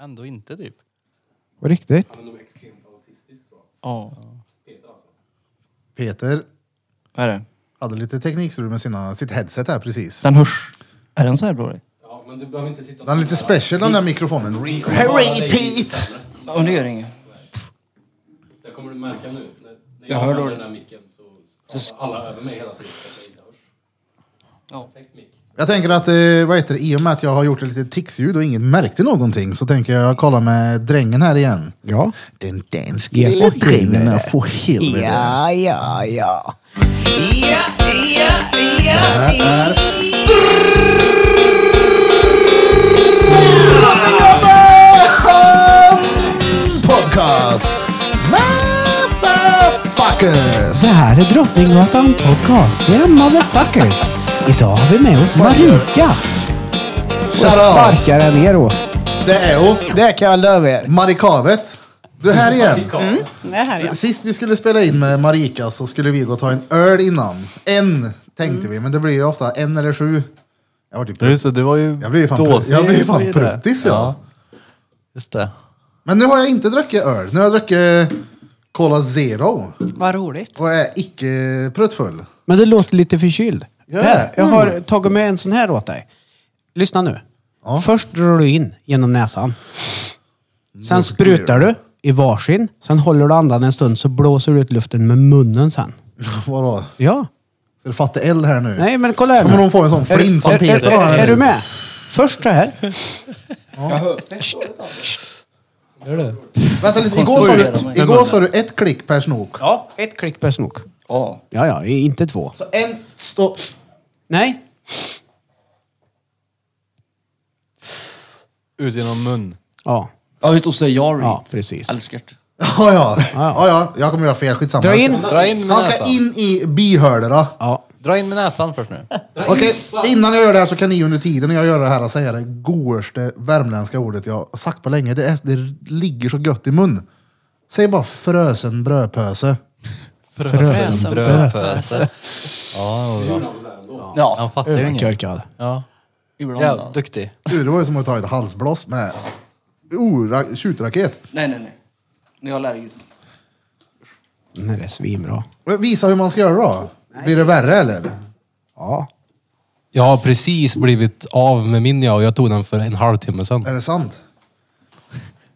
Ändå inte typ. På riktigt? Ja. Peter Vad är det? hade lite teknikstrul med sina, sitt headset här precis. Den hörs. Är den så här dålig? Ja, men du behöver inte sitta Den är lite special den där mikrofonen. Hurry Hurry Pete! Ja, men det gör inget. Det kommer du märka nu. När, när Jag jag, hör använder dåligt. den här micken så, så pratar alla över mig hela tiden. för att jag inte hörs. Ja. Perfekt mick. Jag tänker att, eh, vad heter det, i och med att jag har gjort ett litet ticsljud och ingen märkte någonting så tänker jag kolla med drängen här igen. Ja. Den danske Jag lilla får till drängen, det. jag får helvete. ja, ja. Podcast! Motherfuckers! Det här är Drottninggatan Podcast. Det är motherfuckers. Idag har vi med oss Marika. Hon är Shoutout. starkare än er då. Det är hon, Det kan jag lova er. Marikavet. Du är här igen. Mm, Det här ja. Sist vi skulle spela in med Marika så skulle vi gå och ta en öl innan. En tänkte vi, men det blir ju ofta en eller sju. Jag var typ Ja, Just det, du var ju Jag blir fan, pr- dåsig jag blir fan i det. pruttis ja. Just det. Men nu har jag inte druckit öl. Nu har jag druckit eh, Cola Zero Vad roligt. och är icke pruttfull. Men det låter lite förkyld. Ja. Mm. Här, jag har tagit med en sån här åt dig. Lyssna nu. Ja. Först drar du in genom näsan. Sen sprutar du i varsin. Sen håller du andan en stund så blåser du ut luften med munnen sen. Vadå? Ja. Ska du fatta eld här nu? Nej men kolla här Kommer nu. de få en sån Är du- flint som är- Peter är, har här är, är du nu? med? Först så här. Vänta lite, igår sa du, igår sa du ett klick per snok. Ja. Ett klick per snok. Ja. Ja, ja, i- inte två. Så en, stopp. Nej. Ut genom mun. Ja, Ja, just och säga ja, Reed. ja precis. alltså, Älskert. Ja, ja. ja, ja. Jag kommer göra fel, skitsamma. Dra in. Dra in med Han ska näsan. alltså. in i bihålorna. Ja. Dra in med näsan först nu. Okej, innan jag gör det här så kan ni under tiden jag gör det här säga det godaste värmländska ordet jag har sagt på länge. Det, är, det ligger så gött i mun. Säg bara frösen brödpöse. Frösen. Brödpöse. Ja, det var bra. Ja. Han fattar ju inget. Överkorkad. Ja. Ibland. ja, duktig. Du, Det var ju som att ta ett halsblås med ora- tjutraket. Nej, nej, nej. Nu är jag allergisk. Den här är svinbra. Men Visa hur man ska göra då. Blir det värre eller? Ja. Jag har precis blivit av med min jag och jag tog den för en halvtimme sedan. Är det sant?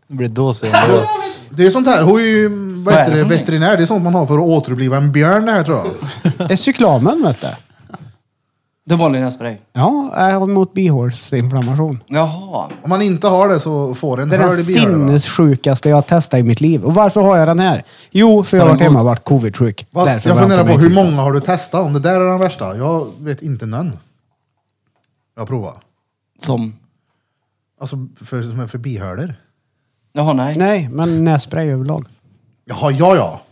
Det blir dåsig ändå. Det är sånt här, hon är ju vad är det heter det, för någonting? veterinär. Det är sånt man har för att återuppliva en björn det här tror jag. Det är cyklamen vet du. Det var Linnéaspray. Ja, jag har mot bihålsinflammation. Jaha. Om man inte har det så får en Det är den hörd i björnen. då. sinnessjukaste jag har testat i mitt liv. Och varför har jag den här? Jo, för jag Har har den varit hemma gått? och varit covid-sjuk. Vad- Därför Jag var funderar på hur mig i många tisdags. har du testat? Om det där är den värsta? Jag vet inte någon. Jag provar. Som... Alltså för, som är för bihålor? Jaha, nej. Nej, men nässpray överlag. Jaha, ja ja.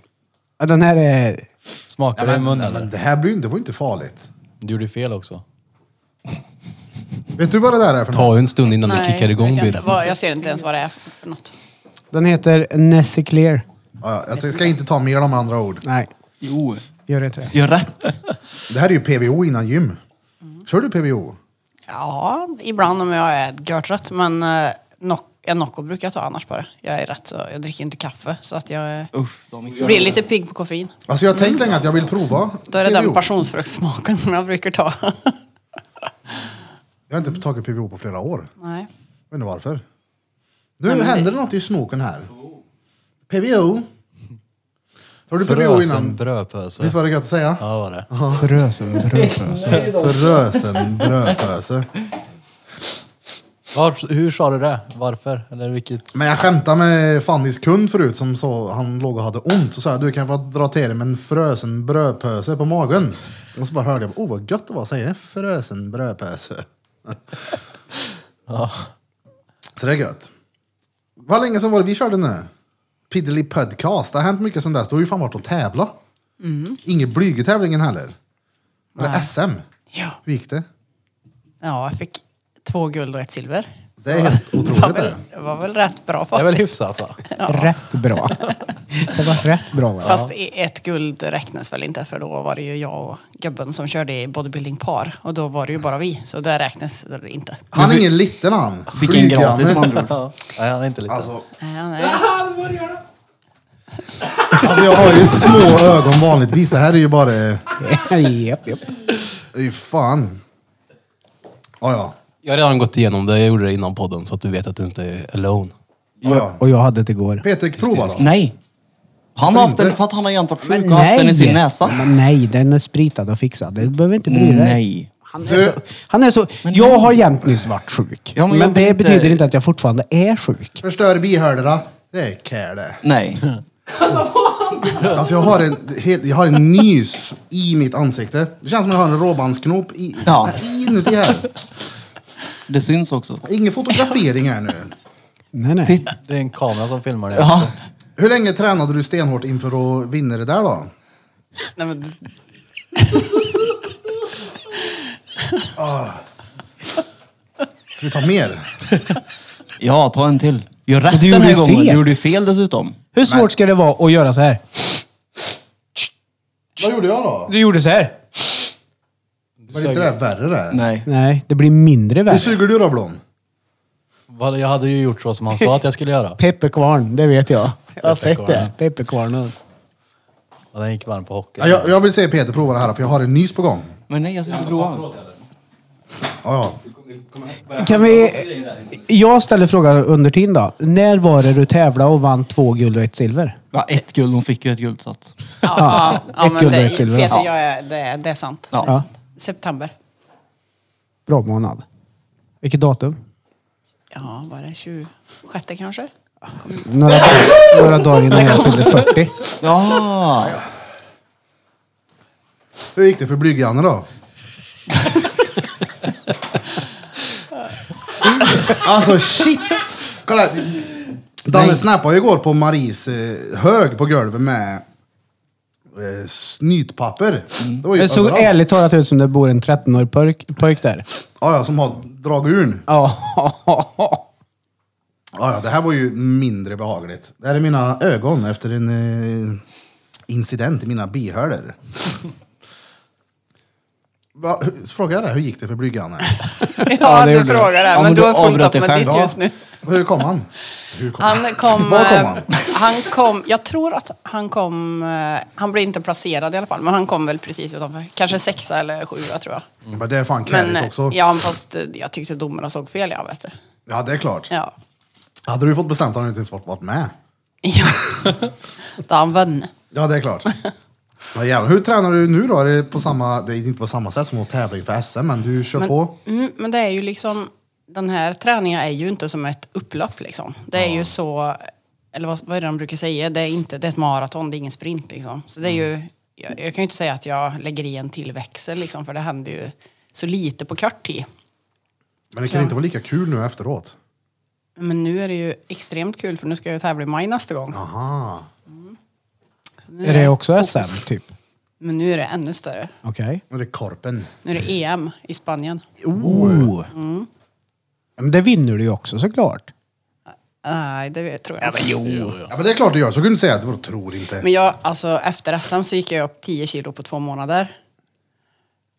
Ja, Den här är... Smakar det i Men, munnen men, eller? det här blir ju inte, det var ju inte farligt. Du gjorde fel också. Vet du vad det där är för något? Ta en stund innan Nej, vi kickar vet igång jag, inte. bilen. Vad- jag ser inte ens vad det är för för något. Den heter Nessiclear. Ja, ja, jag ska inte ta mer om andra ord. Nej, Jo. gör inte det. Gör rätt. Det här är ju PVO innan gym. Kör du PVO? Ja, ibland om jag är görtrött. Men eh, nock, en Nocco brukar jag ta annars bara. Jag är rätt så, jag dricker inte kaffe. Så att jag eh, Usch, de missade. blir lite pigg på koffein. Alltså jag har tänkt länge att jag vill prova Då är det PVO. den passionsfruktssmaken som jag brukar ta. Jag har inte tagit PVO på flera år. Nej. Jag vet inte varför. Nu händer det något i snoken här. PVO. Har du PVO Frösen innan? brödpöse. Visst var det gött att säga? Ja, var det. Frösen, brödfrös. Frösen brödpöse. Var, hur sa du det? Varför? Eller vilket? Men jag skämtade med Fannys kund förut som sa han låg och hade ont. Så sa jag, du kan jag få dra till dig med en frösen brödpöse på magen. Och så bara hörde jag, oh vad gött det var, säger jag, frösen brödpöse. Så det är gött. Vad länge sedan var det vi körde nu? Piddly Podcast, det har hänt mycket sedan dess. Du har ju fan varit och tävla. Mm. Ingen Blyge-tävlingen heller. Var det SM? Ja. Hur gick det? ja, jag fick två guld och ett silver. Det är helt Det var otroligt det. väl, det var väl rätt bra Det är väl facit. hyfsat va? Rätt bra. Det var rätt bra. va? Fast i- ett guld räknas väl inte för då var det ju jag och gubben som körde i bodybuilding-par. Och då var det ju bara vi, så det räknas inte. Han är ingen liten han. Fick en gratis med Flygande. andra ord. Ja. Nej, han är inte liten. Alltså, Nej, nej. alltså jag har ju små ögon vanligtvis. Det här är ju bara... Japp, japp. Fy fan. Ja, ja. Jag har redan gått igenom det. Jag gjorde det innan podden så att du vet att du inte är alone. ja, ja. Och jag hade det igår. Peter, prova då. Nej. Han har haft inte? den för att han har jämt varit sjuk och haft den i sin näsa. Men nej, den är spritad och fixad. Du behöver inte bry dig. Nej. Han är så, alltså- han är så, jag har jämt nyss varit sjuk. Ja, men men jag det vill inte- betyder inte att jag fortfarande är sjuk. Förstör bihålorna. Det är kär det. Nej. Alltså jag har en, hel- jag har en nys i mitt ansikte. Det känns som jag har en råbandsknop i, Ja. inuti här. Det syns också. Ingen fotografering här nu. Nej, nej. Det är en kamera som filmar det. Ja. Hur länge tränade du stenhårt inför att vinna det där då? nej men, Ah. Ska vi ta mer? Ja, ta en till. Gör rätt du den här gjorde gången. fel. Du gjorde ju fel dessutom. Hur svårt ska det vara att göra så här? Vad gjorde jag då? Du gjorde så här. Var inte det där värre det? Nej. Nej, det blir mindre Hur värre. suger du då Blom? Vad- Jag hade ju gjort så som han sa att jag skulle göra. Pepparkvarn, det vet jag. Jag har sett Pepparkvarn. det. Pepparkvarnen. Och den gick varm på hockey. Ja, jag, jag vill se Peter prova det här för jag har en nys på gång. Men nej, jag ska inte prova. Ja, ja. Kan vi... Jag ställer frågan under tiden då. När var det du tävlade och vann två guld och ett silver? Ja, ett guld. Hon fick ju ett guld. Så att. ja, ja, ja, ett men guld det, och ett silver. Peter, Ja. jag är, det, är- det är sant. Ja. Det är sant. September. Bra månad. Vilket datum? Ja, var det 26 kanske? Några, några dagar innan jag fyllde 40. Ja. Hur gick det för Blyg-Janne då? alltså shit! Kolla! Danne snappade ju igår på Maries eh, hög på golvet med eh, snytpapper. Det var ju Mm. Det såg överallt. ärligt talat ut som det bor en 13-årig pojk, pojk där. Ja, ja, som har dragurn. Ja. Ja, ja, det här var ju mindre behagligt. Det här är mina ögon efter en eh, incident i mina bihålor. Va, hur- Frågar jag det? Hur gick det för Blyg-Janne? Ja, det du gjorde du. frågar det. Ja, men men du du har fullt avbröt upp dig med själv, ditt ja. just nu. Hur kom han? Hur kom Han kom... Var kom eh, han? han kom... Jag tror att han kom... eh, Han blev inte placerad i alla fall, men han kom väl precis utanför. Kanske sexa eller sjua tror jag. Men det är fan Men kärligt också. Ja. ja, fast eh, jag tyckte domarna såg fel, jag vet det. det är klart. Ja. Hade du fått bestämt hade han inte ens fått varit med. ja. Då han vann. Ja, det är klart. Ja, jävlar. Hur tränar du nu då? Är det, på samma, det är inte på samma sätt som att tävla inför SM, men du kör på? Mm, men det är ju liksom, den här träningen är ju inte som ett upplopp liksom. Det är ju så, eller vad, vad är det de brukar säga? Det är, inte, det är ett maraton, det är ingen sprint liksom. Så det är ju, Mm. jag, jag kan ju inte säga att jag lägger i en till växel liksom, för det händer ju så lite på kort tid. Men det kan inte vara lika kul nu efteråt. Men nu är det ju extremt kul för nu ska jag ju tävla i maj nästa gång. Mm. Aha. Så nu Är det också fokus. SM, typ? Men nu är det ännu större. Okej. Nu är det korpen. Nu är det EM i Spanien. Oh. Men det vinner du ju också såklart. Nej, det tror jag inte. Ja, men det är klart du gör. Så kunde du säga att du tror inte. Men jag, alltså efter SM så gick jag upp 10 kilo på två månader.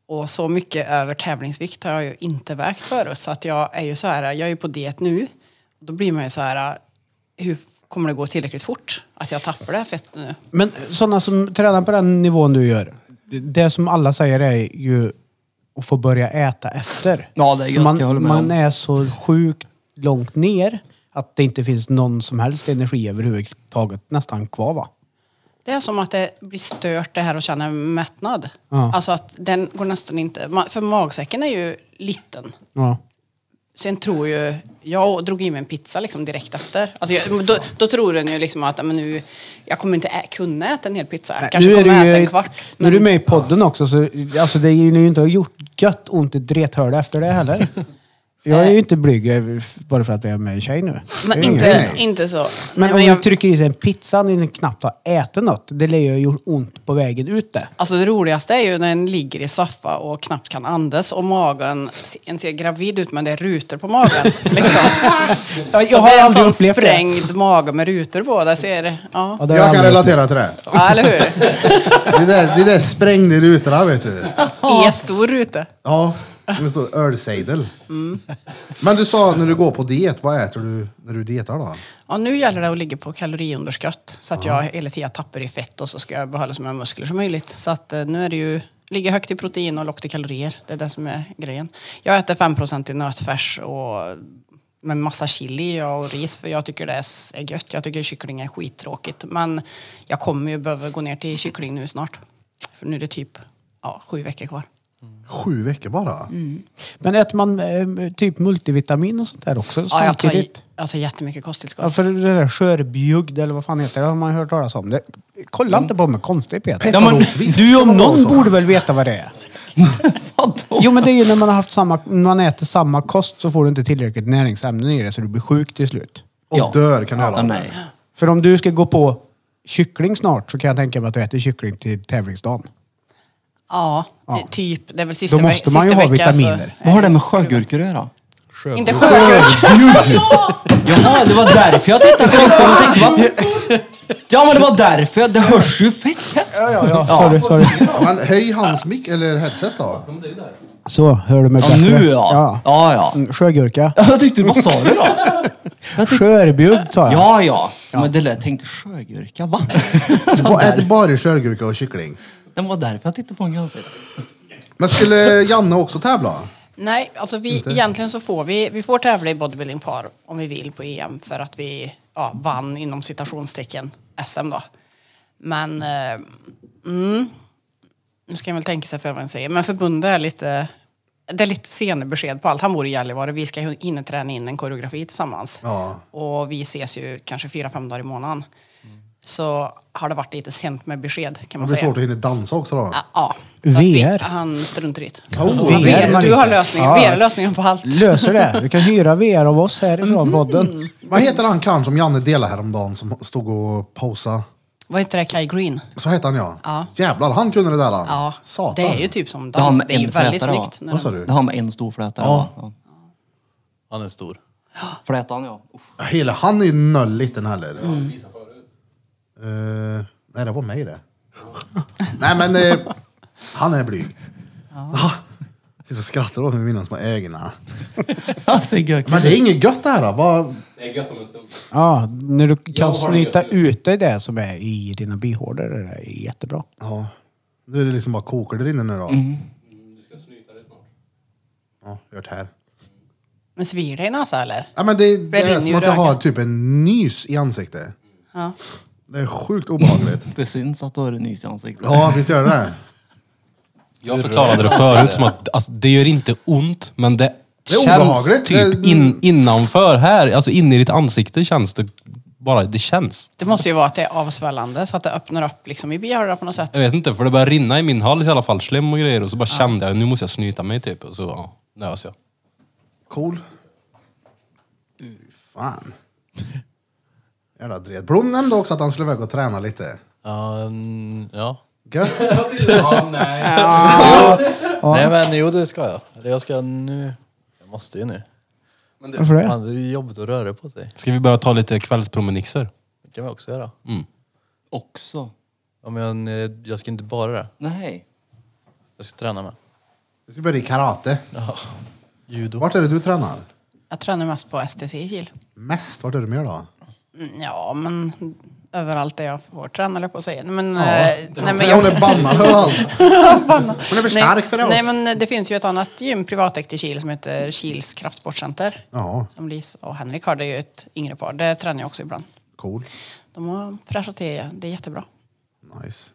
Och så mycket över tävlingsvikt har jag ju inte vägt förut. Så att jag är ju så här, jag är ju på diet nu. Då blir man ju så här, hur kommer det gå tillräckligt fort? Att jag tappar det här fett nu? Men sådana som tränar på den nivån du gör, det- det som alla säger är ju att få börja äta efter. Ja, det är För gött, man, jag håller med Man om. är så sjukt långt ner att det inte finns någon som helst energi överhuvudtaget nästan kvar va? Det är som att det blir stört det här och känna mättnad. Ja. Alltså att den går nästan inte, ma- för magsäcken är ju liten. Ja. Sen tror ju, jag drog in mig en pizza liksom direkt efter. Alltså jag, då, då tror den ju liksom att men nu, jag kommer inte ä- kunna äta en hel pizza. Kanske nu är kommer jag du äta ju- en kvart. Nu är du med i podden också så alltså, det är ju inte gjort gött ont i drethörda efter det heller. Jag är ju inte blyg över- f- bara för att jag är med en tjej nu. Det Men är inte, inget. Nej. inte så. Mm. Men Nej, om jag- du trycker i sig en pizza när du knappt har ätit något, det lär ju ha gjort ont på vägen ut det. Alltså det roligaste är ju när en ligger i soffa och knappt kan andas och magen, en ser gravid ut men det är rutor på magen. Liksom. Jag, Så har det är en aldrig sån upplevt det. sprängd mage med rutor på. Där ser, ja. Ja, det har Jag kan aldrig upplevt. relatera till det. ja, eller hur? Det där, det där sprängde rutorna vet du. I en stor ruta. Ja, det står ölsejdel. Men du sa när du går på diet, vad äter du när du dietar då? Ja, nu gäller det att ligga på kaloriunderskott så att jag hela tiden tappar i fett och så ska jag behålla så många muskler som möjligt. Så att eh, nu är det ju ligga högt i protein och lågt i kalorier. Det är det som är grejen. Jag äter 5 i nötfärs och med massa chili och ris för jag tycker det är s- är gött. Jag tycker kyckling är skittråkigt. Men jag kommer ju behöva gå ner till kyckling nu snart. För nu är det typ ja, sju veckor kvar. Sju veckor bara? Mm. Men äter man eh, typ multivitamin och sånt där också Ja, jag, tar, samtidigt? jag tar jättemycket Ja, kosttillskott. för det där skörbjugd eller vad fan heter det har man hört talas om. Det, kolla Mm. inte på mig konstigt Peter. Ja, men, Pepparrotsvisp Du ska om man alltså. ha någon också. borde väl veta vad det är? Vadå? Jo men det är ju när man har haft samma, när man äter samma kost så får du inte tillräckligt näringsämnen i det så du blir sjuk till slut. Och Ja. dör kan du göra. Ja, nej. För om du ska gå på kyckling snart så kan jag tänka mig att du äter kyckling till tävlingsdagen. Ja, Ja. typ. Det är väl sista Då ve- måste man ju sista ha vecka, så- vitaminer. Vad har det med sjögurkor att göra? Inte sjögurka. Jaha, det var därför jag tittade konstigt. Jag tänkte, va? Ja, men det var därför. jag- Det hörs ju fett häftigt. Ja, sorry, sorry. Ja, men höj hans mick eller headset då. Så, hör du mig Ja, bättre? nu ja. Ja, ja. Mm, Sjögurka. Ja, Jag tyckte, vad sa du då? Jag tyckte, Skörbjugg sa jag. ja, ja. Men det lät, tänkte sjögurka, va? Vad äter bara skörbjugga och kyckling? Det var därför jag tittade på en konstigt. Men skulle Janne också tävla? Nej, alltså vi, egentligen så får vi, vi får tävla i bodybuilding par om vi vill på EM för att vi ja, vann inom citationstecken SM då. Men, eh, mm, nu ska jag väl tänka sig för vad jag säger, men förbundet är lite, det är lite senare besked på allt. Han bor i Gällivare, vi ska hinna träna in en koreografi tillsammans. Ja. Och vi ses ju kanske fyra, fem dagar i månaden. Så har det varit lite sent med besked kan Det man blir säga. svårt att hinna dansa också då. Ja. Så att vi, VR. han struntar i det. Oh, VR. VR. VR, du har lösningen. Ja. VR är lösningen på allt. Löser det. Du kan hyra VR av oss Mhm. härifrån podden. Vad heter han karln som Janne delade häromdagen som stod och pausa? Vad heter det? Kai Green? Så hette han ja. Ja. Jävlar, han kunde det där han. Ja. Satan. Det är ju typ som har dans. med Det är ju en väldigt flätare, va? snyggt. Vad sa du? Det har med en stor fläta. Ja. Ja. Han är stor. Flätan, ja. Hela, han är ju noll liten heller. Eh, nej, det var mig det. nej, men eh, han är blyg. Ah, Sitter och skrattar åt mig med mina små ögon. Alltså, gök. Men det är inget gött det här. då. Vad, Det är gött om en stund. Ja, när du Jag har kan det snyta gött. ut dig det som är i dina bihålor. Det där är jättebra. ja, nu är det liksom bara kokar där inne nu då. Mm, Du ska snyta dig snart. Ja, hört här. Men svir det i näsan eller? Ja, men det, det, är rinner som ju att jag röken. har typ en nys i ansiktet. Ja. Det är sjukt obehagligt. Det syns att du har en nys i ansiktet. ja, visst gör det det Jag förklarade det förut som att alltså, det gör inte ont, men det, Det är obehagligt. känns typ Det- in, innanför här. Alltså inne i ditt ansikte känns det bara. Det känns. Det måste ju vara att det är avsvällande så att det öppnar upp liksom i bihålorna på något sätt. Jag vet inte, för det började rinna i min hals i alla fall. Slem och grejer. Och så bara kände jag, nu måste jag snyta mig typ. Och så ja, nös jag. Cool. Fan. Jävla dret. Blom nämnde också att han skulle iväg och träna lite. Ja, mm, ja. Gött. Nej men jo det ska jag. Eller jag ska nu. Jag måste ju nu. Varför det? Fan, det är ju jobbigt att röra på sig. Ska vi börja ta lite kvällspromenixer? Det kan vi också göra. Också. Ja, men jag, jag ska inte bara det. Nej. Jag ska träna med. Vi ska börja i karate. Judo. Vart är det du tränar? Jag tränar mest på STC i Kil. Mest? Vart är det mer då? Mm, Ja, men överallt där jag får träna eller på att säga. Men, eh, nej, men Jag håller bannad överallt. Hon är för stark för det Nej, också. men eh, det finns ju ett annat gym, privatägt i Kil, som heter Kils kraftsportcenter. Ja, Som Lis och Henrik har, det är ju ett yngre par. Det tränar jag också ibland. cool. De har fräschat till, det är jättebra. Nice.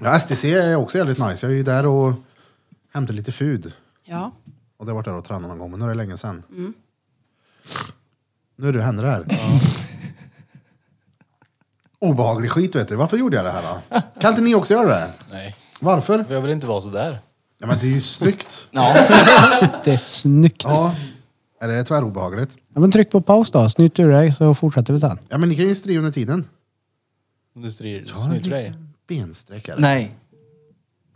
Ja, STC är också jävligt nice. Jag är ju där och hämtar lite food. Ja. Och det har varit där och tränat någon gång, men nu är det länge sedan. Nu är det händer det här. Obehaglig skit vet du. Varför gjorde jag det här då? Kan inte ni också göra det? Nej. Varför? Jag vill inte vara så där. Ja, men det är ju snyggt. Ja. Det är snyggt. Ja. Är det tvärobehagligt? Ja, men tryck på paus då, snyt ur dig så fortsätter vi sen. Ja men ni kan ju stria under tiden. Du Ta en snyter dig. liten bensträckare. Nej.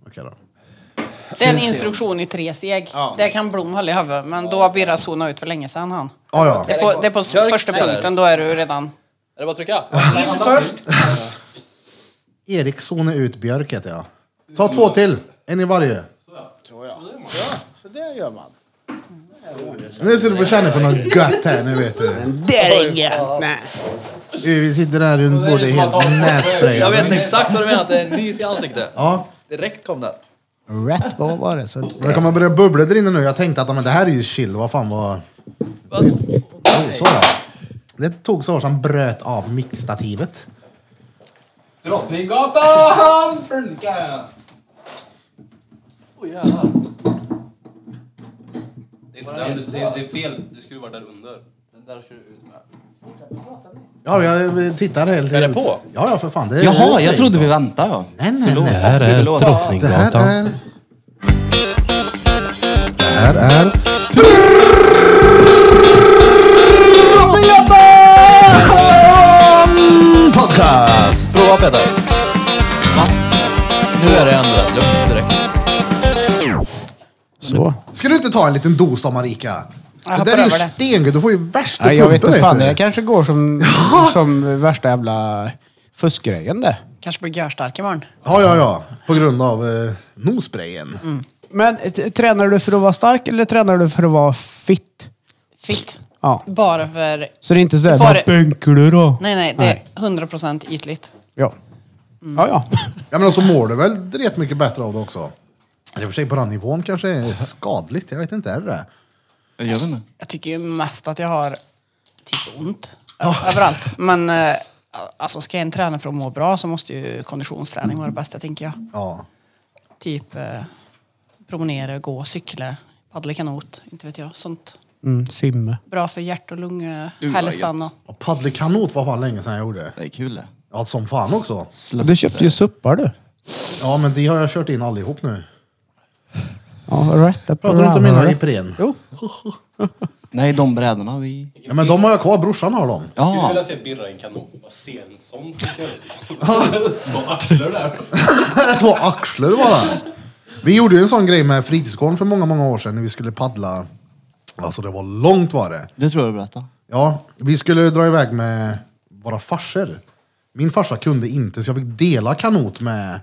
Okej då. Det är en instruktion i tre steg. Det kan Blom hålla i huvudet, men då har Birra zonat ut för länge sedan han. Ah, ja. Det är på, det är på Jag är första klar. punkten, då är du redan... Är det bara att trycka? Erik Sone ut Björk heter jag. Ta två till. En i varje. Det gör man. Nu ska du få känna på något gött här nu vet du. Det är inget! Nej. Vi sitter där runt bordet helt Jag nässprejade. vet exakt vad du menar, att det är en nys i ansiktet. Ja. Direkt kom den. Rätt på var det. Så Men Det kommer börja bubbla där inne nu. Jag tänkte att ja, men det här är ju chill. Vad fan var... Oj, Så då. Det tog så hårt som bröt av mickstativet. Drottninggatan Podcast! Oj jävlar. Det är, inte den, det, det är fel, du skruvar där under. Den där kör du ut med. Ja, jag tittar Är helt det helt- på? Ja, ja för fan. Det är- Jaha, jag trodde vi väntade. Ja. Nej, nej, nej. Det här är Det här Drottninggatan. är... Det här är... Drottninggatan Podcast! Prova Peter. Nu är det ändrat lugnt direkt. Så. Ska du inte ta en liten dos då Marika? Jag det där är ju prövar det. stengött. Du får ju värsta Nej, jag vet pumpen, inte fan, du. jag kanske går som, som värsta jävla fuskgrejen där. Kanske blir görstark imorgon. Ja, ja, ja. På grund av eh, nosprayen. Mm. Men t- tränar du för att vara stark eller tränar du för att vara fit? Fitt. Ja. Bara för... Så det är inte sådär, Bara- vad bänkar du då? Nej, nej, det är 100% ytligt. Ja. Ja, ja. Ja, men så mår du väl rätt mycket bättre av det också? Eller i och för sig på den nivån kanske är skadligt. Jag vet inte, är det det Jag vet inte. Jag tycker ju mest att jag har typ ont ö- överallt. Men eh, alltså, ska en träna för att må bra så måste ju konditionsträning vara det bästa, tänker jag. Ja. Typ eh, promenera, gå, cykla, paddla kanot, inte vet jag. Sånt. Mm, simme. Bra för hjärt och vad lunghälsan. och- Och paddelkanot var fan länge sedan jag gjorde. Det är kul det. Ja, som fan också. Du köpte ju suppar du. Ja, men de har jag kört in allihop nu. Ja, rätt. där på Pratar du inte om den mina här. Ipren? Jo. Nej, de brädorna vi... Ja, men de har jag kvar. Brorsan har dem. Skulle Ja, vilja se Birra i en kanot. Bara se en sån sticka ut. Två axlar där. Två axlar bara. Vi gjorde ju en sån grej med fritidsgården för många, många år sedan när vi skulle paddla. Alltså det var långt var det. det tror jag du berättade. Ja, vi skulle dra iväg med våra farsor. Min farsa kunde inte, så jag fick dela kanot med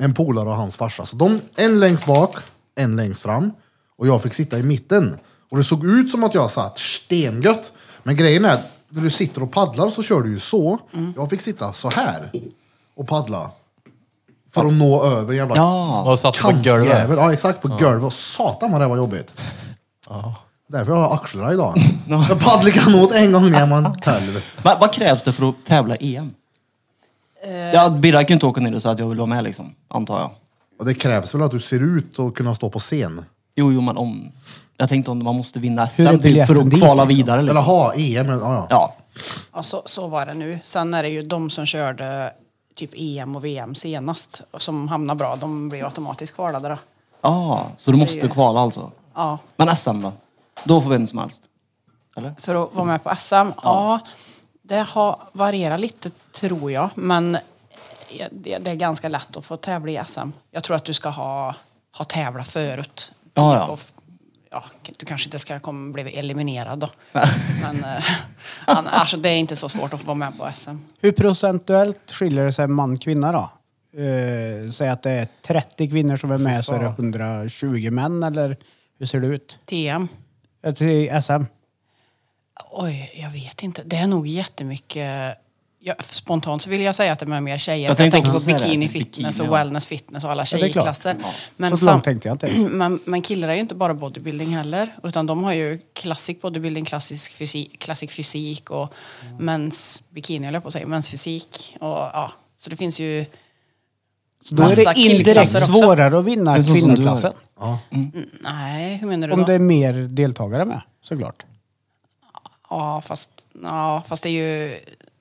en polare och hans farsa. Så de, en längst bak, en längst fram. Och jag fick sitta i mitten. Och det såg ut som att jag satt stengött. Men grejen är, att när du sitter och paddlar så kör du ju så. Jag fick sitta så här och paddla. För att nå över en jävla Ja. Och satt på golvet. Kantjävel, ja exakt på golvet. Och satan vad det var jobbigt. Därför har jag axlarna idag. Jag paddlar kanot en gång när man är tolv. Men vad krävs det för att tävla i EM? Eh. Ja, Birra kan ju inte åka ner och säga att jag vill vara med liksom, antar jag. Och det krävs väl att du ser ut och kunna stå på scen? Jo, jo, men om... Jag tänkte om man måste vinna är SM typ för biljetten att dit, kvala liksom? vidare. Eller Liksom. ha EM, men, ja, ja. Ja, Ja, så, så var det nu. Sen är det ju de som körde typ EM och VM senast och som hamnar bra. De blir ju automatiskt kvalade då. ja så du måste kvala alltså. Ja, Men SM då? Då får vem som helst. Eller? för att vara med på SM? Ja, det har varierat lite tror jag, men det, det är ganska lätt att få tävla i SM. Jag tror att du ska ha, ha tävlat förut. Typ, Ja, ja. Och f- ja, du kanske inte ska komma bli eliminerad då. men eh, annars, alltså, det är inte så svårt att få vara med på SM. Hur procentuellt skiljer det sig man-kvinna då? Uh, säg att det är 30 kvinnor som är med så är det 120 män eller hur ser det ut? TM. Eh, Till SM? Oj, jag vet inte. Det är nog jättemycket... Jag, spontant så vill jag säga att det är mer tjejer. Jag för jag tänkte tänker på också säga det. bikini Bikini, fitness ja. och wellness fitness och alla Ja, det är klart. tjejklasser. Ja. Men, Så långt tänkte jag inte ens. men, men killar är ju inte bara bodybuilding heller. Utan de har ju klassisk bodybuilding, klassisk fysik, klassisk fysik och mens bikini, höll jag på att säga, mens fysik. Och, ja. Så det finns ju... Så då är det Massa indirekt killklasser också. svårare att vinna Det är så som du kvinnoklassen. Nej, hur menar du Om då? det är mer deltagare med såklart. Ja, fast, ja, fast det är ju...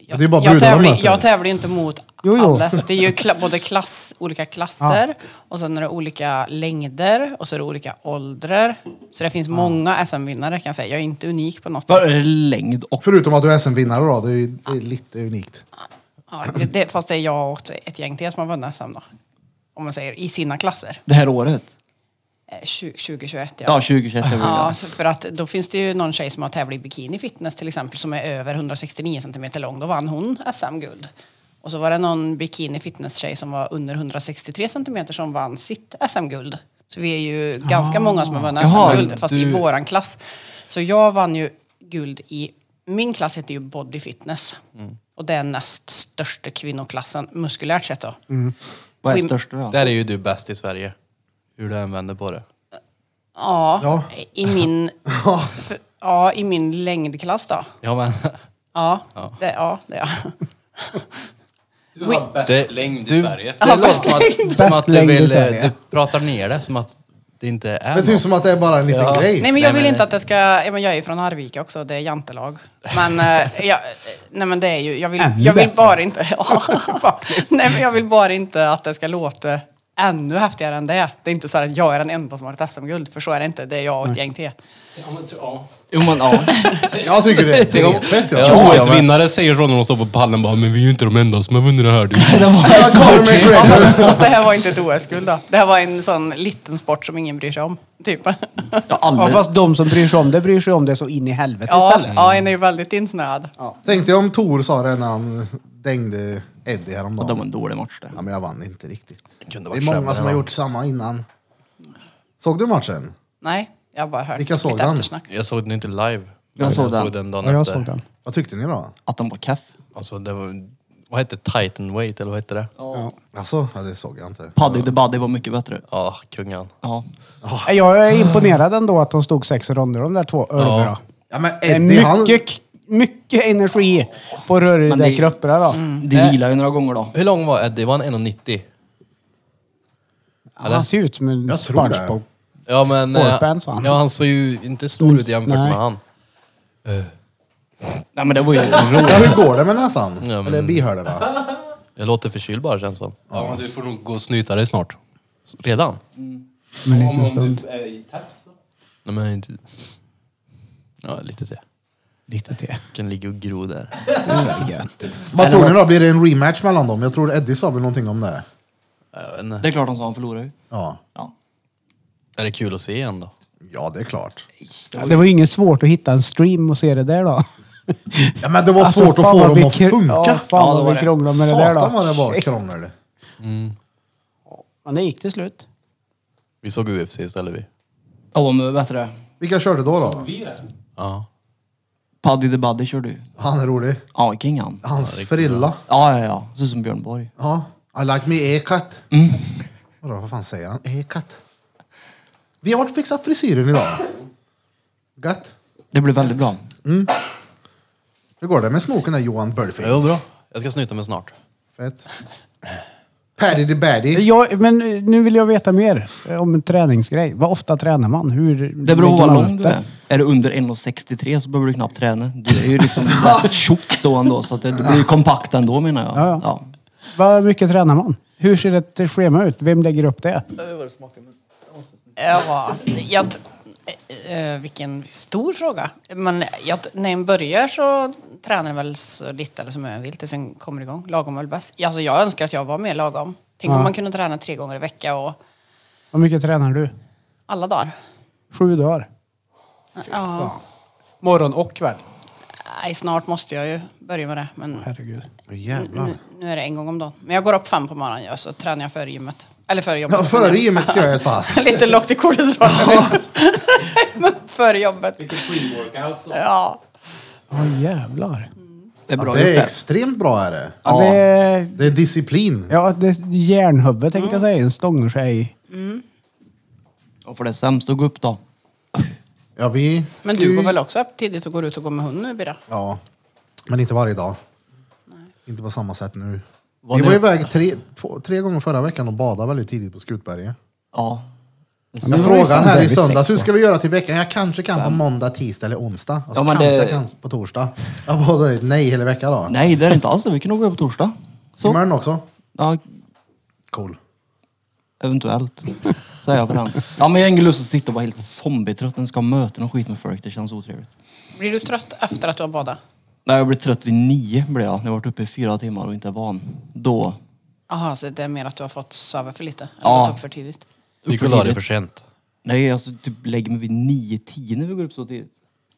Jag, Det är bara jag, brudar de tävlar, möter. jag tävlar ju inte mot Jo, jo. Alla. Det är ju kla- både klass, olika klasser och sen är det olika längder och så är det olika åldrar. Så det finns många SM-vinnare kan jag säga. Jag är inte unik på något Vad sätt. är det längd och... Förutom att du är SM-vinnare då, det är, det är lite unikt. Ja, det, det, fast det är jag och ett gäng till som har vunnit SM då. Om man säger i sina klasser. Det här året? Eh, 20- 2021 ja. Ja, 2021 är Ja, det. så för att då finns det ju någon tjej som har tävlat i bikini fitness till exempel som är över 169 centimeter lång. Då vann hon SM-guld. Och så var det någon bikini fitness tjej som var under 163 centimeter som vann sitt SM-guld. Så vi är ju ganska många som har vunnit Jaha, SM-guld, fast i du- våran klass. Så jag vann ju guld i, min klass heter ju body fitness. Och det är näst största kvinnoklassen, muskulärt sett då. Vad är Skym- störst då? Där är ju du bäst i Sverige. Hur du än vänder på det. Ja, Ja. I, min, för, ja i min längdklass då. Ja, men, Ja, det, ja, det är jag. Du har bäst Det- längd du, det låter som att, som Bäst att du, längd i vill, eh, Sverige. du pratar ner det, som att det inte är Det är typ något. som att det är bara en liten Ja. grej. Nej men jag Nej, vill men- inte att det ska, ja, men jag är ju från Arvika också, det är jantelag. Men, eh, jag, nej, men det är ju, jag vill, Ännu jag vill bättre. bara inte, ja, nej, men jag vill bara inte att det ska låta ännu häftigare än det. Det är inte så här att jag är den enda som har ett SM-guld, för så är det inte. Det är jag och ett gäng till. Jo, men ja. Jag tycker det är dritfett. Ja. Ja, OS-vinnare säger så när de står på pallen bara, men vi är ju inte de enda som har vunnit det här. Du. Ja, Conor Ja, McGregor. fast, fast det här var inte ett OS-guld då. Det här var en sån liten sport som ingen bryr sig om. Typ. Jag har Ja, aldrig... fast de som bryr sig om det bryr sig om det så in i helvete Ja, istället. ja, en är ju väldigt insnöad. Tänkte jag om Tor sa det när han dängde Eddie häromdagen. Det var en dålig match det. Ja, men jag vann inte riktigt. Det kunde är varit många sämre, som har va? gjort samma innan. Såg du matchen? Nej, jag har bara hört Vilka såg lite den? eftersnack. Jag såg den inte live. Jag såg den. dagen Ja, jag efter. såg den. Vad tyckte ni då? Att de var kaff. Alltså, det var, vad hette Titan Weight, eller vad hette det? Ja, Alltså, ja, det såg jag inte. Paddy the Buddy var mycket bättre. kungan. Ja. Jag är imponerad ändå att de stod sex ronder de där två örverna. Ja, men Det är Eddie, han... mycket, mycket energi på Men det- rörelsekrupperna då. Mm. De vilar ju några gånger då. Hur lång var Eddie? Var han 1,90? Ja, Han ser ut som en Jag tror det. Spongebob. Ja, men... eh, Forehands, va? ja, han såg ju inte stor ut jämfört Nej. med han. Nej men det var ju... Ja, hur går det med näsan? Ja, men- Eller bihålorna? Jag låter förkyld bara, känns som. Ja, men du får nog gå och snyta dig snart. Redan? Om en liten stund. du är i takt så. Nej, men inte... Ja, lite till. Lite till. Kan ligga och gro där. Vad tror ni då? Blir det en rematch mellan dem? Jag tror Eddie sa väl någonting om det. Jag vet inte. Det är klart de sa han förlorade ju. Ja, Ja. Är det kul att se igen då? ja det är klart. Ja, Det var ju inget svårt att hitta en stream och se det där då. Ja, men det var Alltså, svårt att fan få vad dem vi att kr- funka. Ja, fan vad vi krånglade med det där Satan vad det då. var krångel. Men det gick till slut. Vi såg UFC istället vi. Ja de är bättre. Vilka körde då då? Ja. Paddy the Buddy körde ju. Han är rolig. Ja, king han. Hans frilla. Ja, ja, ja. Ser ut som Björn Borg. Ja. I like me e-cut. Vadå, vad fan säger han? E-cut? Vi har varit fixat frisyren idag. Gött. Det blev väldigt bra. Hur går det med snoken där Johan Bölfing? Jo, bra. Jag ska snyta mig snart. Fett. Paddy the baddy. Ja, men eh, nu vill jag veta mer eh, om en träningsgrej. Vad ofta tränar man? Hur Det beror på lägger hur man lång upp du är. Är du under 1,63 så behöver du knappt träna. Du är ju liksom rätt tjock då ändå så att det, du blir ju kompakt ändå menar jag. Ja, ja. Vad mycket tränar man? Hur ser ett schema ut? Vem lägger upp det? Ja, jag, t- eh, eh, vilken stor fråga. Men jag, t- när jag börjar så tränar jag väl så lite eller som jag vill tills jag kommer igång. Lagom är väl bäst. Alltså, jag önskar att jag var mer lagom. Tänk om man kunde träna tre gånger i veckan och Vad mycket tränar du? alla dagar. Sju dagar? Ja. Morgon och kväll? Nej, snart måste jag ju börja med det. Men Herregud. Åh, nu, Jävlar. nu är det en gång om dagen. Men jag går upp fem på morgonen ja, så tränar jag före gymmet. Eller före jobbet. Ja, före gymmet kör jag ett pass. Lite lågt i kolhydraterna. Men före jobbet. Ja. Ja jävlar. Det är Ja, bra det gjort är det. extremt bra är det. Ja. Ja. Det är, Det är disciplin. ja, det är järnhuvud tänkte jag säga. En stångersej. Och för det är sämst att gå upp då. Ja, vi... Men du går väl också upp tidigt och går ut och går med hunden nu Birra? Ja, men inte varje dag. Inte på samma sätt nu. Var vi ni- var iväg tre, två, tre gånger förra veckan och badade väldigt tidigt på Skutberget. Ja. men Jag det var ju frågade fan han här där i vid sex, söndags, hur va? ska vi göra till veckan? Jag kanske kan på måndag, tisdag eller onsdag. Alltså Ja, men kanske det- jag kan på torsdag. Jag bara, då är det ett nej hela veckan då. Nej det är det inte alls det. Vi kan nog gå upp på torsdag. Så. Kommer den också? Ja, Cool. eventuellt. Säger jag på den. Ja, men jag har ingen lust att sitta och vara helt zombietrött när jag ska ha möten och skit med folk. Det känns otrevligt. Blir du trött efter att du har badat? Nej, jag blev trött vid nio blev jag. Jag har varit uppe i fyra timmar och inte är van. Då. Jaha, så det är mer att du har fått sova för lite? Eller Ja. gått upp för tidigt? Vi går och la dig för sent. Nej, alltså typ lägger mig vid nio, tio när vi går upp så tidigt.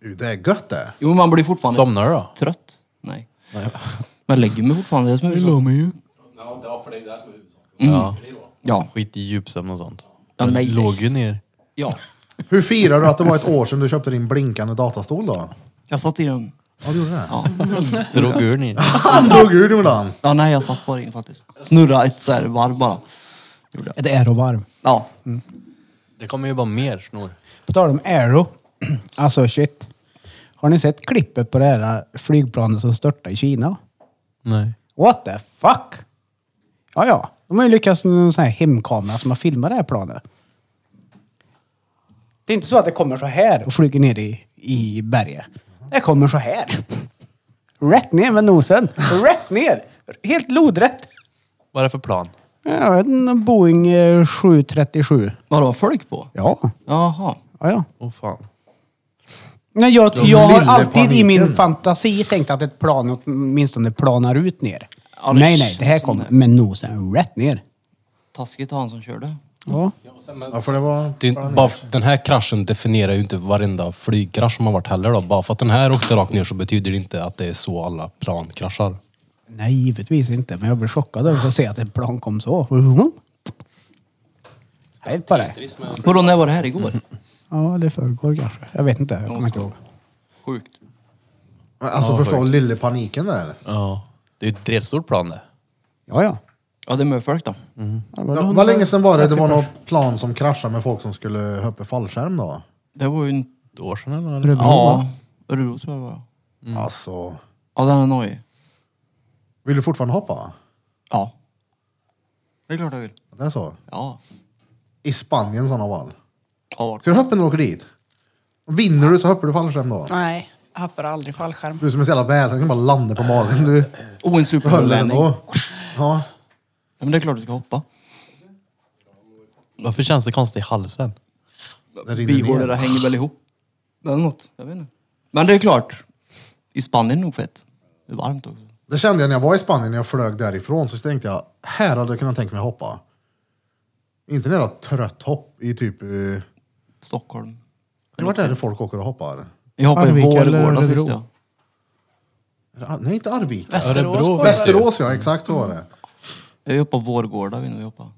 Uh, Det är gött det. Jo, men man blir fortfarande Somnar du då? trött. Nej. Men jag lägger mig fortfarande. Det är som jag la mig ju. Ja. Ja. Mm. Skit i djupsömn och sånt. Ja, nej. Låg ju ner. ja. Hur firar du att det var ett år sedan du köpte din blinkande datastol då? Jag satt i den. Ja, du gjorde det? Ja. Drog ur ner. Han drog ur det ibland. ja, nej, jag satt bara in faktiskt. Snurra ett så här varv bara. Ett aerovarv. Ja. Det kommer ju bara mer snor. På tal om aero. Alltså shit. Har ni sett klippet på det här flygplanet som störtade i Kina? Nej. What the fuck? Ja, ja. De har ju lyckats med en sån här hemkamera som har filmat det här planet. Det är inte så att det kommer så här och flyger ner i, i berget. Det kommer så här. Rätt ner med nosen. Rätt ner. Helt lodrätt. Vad är det för plan? Jag vet inte, en Boeing eh, 737. Vad det var folk på? Ja, Jaha. ja, ja. Åh fan. Nej, jag, jag har lille alltid i paniken. min fantasi tänkt att ett plan åtminstone planar ut ner. Ja, det nej, nej, det här känns kom som det. med nosen rätt ner. Taskigt han som körde. Ja. Ja, för det var... Det är, inte- bara, den här kraschen definierar ju inte varenda flygkrasch som har varit heller. Då. Bara för att den här åkte rakt ner så betyder det inte att det är så alla plan kraschar. Nej, givetvis inte. Men jag blev chockad över att se att ett plan kom så. Mm. Helt på det. Vadå, när var det här igår? Ja, eller förrgår kanske. Jag vet inte. Jag kommer inte ihåg. Sjukt. Alltså förstå lille paniken där. Ja. Det är ju ett redstort plan det. Ja, ja. Ja, det är med folk då. Ja, det var Ja, då. vad länge sedan var det? Det var något plan som kraschade med folk som skulle hoppa fallskärm då? Det var ju en... Ett år sedan eller? vad? Örebro, va? Ja. Örebro tror jag det var. Alltså... Ja, den är nojig. Vill du fortfarande hoppa? Ja. Det är klart jag vill. Det är så? Ja. I Spanien i sådana fall. Ja, vart. Ska du hoppa när du åker dit? Vinner du så hoppar du fallskärm då? Nej, jag hoppar aldrig fallskärm. Du som är så jävla vältränad kan bara landa på magen. Du Oh, en höll den superlandning. då. Ja. Ja, men det är klart du ska hoppa. Varför känns det konstigt i halsen? Den rinner Bihålorna ner. hänger väl ihop. Eller något. Jag vet inte. Men det är klart. I Spanien är det nog fett. Det är varmt också. Det kände jag när jag var i Spanien, när jag flög därifrån, så tänkte jag, här hade jag kunnat tänka mig hoppa. Inte några trött hopp i typ... eh, Stockholm. Vart är det folk åker och hoppar? Jag hoppade i Arvika vår i eller vårdas Örebro? sist ja. Är det Ar- Nej, inte Arvika. Västerås går det. Västerås ja, exakt så var det. Jag hoppade Vårgårda innan vi hoppade.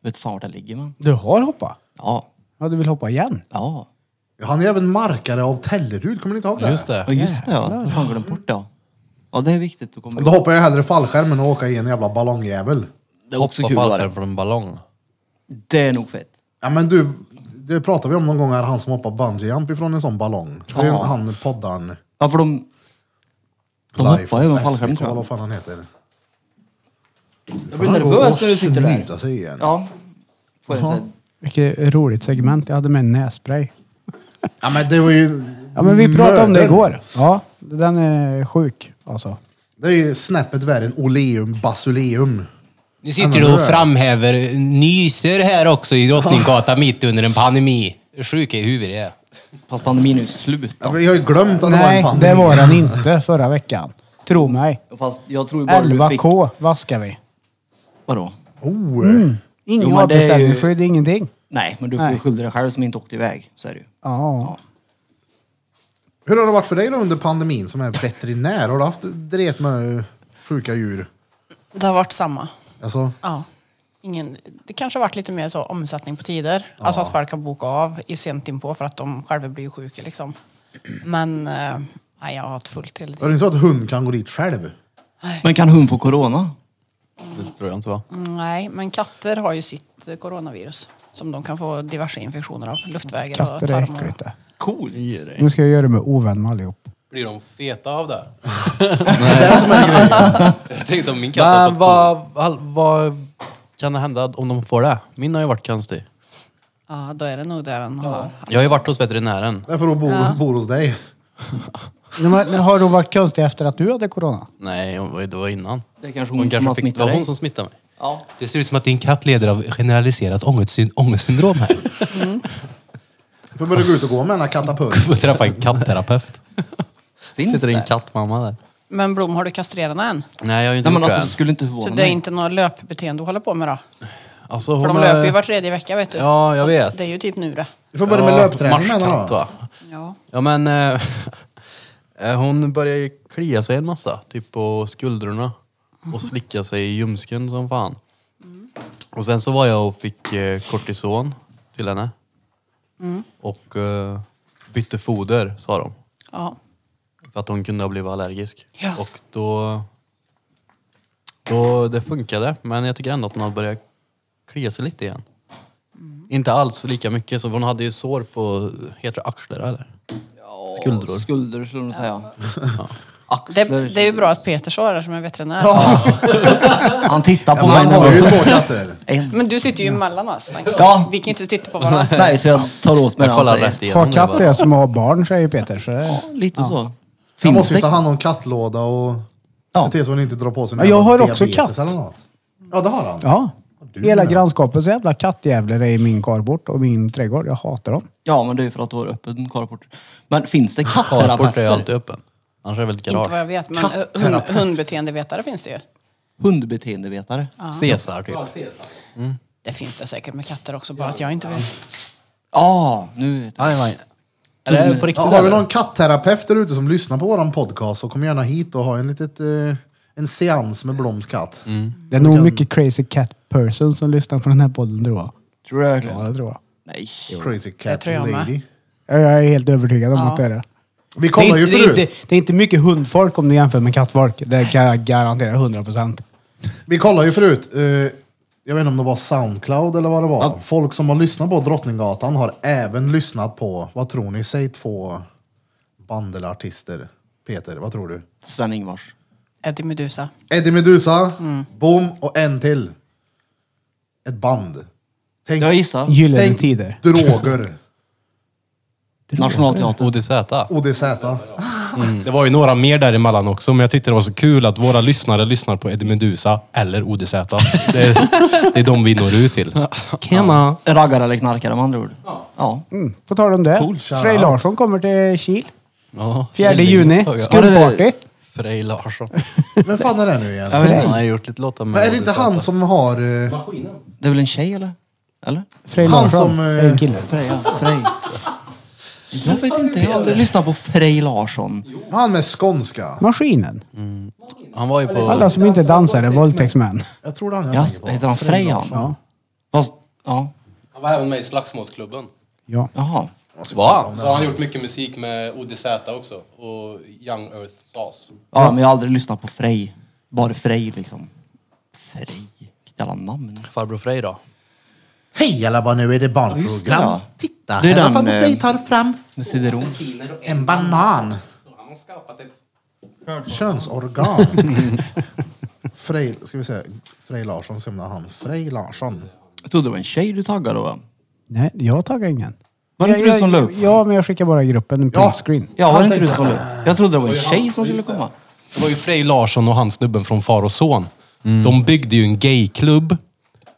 Jag vet fan vart jag ligger men. Du har hoppat? Ja. Ja, du vill hoppa igen? Ja. Han är ju även markare av Tellerud, kommer ni inte ihåg det? Just Ja det. just det ja. Jag fan glömt bort det ja. Ja det är viktigt att komma Då ihåg. hoppar jag hellre fallskärm än att åka i en jävla ballongjävel. Det är också Hoppa kul var fallskärm det. från en ballong. Det är nog fett. Ja men du, det pratade vi om någon gång här, han som hoppar bungyjump ifrån en sån ballong. Det är ju Ja. han poddaren. Ja för de... De Life hoppar ju of med fallskärm SVK, tror Vad jag. fan han heter. Jag blir nervös när du sitter där. Snyta sig igen. Ja. Ja. Får jag säga. Vilket roligt segment. Jag hade med en nässpray. men det var ju... Ja, men Mm, vi pratade om det mörder. igår. Ja, den är sjuk alltså. Det är ju snäppet värre än oleum basuleum. Nu men sitter du och det är- framhäver nyser här också i Drottninggatan mitt under en pandemi. Sjuk i huvudet är jag. Fast pandemin är ju slut. Ja, men jag har ju glömt att det var en Nej, pandemi. det var den inte förra veckan. Tro mig. Fast jag tror ju bara du fick... 11K vaskar vi. Vadå? Oh. Mm. Ingen Jo, men det är ju- avbeställningsskydd, ingenting. Nej, men du får Nej. ju skylla dig själv som inte åkte iväg. Så är det ju. Ja. Hur har det varit för dig då under pandemin som är veterinär? Har du haft dret med sjuka djur? Det har varit samma. Alltså, Ja. Ingen, det kanske har varit lite mer så omsättning på tider. Alltså att folk har bokat av i sent inpå för att de själva blir sjuka liksom. Men eh, nej, jag har haft fullt hela är tiden. det inte så att hund kan gå dit själv? Men kan hon få corona? Det tror jag inte va? Mm, Nej, men katter har ju sitt eh, coronavirus som de kan få diverse infektioner av. Luftvägar Katter är och tarmar. äckligt det. Cool. Nu ska jag göra mig ovän med allihop. Blir de feta av det? Det är som är grejen. Jag tänkte om min katt har Men fått covid. vad, all- vad kan det hända om de får det? Min har ju varit konstig. Ja, då är det nog det den har. Jag har ju varit hos veterinären. Därför att bo, bor hos dig. Men Har hon varit konstig efter att du hade corona? Nej, hon var ju- det var innan. Det är kanske hon, Hon som har kanske fick, det smittat var dig. hon som smittade mig. Ja. Det ser ut som att din katt lider av generaliserat ångestsyn- ångestsyndrom här. Du får börja gå ut och gå med den här katapulten. Får träffa en katterapeut. Finns Sitter det det? en kattmamma där? Men Blom, har du kastrerat den än? Nej, jag har ju inte Nej men alltså gjort det det än. skulle inte Så förvåna det är mig. inte något löpbeteende du håller på med då? Alltså, För de hon är- löper ju var tredje vecka vet du. Ja, jag vet. Det är ju typ nu det. Du får börja med Ja, löpträning med den marschtant, då. va? Ja. Ja men eh, eh, hon började ju klia sig en massa, typ på skuldrorna och slicka sig i ljumsken som fan. Och sen så var jag och fick eh, kortison till henne. Och eh, bytte foder sa de. Ja. För att hon kunde ha blivit allergisk. Ja. Och då, då... Det funkade, men jag tycker ändå att hon har börjat klia sig lite igen. Inte alls lika mycket, så hon hade ju sår på, heter det axlar eller? Skuldror. Skulder skulle de säga. Det, Axlar. det är ju bra att Peter svarar som är veterinär. Han tittar på Ja, man mig har ju nu. två katter. En. Men du sitter ju emellan oss. Ja. Vi kan ju inte titta på varandra. Nej så jag tar åt mig Jag det han kollar säger. rätt igenom Ha nu, katt va? är som att ha barn säger Peter. Så det... Lite så. Jag Finns måste ju det? ta hand om kattlåda och Ja. se till så hon inte drar på sig någon Ja, jag jävla har också diabetes katt. Eller något. Ja, det har han. Ja. Du Hela med. grannskapets jävla kattjävlar är i min karbort och min trädgård. Jag hatar dem. Ja men det är ju för att du har öppen carport. Men finns det Carport är ju alltid katterapporter? öppen. Annars är det väl ett Inte vad jag garage. vet, men eh, hund, hundbeteendevetare finns det ju. Hundbeteendevetare? Caesar typ. Det finns det säkert med katter också, bara att jag inte vet. Ja, nu vet jag. Nej, nej. Är det på riktigt Ja, har vi eller? någon kattterapeut där ute som lyssnar på våran podcast så kom gärna hit och ha en litet, eh, en seans med Bloms katt. Det är nog mycket crazy cat person som lyssnar på den här podden tror jag. Tror du verkligen? Ja, det tror jag. Nej. Crazy cat tror jag med. lady. Ja, Jag är helt övertygad om att det är det. Vi Det kollade är, ju inte, det, är förut. inte, det är inte mycket hundfolk om du jämför med kattfolk. Det kan jag garantera 100 procent. Vi kollade ju förut. eh, jag vet inte om det var Soundcloud eller vad det var. Folk som har lyssnat på Drottninggatan har även lyssnat på, vad tror ni, säg två bandelartister. Peter, vad tror du? Sven-Ingvars. Eddie Medusa. Eddie Meduza, Boom och en till. Ett band. Tänk, Jag gissar. Gyllene tider. droger. Nationalteatern. ODZ. ODZ. Mm. Det var ju några mer däremellan också, men jag tyckte det var så kul att våra lyssnare lyssnar på Eddie Meduza eller ODZ. Det är, det är de vi når ut till. Tjena! Raggare eller knarkare med andra ord. Ja. Mm, på tal om det. Cool, shout Frej out. Larsson kommer till Kil. Ja, 4 juni. Skumparty. Frej Larsson. Vem fan är det nu igen? Han har gjort lite låtar med Men är det inte han som har... eh, Det är väl en tjej eller? Eller? Frej Han Larsson som, eh, är en kille. Freja. Frej. Jag vet inte. Jag har aldrig lyssnat på Frej Larsson. Han med skånska? Maskinen. Han var ju på... Alla som inte dansar är våldtäktsmän. Jag tror det är han jag Yes, tänker på. heter han Frej han? Ja. Fast, ja. Han var även med i Slagsmålsklubben. ja. Jaha. Va? Så har han gjort mycket musik med ODZ också och Young Earth SAS. Ja, men jag har aldrig lyssnat på Frej. Bara Frej liksom. Frej. Vilket jävla namn. Farbror Frej då? Hej alla vad nu är det barnprogram. Ja, just det, ja. Titta, Det är här har den, farbror eh, Frej tar fram Med cd en banan. Könsorgan. Frej, ska vi se. Frej Larsson, se om det är han. Frej Larsson. Jag trodde det var en tjej du taggade då. va? Nej, jag taggar ingen. Var det inte Jag- du som la jag- upp? Ja, men jag skickar bara i gruppen en Ja. printscreen. Ja, var Han det inte du tänkte- som la upp? Jag trodde det var en tjej som skulle komma. Det var ju Frej Larsson och han snubben från Far och Son. De byggde ju en gayklubb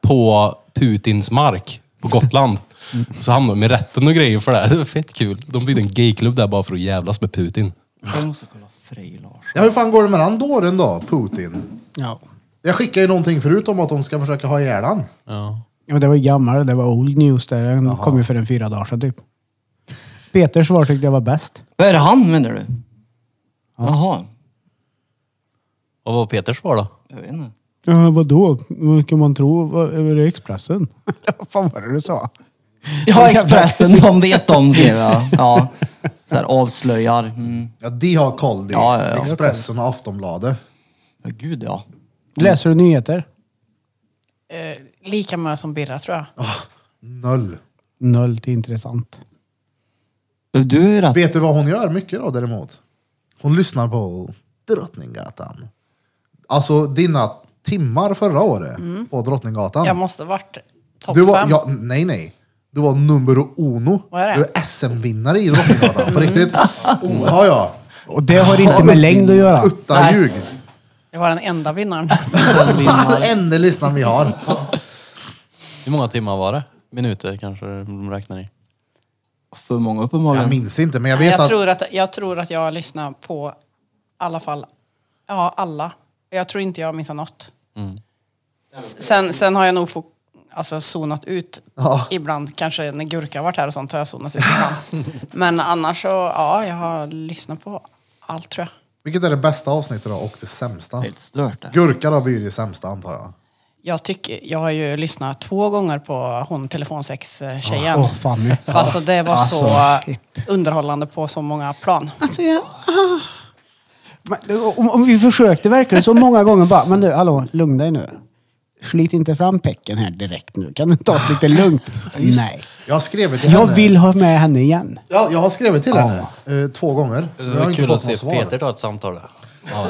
på Putins mark på Gotland. Så hamnade de i rätten och grejer för det. här. Det var fett kul. De byggde en gayklubb där bara för att jävlas med Putin. Jag måste kolla Frej Larsson. Ja, hur fan går det med den dåren då, Putin? Ja. Jag skickade ju någonting förut om att de ska försöka ha ihjäl han. Ja, det var ju gammal, det var old news där. Den kom ju för en fyra dagar sedan typ. Peters svar tyckte jag var bäst. Vad är det han menar du? Jaha. Vad var Peters svar då? Jag vet inte. Ja, vadå? Vad kan man tro? Vad- Är det Expressen? Vad fan var det du sa? Ja, Expressen, de vet om det. Ja. ja. Så här, avslöjar. Mm. Ja, de har koll de. Ja, ja, ja. Expressen och Aftonbladet. Ja, gud ja. Läser du nyheter? Eh, lika mycket som Birra tror jag. Noll. Noll till intressant. Du är rätt. Vet du vad hon gör mycket då däremot? Hon lyssnar på Drottninggatan. Alltså dina timmar förra året Mm. på Drottninggatan. Jag måste ha varit topp du var, fem. ja, nej, nej. Du var numero uno. Vad är det? Mm. Du är SM-vinnare i Drottninggatan, på riktigt. Mm. Ja, ja. Och det har inte med längd att göra. Utta ljug. Det var den enda vinnaren. Enda lyssnaren vi har. Hur många timmar var det? Minuter kanske de räknar i. För många Jag Mm. uppenbarligen. minns inte, men jag vet Jag att... tror att jag, tror att jag lyssnar på i alla fall, ja alla. Jag tror inte jag missar något. S- Sen, sen har jag nog fok- alltså, zonat ut Ja. ibland. Kanske när Gurka har varit här och sånt har jag zonat ut ibland. Men annars så, ja, jag har lyssnat på allt tror jag. Vilket är det bästa avsnittet då och det sämsta? Helt stört där. Gurka då blir det sämsta antar jag. Jag, tycker, jag har ju lyssnat två gånger på hon telefonsex-tjejen. Åh, Fanny. Alltså det var så Alltså, shit. underhållande på så många plan. Alltså, jag... ah. Men, om, om vi försökte verkligen så många gånger bara, men du, hallå, lugn dig nu. Slit inte fram pecken här direkt nu. Kan du ta det lite lugnt? Nej. Jag har skrivit till Jag henne. vill ha med henne igen. Ja, jag har skrivit till henne eh, två gånger. Det Jag har var inte kul att fått se något svar. Peter ta ett samtal. där.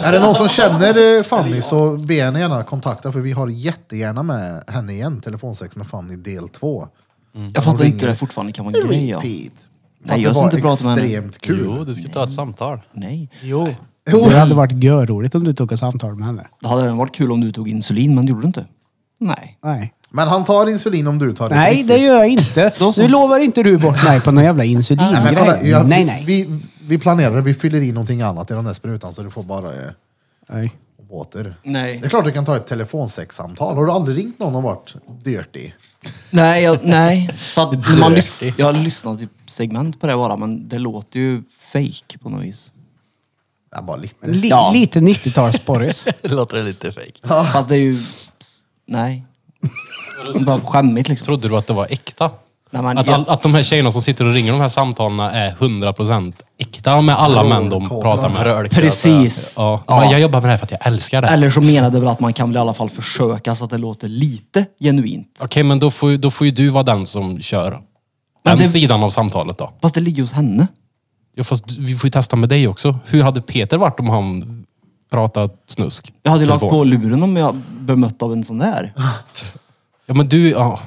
Är det någon som känner eh, Fanny så be henne gärna kontakta för vi har jättegärna med henne igen. Telefonsex med Fanny del 2. Jag fattar inte hur det fortfarande kan vara en grej. Ja. Nej, jag jag det ska var inte prata med henne. extremt kul. Jo, du ska ta ett samtal. Nej. Jo. Det hade varit görroligt om du tog ett samtal med henne. Det hade även varit kul om du tog insulin, men det gjorde du inte. Nej. Nej. Men han tar insulin om du tar det. Nej, riktigt. det gör jag inte. Då så. Nu lovar inte du bort mig på någon jävla Nej, men kolla, insulingrej. jag, Nej, nej. Vi, vi planerar det. Vi fyller i någonting annat i den där sprutan så du får bara eh, nej. water. Nej. Det är klart du kan ta ett telefonsexsamtal. Har du aldrig ringt någon och varit dirty? Nej, jag, nej. För att när man lys- jag har lyssnat typ segment på det bara, men det låter ju fake på något vis. Ja, bara lite. Li- Lite 90-talsporris. Låter det lite fake. Fast det är ju... Nej. Bara skämmigt liksom. Trodde du att det var äkta? Nej, men, Att, jag- all, att de här tjejerna som sitter och ringer de här samtalen är 100% äkta med alla män de kolla. pratar med. Precis. Ja. Ja. Jag jobbar med det här för att jag älskar det. Eller så menade väl att man kan väl i alla fall försöka så att det låter lite genuint. Okej, men då får, ju- då får ju du vara den som kör Men den det- sidan av samtalet då. Fast det ligger hos henne. Ja, fast du- vi får ju testa med dig också. Hur hade Peter varit om han pratat snusk? Jag hade ju lagt Telefon. på luren om jag bemött av en sån där. Ja, men du... Ja.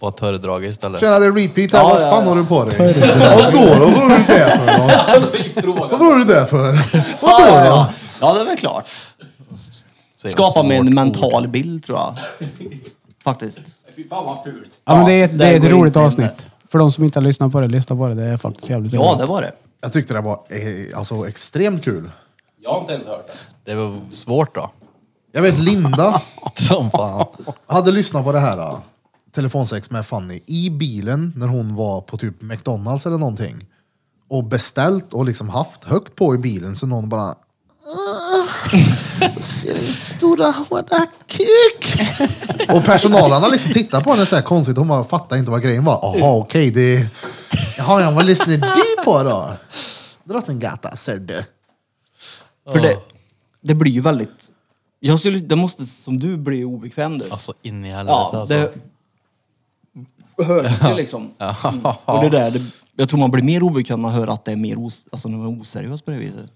Bara tördrag istället. Tjena, det är repeat här. Vad fan har du på dig? Vad då? Vad tror du det är för då? Vad tror du det är för? Vad då? då? Ja, det är väl klart. Säger Skapa svårt mig en ord. mental bild tror jag. Faktiskt. Ja, men det är ett, det är ett går roligt inte in avsnitt. För de som inte har lyssnat på det, lyssna på det. Det är faktiskt jävligt Ja, det var det. Jag tyckte det var eh, alltså, extremt kul. Jag har inte ens hört det. Det var svårt då. Jag vet Linda Som fan. hade lyssnat på det här. då. Telefonsex med Fanny i bilen när hon var på typ McDonalds eller någonting. Och beställt och liksom haft högt på i bilen så någon bara... "Åh, Ser din stora hårda kuk. Och personalen har liksom tittat på henne så här konstigt. Hon bara fattar inte vad grejen var. Jaha okej det... Jaha ja, vad lyssnar du på då? Drottninggatan ser du. För det, det blir ju väldigt... Jag skulle, det måste, som du, bli obekväm du. Alltså in i helvete ja, alltså. det hörs ju liksom. Mm. Och det där, det, jag tror man blir mer obekväm när man hör att det är mer os, alltså, när man är oseriös på det viset.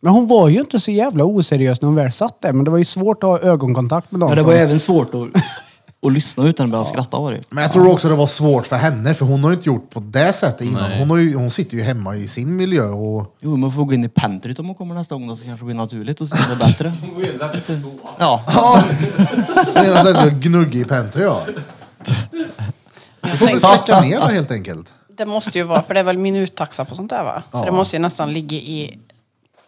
Men hon var ju inte så jävla oseriös när hon väl satt där. Men det var ju svårt att ha ögonkontakt med någon. Ja, det som- var ju även svårt att, att lyssna utan att börja skratta av det. Men jag tror också det var svårt för henne, för hon har ju inte gjort på det sättet innan. Hon, har ju, hon sitter ju hemma i sin miljö och... Jo, man får gå in i pentryt om hon kommer nästa gång då, så kanske det blir naturligt och så blir det bättre. Ja, Ja! Medan den så gnuggig i pentry ja. Du får väl släcka ner då helt enkelt. Det måste ju vara, för det är väl minuttaxa på sånt där va? Så det måste ju nästan ligga i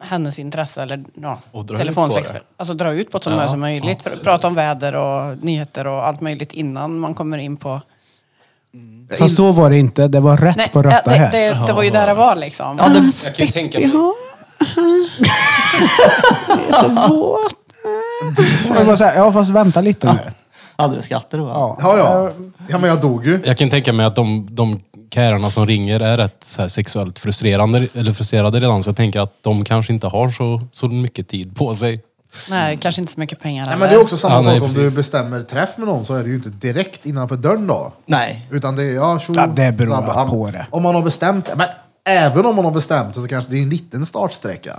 hennes intresse eller ja, Och dra ut telefonsex. på det. Alltså dra ut på det så mycket som möjligt. För att prata om väder och nyheter och allt möjligt innan man kommer in på... Fast så var det inte. Det var rätt på det, rötta det, här. det, det var ju där det var liksom. ja det, Och det var så här, ja, fast vänta lite nu. ja, det skrattar du va? Ja. Ja, ja. Ja, men jag dog ju. Jag kan tänka mig att de, de karlarna som ringer är rätt så här sexuellt frustrerande, eller frustrerade redan. Så jag tänker att de kanske inte har så, så mycket tid på sig. Nej, kanske inte så mycket pengar Nej, men heller. det är också samma Ja, nej, sak om du precis. bestämmer träff med någon så är det ju inte direkt innanför dörren då. Nej. Utan det är ja, tjo, Ja, det beror bla, bla. på det. Om man har bestämt men även om man har bestämt det så kanske det är en liten startsträcka.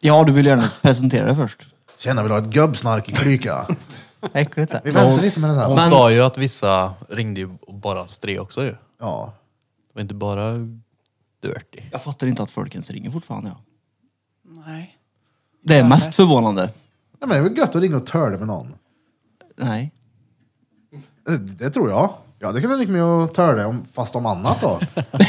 Ja, du vill gärna presentera det först. Tjena, vill du ha ett gubbsnark i klyka? Äckligt Vi det. väntar lite med den Hon här. Men- sa ju att vissa ringde ju och bara stre också ju. Det Ja. var inte bara dirty. Jag fattar inte att folk ens ringer fortfarande. Ja. Nej. Det är mest förvånande. Nej, men det är väl gött att ringa och törla med någon? Nej. Eh, Det tror jag. Ja, det kan jag ringa med och törla om, fast om annat då.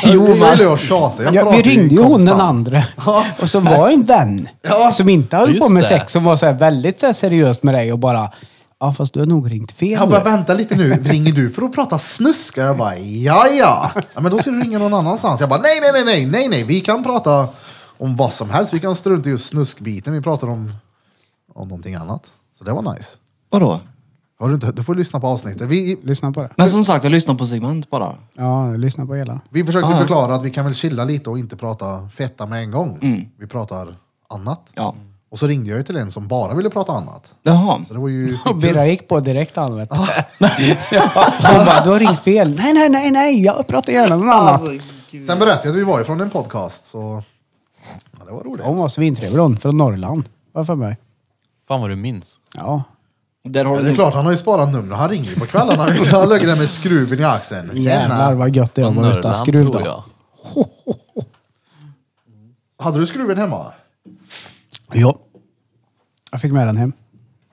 jo, men... Jag gillar att tjata. Jag Ja, vi pratar ju ringde ju hon konstant. den andra. Ja. Och som var en vän. Ja. Som inte höll Just på med det. sex. Som var så här väldigt så här seriös med dig och bara, ja fast du har nog ringt fel Jag nu." bara, vänta lite nu, ringer du för att prata snuska? Jag bara, ja ja. ja men då ska du ringa någon annanstans. Jag bara, nej nej nej nej, nej nej, vi kan prata om vad som helst. Vi kan strunta i just snuskbiten, vi pratar om, om någonting annat. Så det var nice. Vadå? Har du, inte, du får lyssna på avsnittet. Vi, Lyssna på det. Men som sagt, jag lyssnar på segment bara. Ja, lyssna på hela. vi försökte förklara att vi kan väl chilla lite och inte prata fetta med en gång. Vi pratar annat. Ja. Och så ringde jag ju till en som bara ville prata annat. Jaha. Så det var ju... Birra gick på direkt han vet du. ja. Hon bara, du har ringt fel. Nej, nej, nej, nej, jag pratar gärna med någon annan. Sen berättade jag att vi var ifrån en podcast, så... Ja, det var roligt. Hon var svintrevlig hon, från Norrland. Varför mig? Fan vad du minns. Ja. Där har Ja, du det är nog- klart, han har ju sparat nummer. Han ringer ju på kvällarna. vet du. Han lägger där med skruven i axeln. Jävlar Tjena. vad gött det Från var att vara utan Norrland skruv tror då. jag. Hade du skruven hemma? Ja. Jag fick med den hem.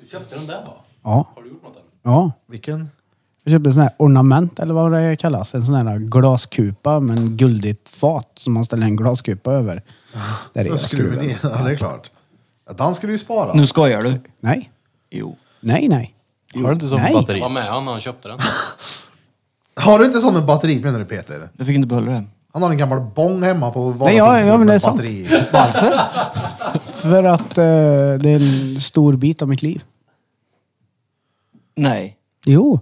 Du köpte den där va? Ja. Har du gjort något än? Ja. Vilken? Jag köpte en sån här ornament eller vad det kallas. En sån här glaskupa med en guldigt fat som man ställer en glaskupa över. Där är Jag skruven. skruven i. Ja, det är klart. Ja, Den ska du ju spara. Nu skojar du. Nej, Jo. nej, nej. Har du inte sån Nej. batteri? Var med han när han köpte den. Har du inte sån med batteriet menar du Peter? Jag fick inte behålla det. Han har en gammal bong hemma på Nej, ja, ja, men det är sant. batteri. För att eh, det är en stor bit av mitt liv. Nej. Jo,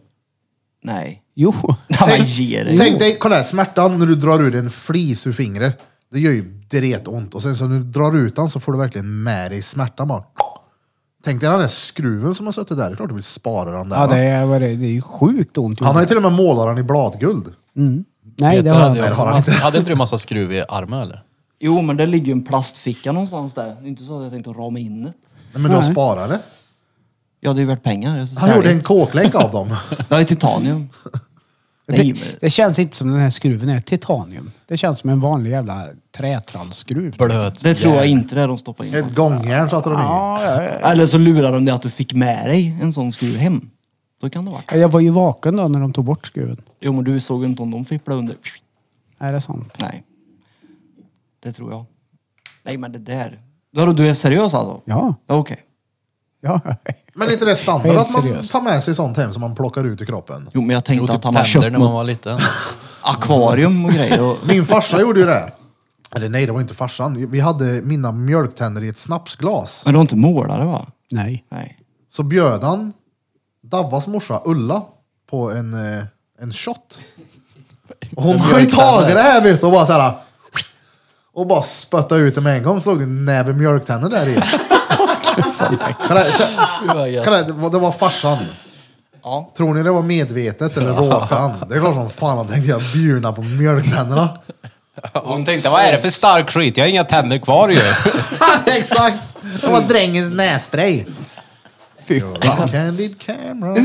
Nej. jo. Ja, men ge dig. Tänk dig, kolla här, smärtan när du drar ur en flis ur fingret. Det gör ju direkt ont. Och sen så när du drar ut den så får du verkligen med dig smärtan bara. Tänk dig den där skruven som har suttit där. Det är klart du vill spara den där. Ja, det va? är, vad det, är- det är ju sjukt ont. Han har ju till och med målat den i bladguld. Nej, det Peter har hade, jag ju inte. också har han massa, hade inte du massa skruv i armen eller? Jo, men det ligger ju en plastficka någonstans där. Det är inte så att jag tänkte rama in det. Nej, men du har sparat det. Ja, det är ju värt pengar. Jag ska Han sälja gjorde en det. kåklänk av dem. Ja, i titanium. Nej, Det, men... det känns inte som den här skruven är titanium. Det känns som en vanlig jävla trätrallskruv. Blöt. Det tror jag inte det är de stoppar in. Ett gångjärn satte de i. Ja, ja, ja. Eller så lurar de dig att du fick med dig en sån skruv hem. Så kan det vara. Jag var ju vaken då när de tog bort skruven. Jo, men du såg inte om de fipplade under. Är det sant? Nej. Det tror jag. Nej, men det där. Vadå, du är seriös alltså? Ja, Ja, Okej. ja. Men inte det standard Helt att man seriöst. tar med sig sånt hem som man plockar ut ur kroppen? Jo, men jag tänkte Jo, typ att han har köpt tänder när man något var liten. akvarium och grejer. Och... Min farsa gjorde ju det. Eller nej, det var inte farsan. Vi hade mina mjölktänder i ett snapsglas. Men du har inte målare va? Nej. Nej. Så bjöd han Davvas morsa Ulla på en, eh, en shot. Och Hon har ju tagit det här vet du, och bara såhär och bara spötta ut det med en gång. Slog en näve mjölktänder där i. Kolla här, kä- kolla här, det var- Det var farsan. Ja. Tror ni det var medvetet eller råkade han? Det är klart som fan han tänkte jag bjudna på mjölktänderna. Hon tänkte, vad är det för stark skit? Jag har inga tänder kvar ju. Exakt! Det var drängens nässpray. Fy fan. Mm. Candid camera.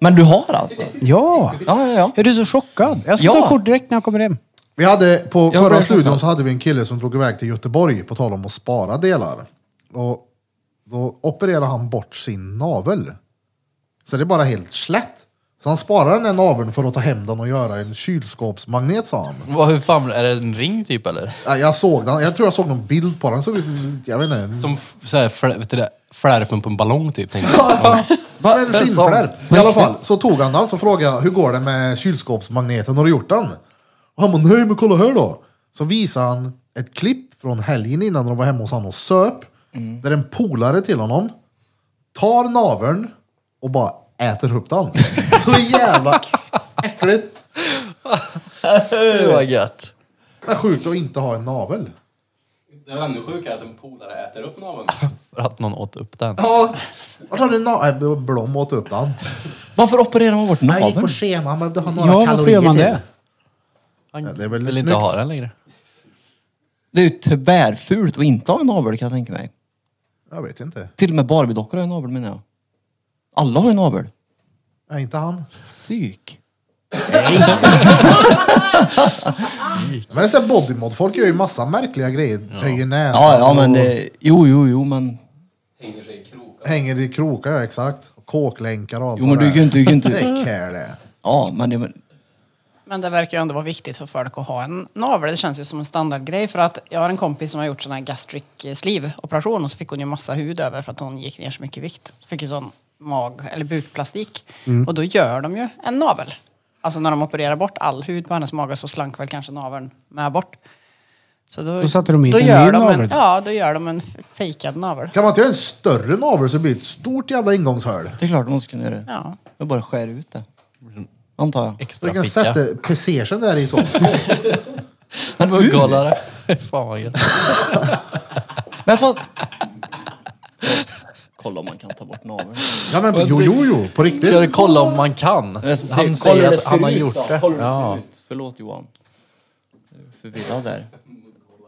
Men du har alltså? Ja! Ja, ja, ja. Är du så chockad? Jag ska Ja. ta kort direkt när jag kommer hem. Vi hade, på Jag förra blev studion chockad. så hade vi en kille som drog iväg till Göteborg på tal om att spara delar. Och då opererade han bort sin navel. Så det är bara helt slätt. Så han sparar den här naveln för att ta hem den och göra en kylskåpsmagnet sa han. Vad, hur fan, är det en ring typ eller? Ja, Jag såg den, jag tror jag såg någon bild på den. den. Såg ut som, jag vet inte. Som f- såhär, flä- vet du det, flärpen på en ballong typ. tänkte jag. Va? Men skinnflärp. I alla fall, så tog han den så frågade jag, hur går det med kylskåpsmagneten, har du gjort den? Och han bara, nej men kolla här då. Så visade han ett klipp från helgen innan de var hemma hos han och söp. Där en polare till honom tar naveln och bara äter upp den. Så jävla äckligt. Det var gött. Det är sjukt att inte ha en navel. Det är ännu sjukare att en polare äter upp naveln. För att någon åt upp den. Ja, vart har du naveln? Blom åt upp den. Varför opererar man bort Jag gick på naveln? schema, han behövde ha några Ja, varför kalorier gör man till. det? Ja, det är väl Vill inte snyggt. ha den längre. Det är ju tvärfult att inte ha en navel kan jag tänka mig. Jag vet inte. Till och med Barbie-dockor har en navel menar jag. Alla har en navel. Nej, inte han. Psyk. Men det är så här bodymod, folk gör ju massa märkliga grejer. Töjer näsan Ja, ja, men och det, jo, jo, jo, men, hänger i krokar, ja exakt. Och Kåklänkar och allt jo, men vad du det kan ju inte, du kan ju är. Det inte, är care det. ja, men det, men- Men det verkar ju ändå vara viktigt för folk att ha en navel. Det känns ju som en standardgrej. För att jag har en kompis som har gjort sån här gastric sleeve operation och så fick hon ju massa hud över för att hon gick ner så mycket i vikt. Så fick ju sån mag eller bukplastik. Mm. Och då gör de ju en navel. Alltså när de opererar bort all hud på hennes mage så slank väl kanske naveln med bort. Så då, Då satte de in då en ny gör de navel en, då? Ja, då gör de en f- fejkad navel. Kan man inte göra en större navel så det blir ett stort jävla ingångshål? det är klart de måste kunna göra det. Ja. Jag bara skär ut det. Mm. Antar jag. Så du Extra kan ficka. sätta pesegen där i så. Men vad galet. Kolla det. Fan vad gött. Men fan. Kolla om man kan ta bort naveln. Ja men jo, jo, jo, på riktigt. Ska du kolla om man kan? Han säger att han har gjort det. Kolla hur det Ja. ser ut. Förlåt Johan. Jag är Förvirrad där.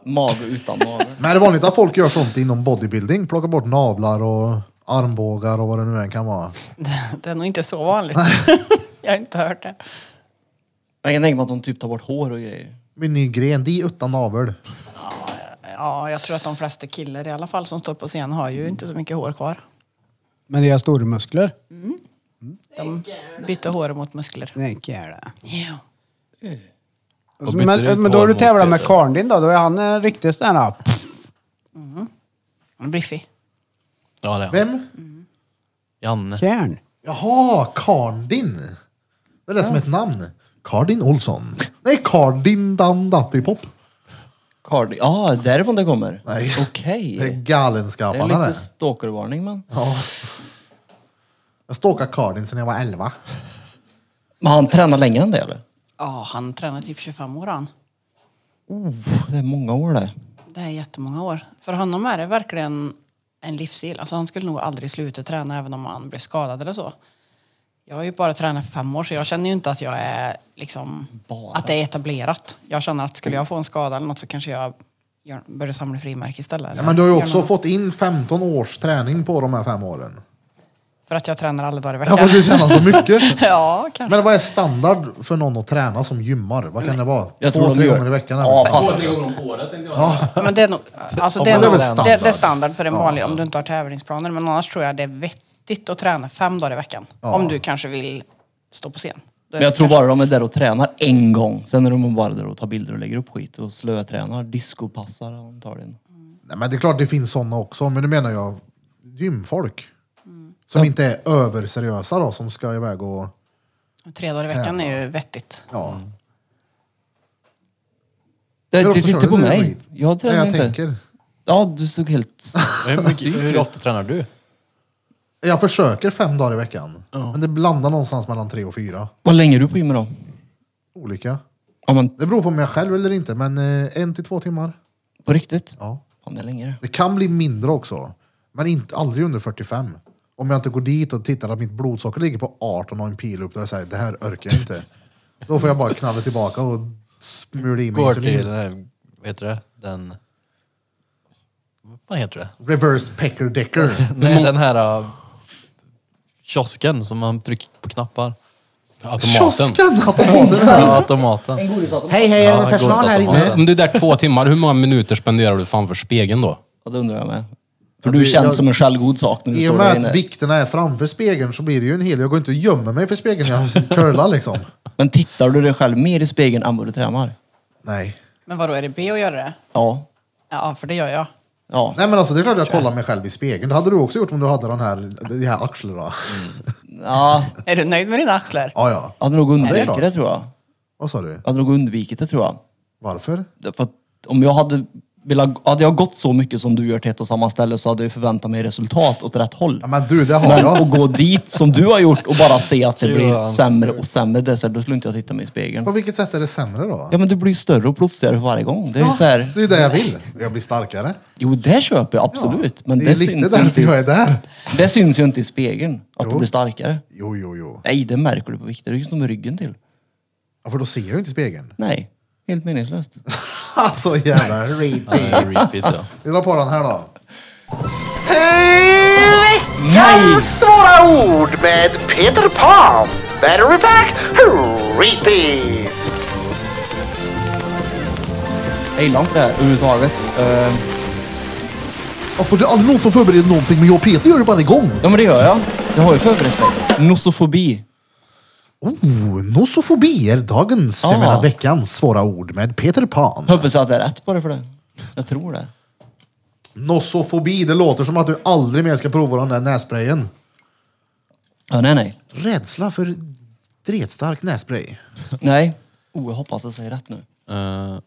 Mage utan mage. Men är det vanligt att folk gör sånt inom bodybuilding? Plockar bort navlar och armbågar och vad det nu än kan vara. Det är nog inte så vanligt. jag har inte hört det. Jag kan tänka mig att de typ tar bort hår och grejer. Min ny gren, di utan navel. Ja, jag tror att de flesta killar i alla fall som står på scen har ju inte så mycket hår kvar. Men det är stora muskler. De bytte hår mot muskler. Nej, inte är det. Ja. Och byter ut Men, men då har hår du mot tävlat med Peter. karln din då? Då är han en riktig sån här... Han är biffig. Ja, det är han. Vem? Janne. Kärn. Jaha, Cardin. Det är det som ett namn. Cardin Olsson. Nej, Cardin Dan Duffy Pop. Cardi. Ja, ah, därifrån det kommer. Nej. Okej. Det är Det är galenskaparna det. lite stalkervarning men. Jag stalkade Cardin sedan jag var 11. Men han tränar längre än det eller? Ja, han tränar typ 25 år han. Det är många år det. Det är jättemånga år. För honom är det verkligen en livsstil. Alltså han skulle nog aldrig sluta träna även om han blev skadad eller så. Jag har ju bara tränat fem år så jag känner ju inte att jag är liksom... Bara. Att det är etablerat. Jag känner att skulle jag få en skada eller något så kanske jag gör, börjar samla frimärken istället. Ja, men du har ju Gör också något. fått in 15 års träning på de här fem åren. För att jag tränar alla dagar i Jag får veckan. ju känna så mycket. Ja, kanske. Men vad är standard för någon att träna som gymmar? Vad kan det vara? Jag tror Två, de tre gör- gånger i veckan? Ja, även. fast- gånger om året tänkte jag. Ja, Men det är, nog, alltså det, är man nog, är väl det, det är standard. standard för en vanlig om du inte har tävlingsplaner. Men annars tror jag det är vettigt att träna fem dagar i veckan. Om du kanske vill stå på scen. Då är Men jag det tror kanske- bara de är där och tränar en gång. Sen är de bara där och tar bilder och lägger upp skit och slötränar, discopassar antagligen. Nej, men det är klart det finns sådana också, men nu menar jag gymfolk. Mm. Som inte är överseriösa då, som ska iväg och... Tre dagar i veckan är ju vettigt. Ja. Mm. Det, Hur ofta det, kör titta du på nu, mig. Reed? Jag Nej, tränar jag inte. tänker. Ja, du såg helt... Hur, mycket, hur ofta tränar du? Jag försöker fem dagar i veckan. Men det blandar någonstans mellan tre och fyra. Vad länge är du på gymmet då? Olika. Ja men Det beror på om jag är själv eller inte, men eh, en till två timmar. på riktigt? Ja. Fan det är längre. Det kan bli mindre också. Men inte, aldrig under 45. Om jag inte går dit och tittar att mitt blodsocker ligger på 18 och en pil upp där jag säger det här orkar jag inte. Då får jag bara knalla tillbaka och smula i mig Går till, insulin. den här, eh, vad heter det? Den... Vad heter det? Reverse pecker decker. Nej, den här uh, kiosken som man trycker på knappar. Automaten. automaten. Ja, automaten. Hej, hej, är Ja, det personal här godisautomaten. inne? Om du är där två timmar, hur många minuter spenderar du framför spegeln då? Ja, det undrar jag med. För Ja, du det- känns jag- som en självgod sak när du I och står där med att inne. vikterna är framför spegeln så blir det ju en hel Jag går inte och gömmer mig för spegeln när jag curlar liksom. Men tittar du dig själv mer i spegeln än vad du tränar? Nej. Men vadå, är det B att göra det? Ja. Ja, för det gör jag. Ja. Nej men alltså det är klart jag kollar mig själv i spegeln. Det hade du också gjort om du hade den här, de här axlarna. Ja. Är du nöjd med dina axlar? Ja, ja. Jag hade nog det är undvikit klart. det, tror jag. Vad sa du? Jag hade nog undvikit det tror jag. Varför? Därför att om jag hade velat, hade jag gått så mycket som du gör till ett och samma ställe så hade jag förväntat mig resultat åt rätt håll. Ja, men du, det har Men jag. att gå dit som du har gjort och bara se att det blir sämre och sämre, det är så här, då skulle inte jag titta mig i spegeln. På vilket sätt är det sämre då? Ja men du blir ju större och proffsigare för varje gång. Det är ju så här, Det är det jag vill. Jag blir starkare. jo det köper jag absolut. Ja, men det det, är ju lite syns ju inte, därför jag i- är där. det syns ju inte i spegeln, att Jo. du blir starkare. Jo, jo, jo. Nej, det märker du på vikter. Det är ju som med ryggen till. Ja, för då ser jag ju inte spegeln. Nej, helt meningslöst. Alltså jävla repeat. Ja, repeat, ja. Vi drar på den här då. Veckans svåra ord med Peter Pan. Matter of fact, Repeat! Jag gillar inte det här överhuvudtaget. Eh, Alltså, det är aldrig någon som förbereder någonting, men jag och Peter gör det varje gång. ja men det gör jag. Jag har ju förberett mig. Nosofobi. Oh, nosofobi är dagens, jag Ah. menar veckans, svåra ord med Peter Pan. Hoppas att jag är rätt på det för det. Jag tror det. Nosofobi, det låter som att du aldrig mer ska prova den där nässprayen. Ja, nej, nej. Rädsla för dretstark nässpray. Nej. Oh, jag hoppas jag säger rätt nu. Eh,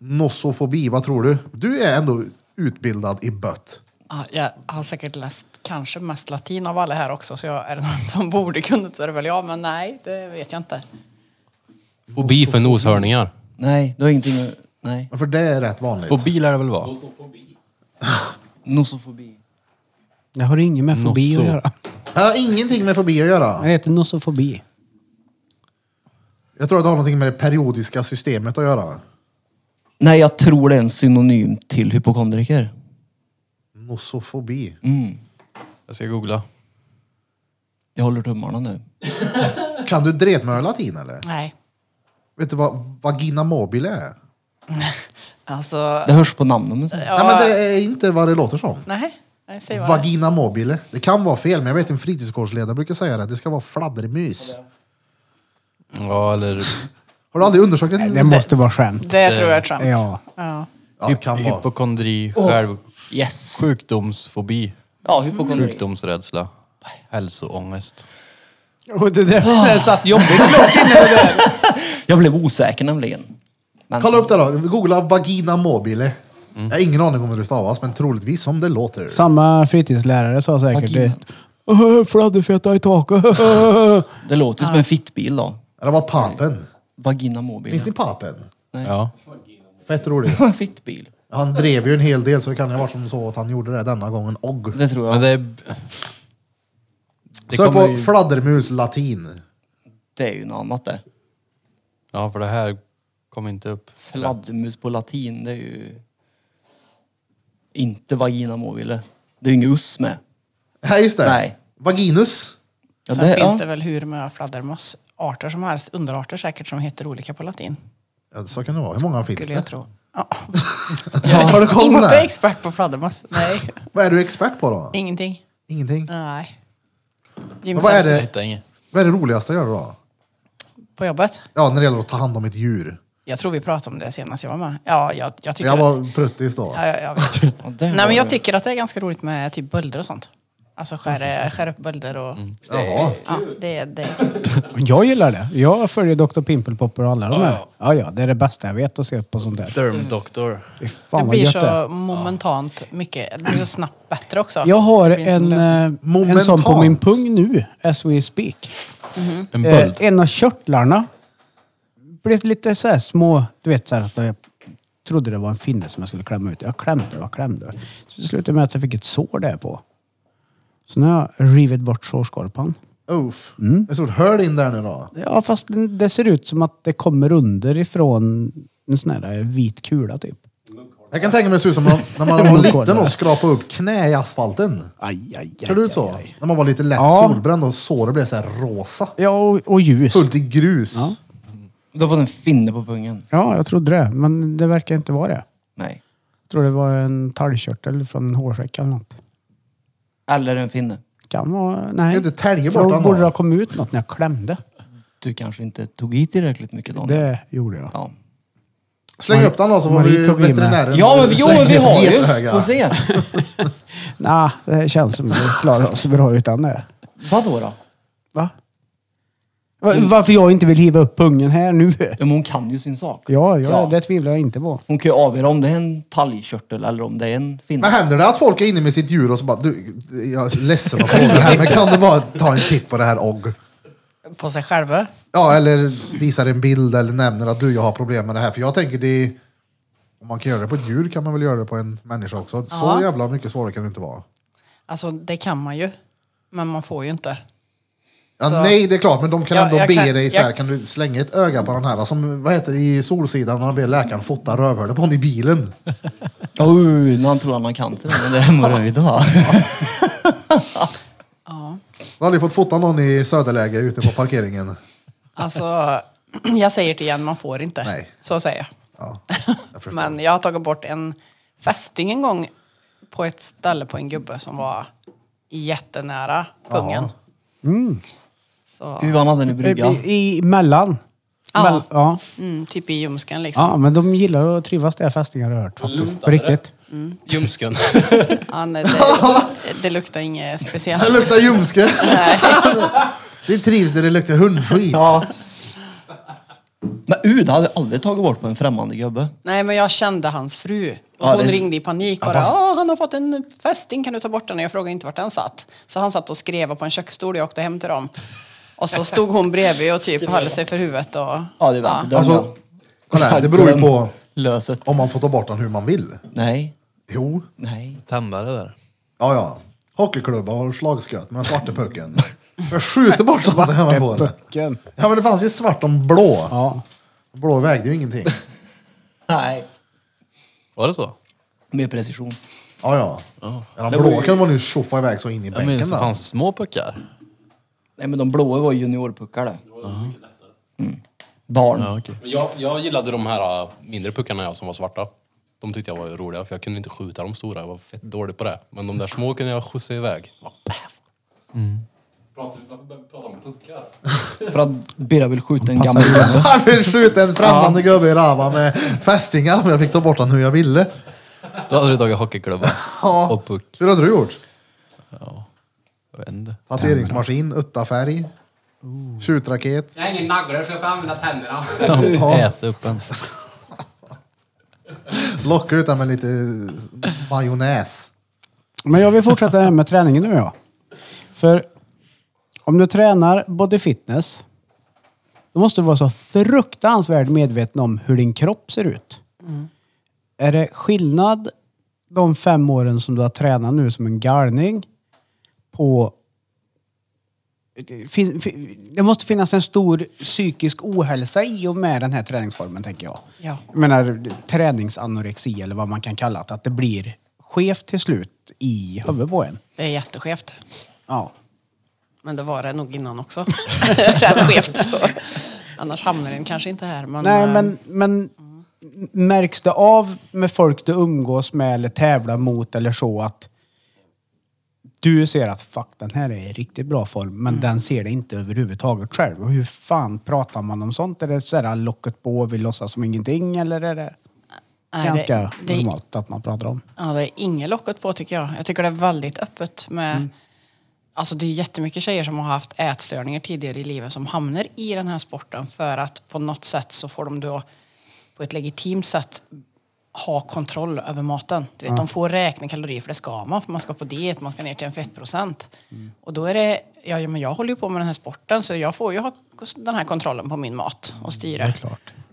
Nosofobi, vad tror du? Du är ändå utbildad i bött. Ja, Jag har säkert läst kanske mest latin av alla här också, så jag, är det någon som borde kunna så är det väl jag, men nej, det vet jag inte. Fobi för noshörningar. Nej, du har ingenting att- Nej. Men För det är rätt vanligt. Fobi lär det väl vara? Nosofobi. Jag har inget med fobi Nosso. att göra. Det har ingenting med fobi att göra. Jag heter nosofobi. Jag tror att det har någonting med det periodiska systemet att göra. Nej, jag tror det är en synonym till hypokondriker. Nosofobi. Jag ska googla. Jag håller tummarna nu. Kan du dretmöla latin eller? Nej, Vet du vad vagina mobile är? alltså... Det hörs på namnen. Men så. Ja, Nej men det är inte vad det låter som. nej, nej, säg vad det är. Vagina mobile. Det kan vara fel, men jag vet en fritidsgårdsledare brukar säga det. Det ska vara fladdermys. Ja, eller Har du aldrig undersökt en... Det måste vara skämt. Det tror jag är ett skämt. Ja. Ja. Ja, det kan vara. hypokondri, själv... Yes! Sjukdomsfobi. Ja, hypokondri. Sjukdomsrädsla. Hälsoångest. Och det där det satt jobbigt långt. Mm. Jag blev osäker nämligen. Men Kolla upp det då. Googla vagina mobile. Jag har ingen aning om hur det stavas, men troligtvis som det låter. Samma fritidslärare sa säkert Vagina. det. "Åh, Fladderfötta i taket. det låter ju som en fittbil då. Det var papen. Vagina Minns ni mobil. papen? Ja. Fett rolig. fittbil. Han drev ju en hel del, så det kan ju ha varit som så att han gjorde det denna gången. Och. Det tror jag. Men det... är- Det Sök kommer på ju- fladdermus latin. Det är ju något annat det. Ja, för det här kom inte upp. Fladdermus på latin, det är ju... Inte vagina mobile. Det är ju ingen uss med. Nej, just det. Nej. Vaginus. Ja, Sen finns ja. det väl hur många fladdermössarter som helst, underarter säkert, som heter olika på latin. Ja, så kan det vara. Hur många finns Skulle det? jag tro. Ja. Har du koll på det? Inte här? expert på fladdermöss. Nej, Vad är du expert på då? ingenting. Ingenting. Nej. Men vad är Jimmy det? Jag hittar inget. Vad är det roligaste att göra då? På jobbet? Ja, när det gäller att ta hand om ett djur. Jag tror vi pratade om det senast jag var med. Ja, jag, jag tycker... Jag var pruttis då. Ja, jag, jag vet. Ja, det Nej, var men jag det. tycker att det är ganska roligt med typ bölder och sånt. Alltså skär, skär upp bölder och... Jaha. Ja, det, det är kul. Jag gillar det. Jag följer Dr. Pimpelpopper och alla de här. Ja, ja. Det är det bästa jag vet att se på sånt där. Derm Doctor. Fy Det Fan vad blir gött det är. så momentant mycket. Det blir så snabbt bättre också. Jag har Det blir en, sån eh, lösning. en sån på Momentant. min pung nu, as we speak. En Eh, böld. en av körtlarna blev lite så här små, du vet så här att jag trodde det var en finne som jag skulle klämma ut. Jag klämde och jag klämde. Så det slutade med att jag fick ett sår där på. Så nu har jag rivit bort sårskorpan. Uff. Ett Mm. stort hål in där nu då. Ja, fast det- det ser ut som att det kommer underifrån en sån här vit kula typ. Jag kan tänka mig det ser ut som när- när man var liten och skrapade upp knä i asfalten. Aj, aj, aj. Ser det ut aj, så? aj. När man var lite lätt Ja. solbränd och såret blev så här rosa. Ja, och, och ljus. Fullt i grus. Ja. Du har fått en finne på pungen. Ja, jag trodde det. Men det verkar inte vara det. Nej. Jag tror det var en talgkörtel från en hårsäck eller något. Eller en finne. Kan vara... Nej. Inte tälje För bort då den borde det ha då. kommit ut något när jag klämde. Du kanske inte tog i tillräckligt mycket Daniel. Det gjorde jag. Ja. Släng upp den då så får Marie vi tog i med. veterinären Ja, men jo, slänga vi har ju. gethöga. Får se. Nej, det känns som att vi klarar oss bra utan det. Vadå då? Va? Va- Varför jag inte vill hiva upp pungen här nu? Ja, men hon kan ju sin sak. Ja, ja, Ja. det tvivlar jag inte på. Hon kan ju avgöra om det är en talgkörtel eller om det är en finne. Men händer det att folk är inne med sitt djur och så bara du, jag är ledsen att fråga det här men kan du bara ta en titt på det här och På sig själva? Ja, eller visar en bild eller nämner att du, jag har problem med det här. För jag tänker det är, om man kan göra det på ett djur kan man väl göra det på en människa också. Så Ja. jävla mycket svårare kan det inte vara. Alltså, det kan man ju. Men man får ju inte. Ja, Så- nej, det är klart, men de kan Ja, ändå jag be kan- dig så här, jag- kan du slänga ett öga på den här? Som, vad heter det, i Solsidan när de ber läkaren fota rövhålet på honom i bilen. Oj, när han tror han har cancer. Men det är hemorrojder va? Jag har aldrig fått fota någon i söderläge ute på parkeringen. Alltså, jag säger till igen, man får inte. Nej. Så säger jag. Ja, jag förstår. Men jag har tagit bort en fästing en gång på ett ställe på en gubbe som var jättenära pungen. Så, Mm. Hur han hade nu brygga. I, i mellan. Ja. Mell- ja. mm, typ i ljumsken liksom. ja, men de gillar att trivas där fästingar har jag hört faktiskt. På Luntade. riktigt. Ljumsken. Ja, nej, det, det luktar inget Det speciellt. luktar ljumske. det trivs där det luktar hundskit. Ja. Men Ud hade jag aldrig tagit bort på en främmande gubbe. Nej, men jag kände hans fru. Och Ja, hon det- ringde i panik bara. Ja, han har fått en fästing, kan du ta bort den? Och Jag frågade inte vart den satt. Så han satt och skrev på en köksstol och jag åkte hem till dem. Och så stod hon bredvid och typ höll sig för huvudet och... Ja, det var inte Alltså, kolla här, det beror ju på Löset. om man får ta bort den hur man vill. Nej, Jo. nej. Tändare där. Ja, ja. Hockeyklubba och slagsköt med den svarte pucken. Jag skjuter bort den så här man får det. Pucken. Ja, men det fanns ju svart och blå. Ja. Blå vägde ju ingenting. Nej. Var det så? Mer precision. Ja, ja. ja den blå kan man ju tjoffa iväg så in i Jag minns bänken det där. fanns små puckar. Nej, men de blåa var juniorpuckar det. Mm. Barn. Ja, okej. Men jag, jag gillade de här äh, mindre puckarna jag som var svarta. De tyckte jag var roliga för jag kunde inte skjuta de stora. Jag var fett dålig på det. Men de där små kunde jag skjutsa iväg. Bara, baff. Mm. Pratar- Varför börjar vi prata om puckar? För att Birra vill skjuta en gammal gubbe. Han vill skjuta en främmande gubbe i rava med fästingar om jag fick ta bort den hur jag ville. Då hade du tagit hockeyklubba. Ja. Och puck. Hur hade du gjort? Jag vet inte. Tatueringsmaskin, uttafärg, tjutraket. Jag har ingen naglar så jag får använda tänderna. Ja. Äta upp en. Locka ut den med lite majonnäs. Men jag vill fortsätta det här med träningen nu ja. För om du tränar body fitness, då måste du vara så fruktansvärt medveten om hur din kropp ser ut. Är det skillnad de fem åren som du har tränat nu som en galning på... Fin, fin, det måste finnas en stor psykisk ohälsa i och med den här träningsformen, tänker jag. Ja. Jag menar träningsanorexi eller vad man kan kalla det. Att det blir skevt till slut i huvudet på en. Det är jätteskevt. Ja. Men det var det nog innan också. Rätt skevt så. Annars hamnar den kanske inte här. Men, Nej, eh, men, men märks det av med folk du umgås med eller tävlar mot eller så att du ser att fuck den här är i riktigt bra form men Mm. den ser det inte överhuvudtaget själv. Och hur fan pratar man om sånt? Är det sådär locket på, vi låtsas som ingenting eller är det nej, ganska det, det, normalt att man pratar om? ja, det är inget locket på tycker jag. Jag tycker det är väldigt öppet med... Alltså det är jättemycket tjejer som har haft ätstörningar tidigare i livet som hamnar i den här sporten för att på något sätt så får de då på ett legitimt sätt ha kontroll över maten. Du vet, De får räkna kalorier, för det ska man. För man ska på diet, man ska ner till en fettprocent. Och då är det, ja, ja, men jag håller ju på med den här sporten så jag får ju ha den här kontrollen på min mat och styra.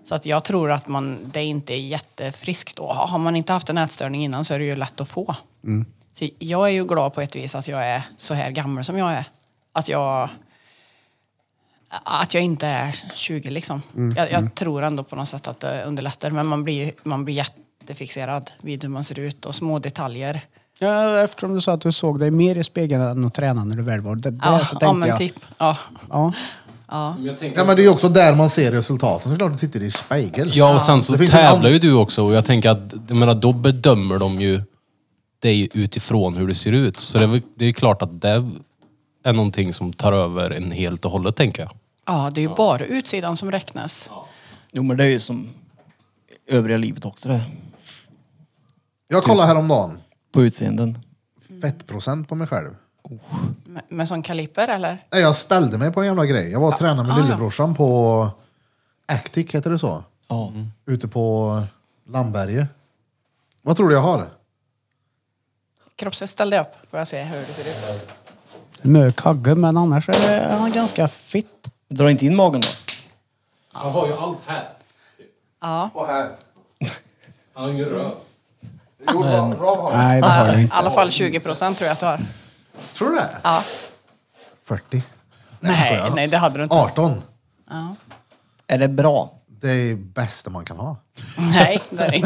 Så att jag tror att man, det inte är jättefriskt då. Har man inte haft en ätstörning innan så är det ju lätt att få. Mm. Så jag är ju glad på ett vis att jag är så här gammal som jag är. Att jag att jag inte är 20 liksom. Mm, Jag, jag tror ändå på något sätt att det underlättar. Men man blir, man blir jättefixerad vid hur man ser ut och små detaljer. Ja, eftersom du sa att du såg dig mer i spegeln än att träna när du väl var där, där Ja, så tänkte ja men jag. typ. Ja. Ja. Ja, men det är ju också där man ser resultaten. Såklart du tittar i spegel. Ja, och sen så Det finns en tävlar annan- ju du också och jag tänker att jag menar, då bedömer de ju dig utifrån hur du ser ut. Så det är, väl- det är klart att det är någonting som tar över en helt och hållet, tänker jag. ja, det är ju bara utsidan som räknas. Jo, men det är ju som övriga livet också det. Jag kollade häromdagen. På utseenden. Fettprocent på mig själv. Med, med sån kaliper eller? Nej, jag ställde mig på en jävla grej. Jag var och tränade med lillebrorsan på Actic, heter det så? Mm. Ja. Ute på Landberget. Vad tror du jag har? Kroppsfest ställde jag upp. Får jag se hur det ser ut. Mö kagge, men annars är han ganska fitt. Dra inte in magen då. Han har ju allt här. Ja. Och här. Han har ingen röv. Jo, bra, bra. Nej, det har du I inte. alla fall 20 procent tror jag att du har. Tror du det? Ja. 40. Nej, nej det hade du inte. 18. Ja. Är det bra? Det är bästa man kan ha. Nej, det är det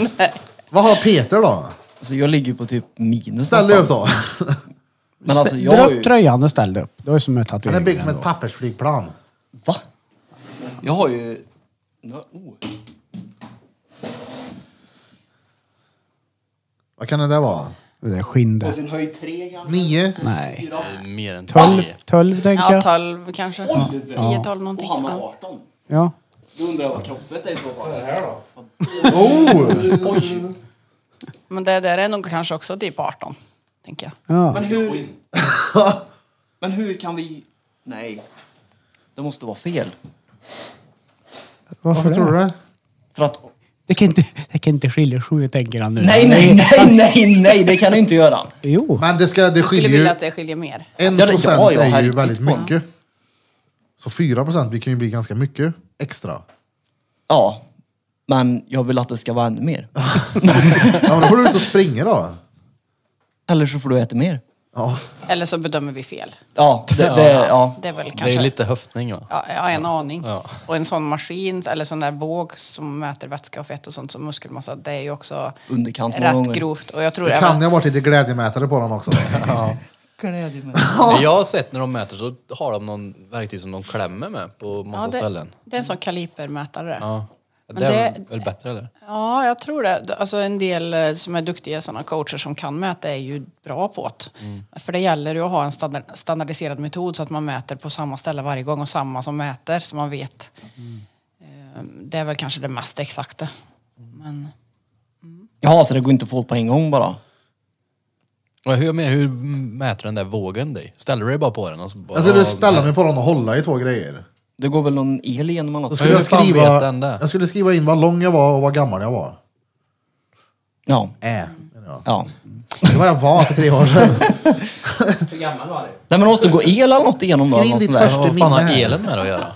inte. Vad har Peter då? Alltså, jag ligger ju på typ minus Ställ dig upp då. Men alltså, jag Dra har upp ju... tröjan och ställ dig upp. Du har ju som en Den är tatuering. byggd som ändå. ett pappersflygplan. Va? Jag har ju... Nå- Oh. Vad kan det där vara? Det där skinn På där. sin höjd tre kanske? Nio? Nej. Mer än Tolv, tio. tolv tänker Ja, jag. 12 kanske. 10, 12 Och någonting. han har Ja. 18. Ja. Då undrar jag vad kroppsfett är i så fall. Oh! Oj! Men det där är nog kanske också typ 18, tänker jag. ja. Men hur... Men hur kan vi... Nej. Det måste vara fel. Varför Varför det? tror du det? För att... Det kan inte, det kan inte skilja sju tänker han nu. Nej, nej, nej, nej, nej, det kan du inte göra. Jo. Men det, ska, det Jag skulle skiljer ju... vilja att det skiljer mer. En Ja, det- procent ja, ja, är ju herregud. väldigt Ja. mycket. Så fyra procent kan ju bli ganska mycket extra. Ja, men jag vill att det ska vara ännu mer. Ja, men då får du ut och springa då. Eller så får du äta mer. Ja. Eller så bedömer vi fel. Ja, det, det, ja. Det är väl kanske... Det är lite höftning va? Ja, ja, en aning. Och en sån maskin, eller sån där våg som mäter vätska och fett och sånt som muskelmassa, det är ju också Underkant många rätt gånger. grovt. Och jag tror Det även... kan ju ha varit lite glädjemätare på den också. Men Jag har sett när de mäter så har de någon verktyg som de klämmer med på massa ja, det, ställen. det är en sån kalipermätare. Ja. Ja. Men Det är det- väl bättre eller? ja, jag tror det. Alltså en del eh, som är duktiga såna coacher som kan mäta är ju bra på det. Mm. För det gäller ju att ha en standard, standardiserad metod så att man mäter på samma ställe varje gång och samma som mäter, så man vet. Mm. Eh, Det är väl kanske det mest exakta. Men... Jaha, så det går inte att få på en gång bara? Ja, hur, men, hur mäter den där vågen dig? Ställer du dig bara på den? Och så bara, Jag skulle ställa mig på den och hålla i två grejer. Det går väl någon el igenom eller Då något? skulle hur jag, fan skriva, vet den det? jag skulle skriva in vad lång jag var och vad gammal jag var. Ja, Äh. Ja. ja. Det var jag var för tre år sedan. Nej men det måste gå el eller något igenom då? Skriv in något ditt sånt där. första- Vad fan har minne här. elen med det att göra?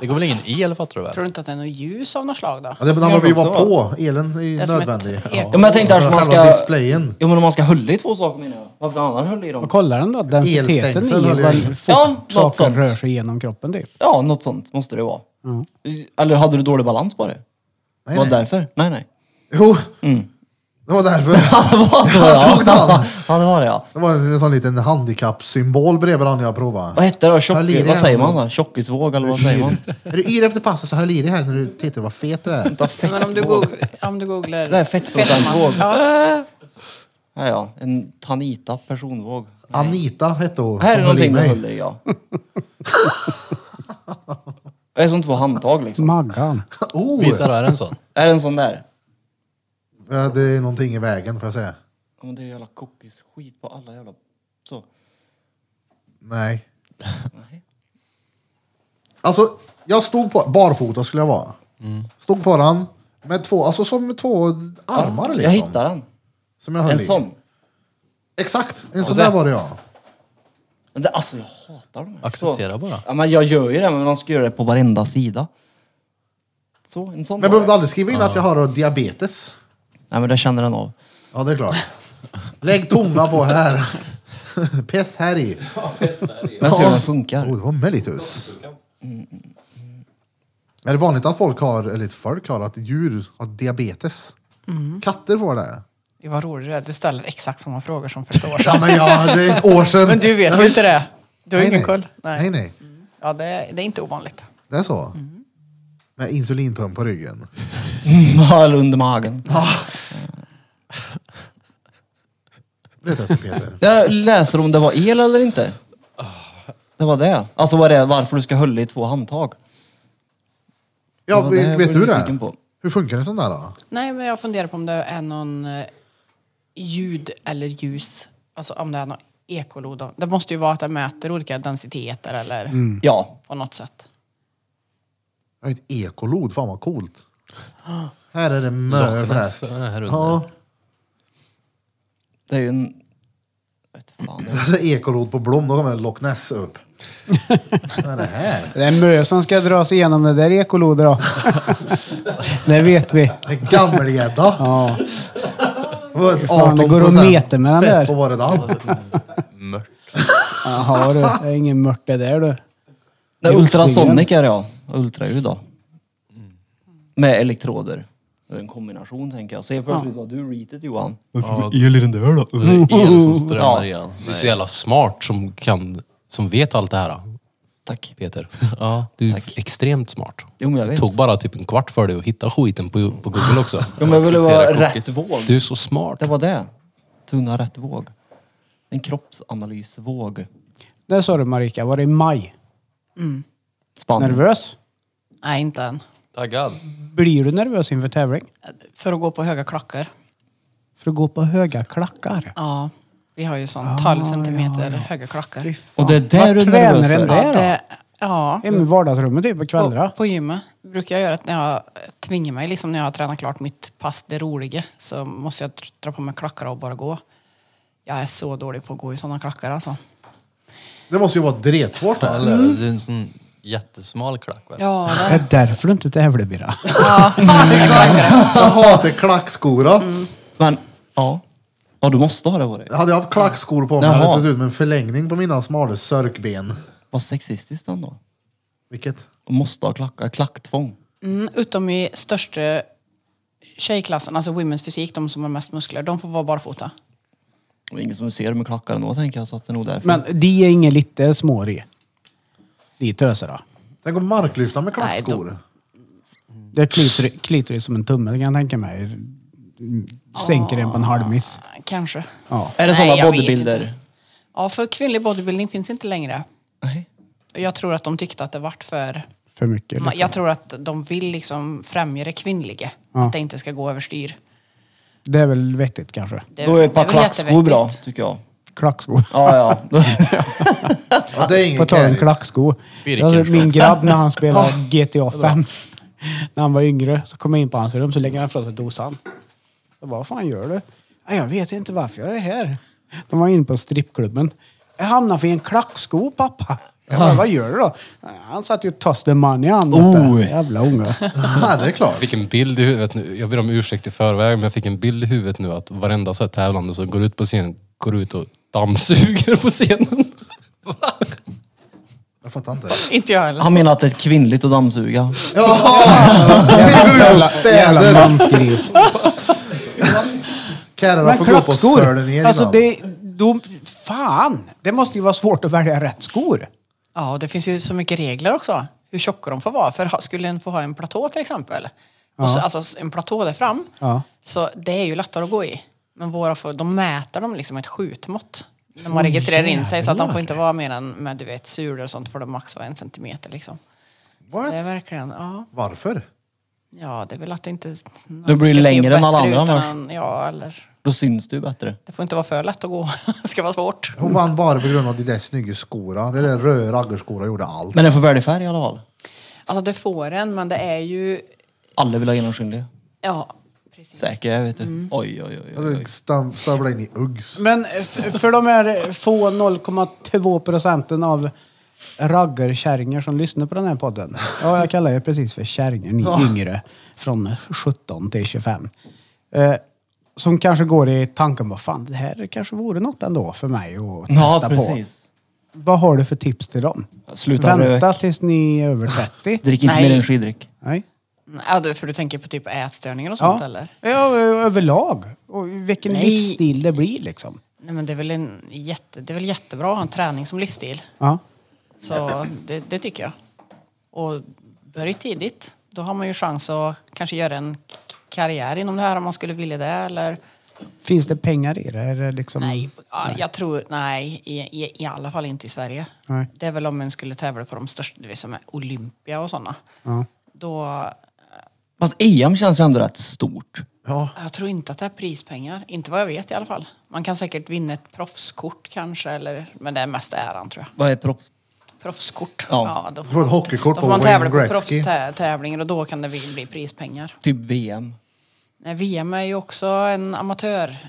Det går väl ingen el fattar du väl? Tror du inte att det är något ljus av något slag då? Ja, det var när vi var också på. Elen är ju Det är som ett nödvändig. ek- Ja men jag tänkte att man Själva ska... displayen. Jo men om man ska hålla i två saker menar jag. Varför annars hålla i dem? Och kollar den då, densiteten i Elstängsel höll ju- hur fort Ja, något saker sånt. rör sig genom kroppen typ. Ja, något sånt måste det vara. Ja. Eller hade du dålig balans på det? Nej, var det nej. därför? Nej, nej. Jo, det var därför. Mm. Ja, det var så Jag tog den. ja. ja, det var det ja. Det var en sån liten handikappsymbol bredvid den jag provade. Vad hette det då? Höll i Tjock... det Vad säger ändå. man då? Tjockisvåg eller vad säger man? Är du yr efter passet så höll i dig här när du tittar vad fet du är. Ja, Men om du, googl- om du googlar... Det är fettprocentvåg. fettmassa- Ja. Ja, ja. En Tanita personvåg. Anita hette hon Här är som höll i någonting du mig. håller i ja. Det är som två handtag liksom. Maggan. Oh, Visa då, är det en sån? Är det en sån där? ja, det är någonting i vägen får jag säga. Ja, men det är jävla cookies skit på alla jävla... Så. Nej. Nej. Alltså, jag stod på barfota skulle jag vara. Mm. Stod på den med två, alltså som med två armar liksom. Jag hittade den. Som jag höll En i. sån. Exakt, en sån så- där var det jag. Men det, alltså jag hatar dem. här. Acceptera bara. Ja, men jag gör ju det, men man ska göra det på varenda sida. Så, en sån var Men jag det. behövde aldrig skriva in att jag har diabetes. Nej men det känner den av. Ja, det är klart. Lägg tomma på här. Pess här i. Men så Ja. hur den funkar. Oh, det var mellitus. Är det vanligt att folk har, eller att folk har, att djur har diabetes? Katter får det. Det var roligt det där. Du ställer exakt samma frågor som för ett år Ja, sedan. men ja, det är ett år sedan. Men du vet ju inte det. Du har Nej, ingen nej. koll. Nej, Nej. nej. Ja, det, det är inte ovanligt. Det är så. Med insulinpump på ryggen. Mal under magen. Berätta för Peter. Jag läser om det var el eller inte. Ah. Det var det. Alltså vad det är, varför du ska hålla i två handtag. Ja, Ja, det här vet var du jag det? nyfiken på. Hur funkar det sån där då? Nej, men jag funderar på om det är någon eh, ljud eller ljus. Alltså om det är någon ekolod. av- Det måste ju vara att det mäter olika densiteter eller Ja. på något sätt. Jag har ett ekolod, fan vad coolt. Här är det mö för det Loch Ness, här. den här under. Ja, Det är ju en... Vet fan. det är- alltså ekolod på Blom, då kommer en Loch Ness upp. Vad är det här? Det är mö som ska dras igenom det där ekolodet då. det vet vi. En gammelgädda. Ja. Det var ett fan, det går att 18% mäta med den fett där. på varje dag. Jaha du, det är ingen mört det där du. Det är ultrasonic är det ja. Och Ultraljud då. Med elektroder. Det är en kombination tänker jag. Så helt plötsligt var du reatet Johan. El i den där då? El som strömmar Ja. igen. Du är så jävla smart som, kan, som vet allt det här. Tack. Peter. Ja, du är Tack. extremt smart. Jo, men jag Det vet. tog bara typ en kvart för dig att hitta skiten på, på Google också. Jo, men jag ville vara Acceptera rätt våg. Du är så smart. Det var det. Tunga rätt våg. En kroppsanalysvåg. När sa du Marika, var det i maj? Spanien. Nervös? Nej, inte än. Taggad. Blir du nervös inför tävling? För att gå på höga klackar. För att gå på höga klackar? Ja, vi har ju sån 12 centimeter höga Fy klackar. fan. Och det är där Vart du är tränar nervös den för? där då? Det, ja. Hemma i vardagsrummet typ på kvällarna? På, på gymmet brukar jag göra att när jag tvingar mig, liksom när jag har tränat klart mitt pass, det roliga, så måste jag dr- dra på mig klackar och bara gå. Jag är så dålig på att gå i sådana klackar alltså. Det måste ju vara dretsvårt. Här. Eller, Det är en sån jättesmal klack. väl? Ja, Det är därför du inte tävlar Birra. Jag hatar klackskor. då. Men, ja. Ja, du måste ha det på dig. Hade jag haft klackskor på mig Jaha. hade det sett ut med en förlängning på mina smala sörkben. Vad sexistiskt ändå. Vilket? Och Måste ha klackar. Klacktvång. mm, utom i största tjejklassen, alltså women's fysik, de som har mest muskler, de får vara barfota. Och ingen som ser med klackar ändå tänker jag, så att det är nog därför. Men de är inga lite små de. De är töser då. Tänk om marklyfta med Nej, klackskor. Det är klitoris, klitoris som en tumme, det kan jag tänka mig. Sänker den på en halv miss. Kanske. Ja. är det Nej, sådana jag vet bodybuilder? inte. Ja, för kvinnlig bodybuilding finns inte längre. Nej. Jag tror att de tyckte att det vart för För mycket. liksom. Ma- Jag tror att de vill liksom främja det kvinnliga. Ja. Att det inte ska gå överstyr. Det är väl vettigt kanske. Det, Då är ett det par väl klackskor jättevettigt. bra, tycker jag. Klackskor. Ja, ja. Ja, det är På ingen tal om carry. klacksko. Alltså, min grabb när han spelade GTA 5. När han var yngre så kom jag in på hans rum så lägger han ifrån sig dosan. Jag bara, vad fan gör du? "Ja, Jag vet inte varför jag är här. De var inne på strippklubben. Jag hamnade i en klacksko pappa. Jag bara, vad gör du då? Han satt ju och tossed the money han oh. Jävla unge. Ja, det är klart. Jag fick en bild i huvudet nu. Jag ber om ursäkt i förväg, men jag fick en bild i huvudet nu att varenda så här tävlande som går ut på scenen går ut och dammsuger på scenen. Jag fattar inte. Inte jag heller. Han menar att det är kvinnligt att dammsuga. Jaha! Skriver du på Jävla städer? mansgris. Kärrarna Men får gå på och söla ner klackskor. Alltså ibland. det, de, fan! Det måste ju vara svårt att välja rätt skor. Ja, och det finns ju så mycket regler också. Hur tjocka de får vara. För ha- skulle en få ha en platå till exempel. Och så, alltså s- en platå där fram. Ja. Så det är ju lättare att gå i. Men våra får, de mäter dem liksom ett skjutmått. När man registrerar in sig så att de får inte vara mer än med du vet sulor och sånt får de max vara en centimeter liksom. What? Det är verkligen, ja. Varför? Ja, det är väl att det inte... Det blir längre än alla andra annars. annars. Ja, eller... Då syns det ju bättre. Det får inte vara för lätt att gå. Det ska vara svårt. Hon vann bara på grund av de där snygga skorna. Det där röda raggarskora gjorde allt. Men den får väldig färg i alla fall. Alltså det får en, men det är ju... Alla vill ha genomskinliga. Ja, precis. Säker, jag vet du. Mm. Oj, oj, oj. oj, oj. Alltså, stöv- Stövla in i Uggs. Men f- för de här få 0,2 procenten av raggarkärringar som lyssnar på den här podden. Ja, jag kallar er precis för kärringar, ni yngre. Från 17 till 25. Eh, som kanske går i tanken, vad fan, det här kanske vore något ändå för mig att Ja, testa på. precis. Vad har du för tips till dem? Sluta Vänta röka. tills ni är över 30. Drick inte Nej. mer energidryck. Nej. Ja, du, för du tänker på typ ätstörningar och Ja. sånt eller? ja, ö- överlag. Och vilken Nej. livsstil det blir liksom. Nej men det är väl, en jätte, det är väl jättebra att ha en träning som livsstil. Ja. Så det, det tycker jag. Och börja tidigt. Då har man ju chans att kanske göra en k- karriär inom det här om man skulle vilja det eller... Mm. Finns det pengar i det? Är det liksom... Nej, ja, jag tror, nej, i, i, i alla fall inte i Sverige. Nej. Det är väl om man skulle tävla på de största, det vill säga med Olympia och sådana. Ja. Då, Fast EM känns ju ändå rätt stort. Ja, jag tror inte att det är prispengar, inte vad jag vet i alla fall. Man kan säkert vinna ett proffskort kanske, eller, men det är mest äran tror jag. Vad är propp? Proffskort. Ja. då Du får ett man- hockeykort på då får man Wayne tävla på Gretzky. proffstävlingar och då kan det bli bli prispengar. Typ VM. Nej, VM är ju också en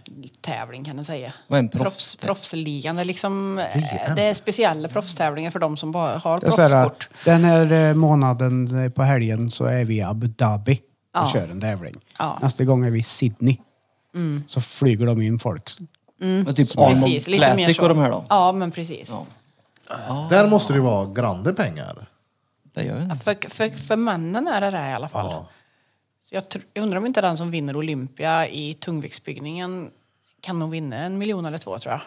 amatörtävling kan man säga. Vad är en Proffs, proffs? proffsligan. Det är, liksom, eh, det är speciella proffstävlingar för de som bara har Det är så här, proffskort. den här eh, månaden eh, på helgen så är vi i Abu Dhabi och Ja. kör en tävling. Ja. Nästa gång är vi i Sydney. Så flyger de in folk. Men Typ Arnold Mm. Precis, lite mer Classic så. och de här då? Ja, men precis. Ja. där måste det ju vara grande pengar. Det gör jag inte. För, för, för männen är det det i alla fall. Ja. Så jag, tr- jag undrar om inte den som vinner Olympia i tungviktsbyggningen kan nog vinna en miljon eller två tror jag.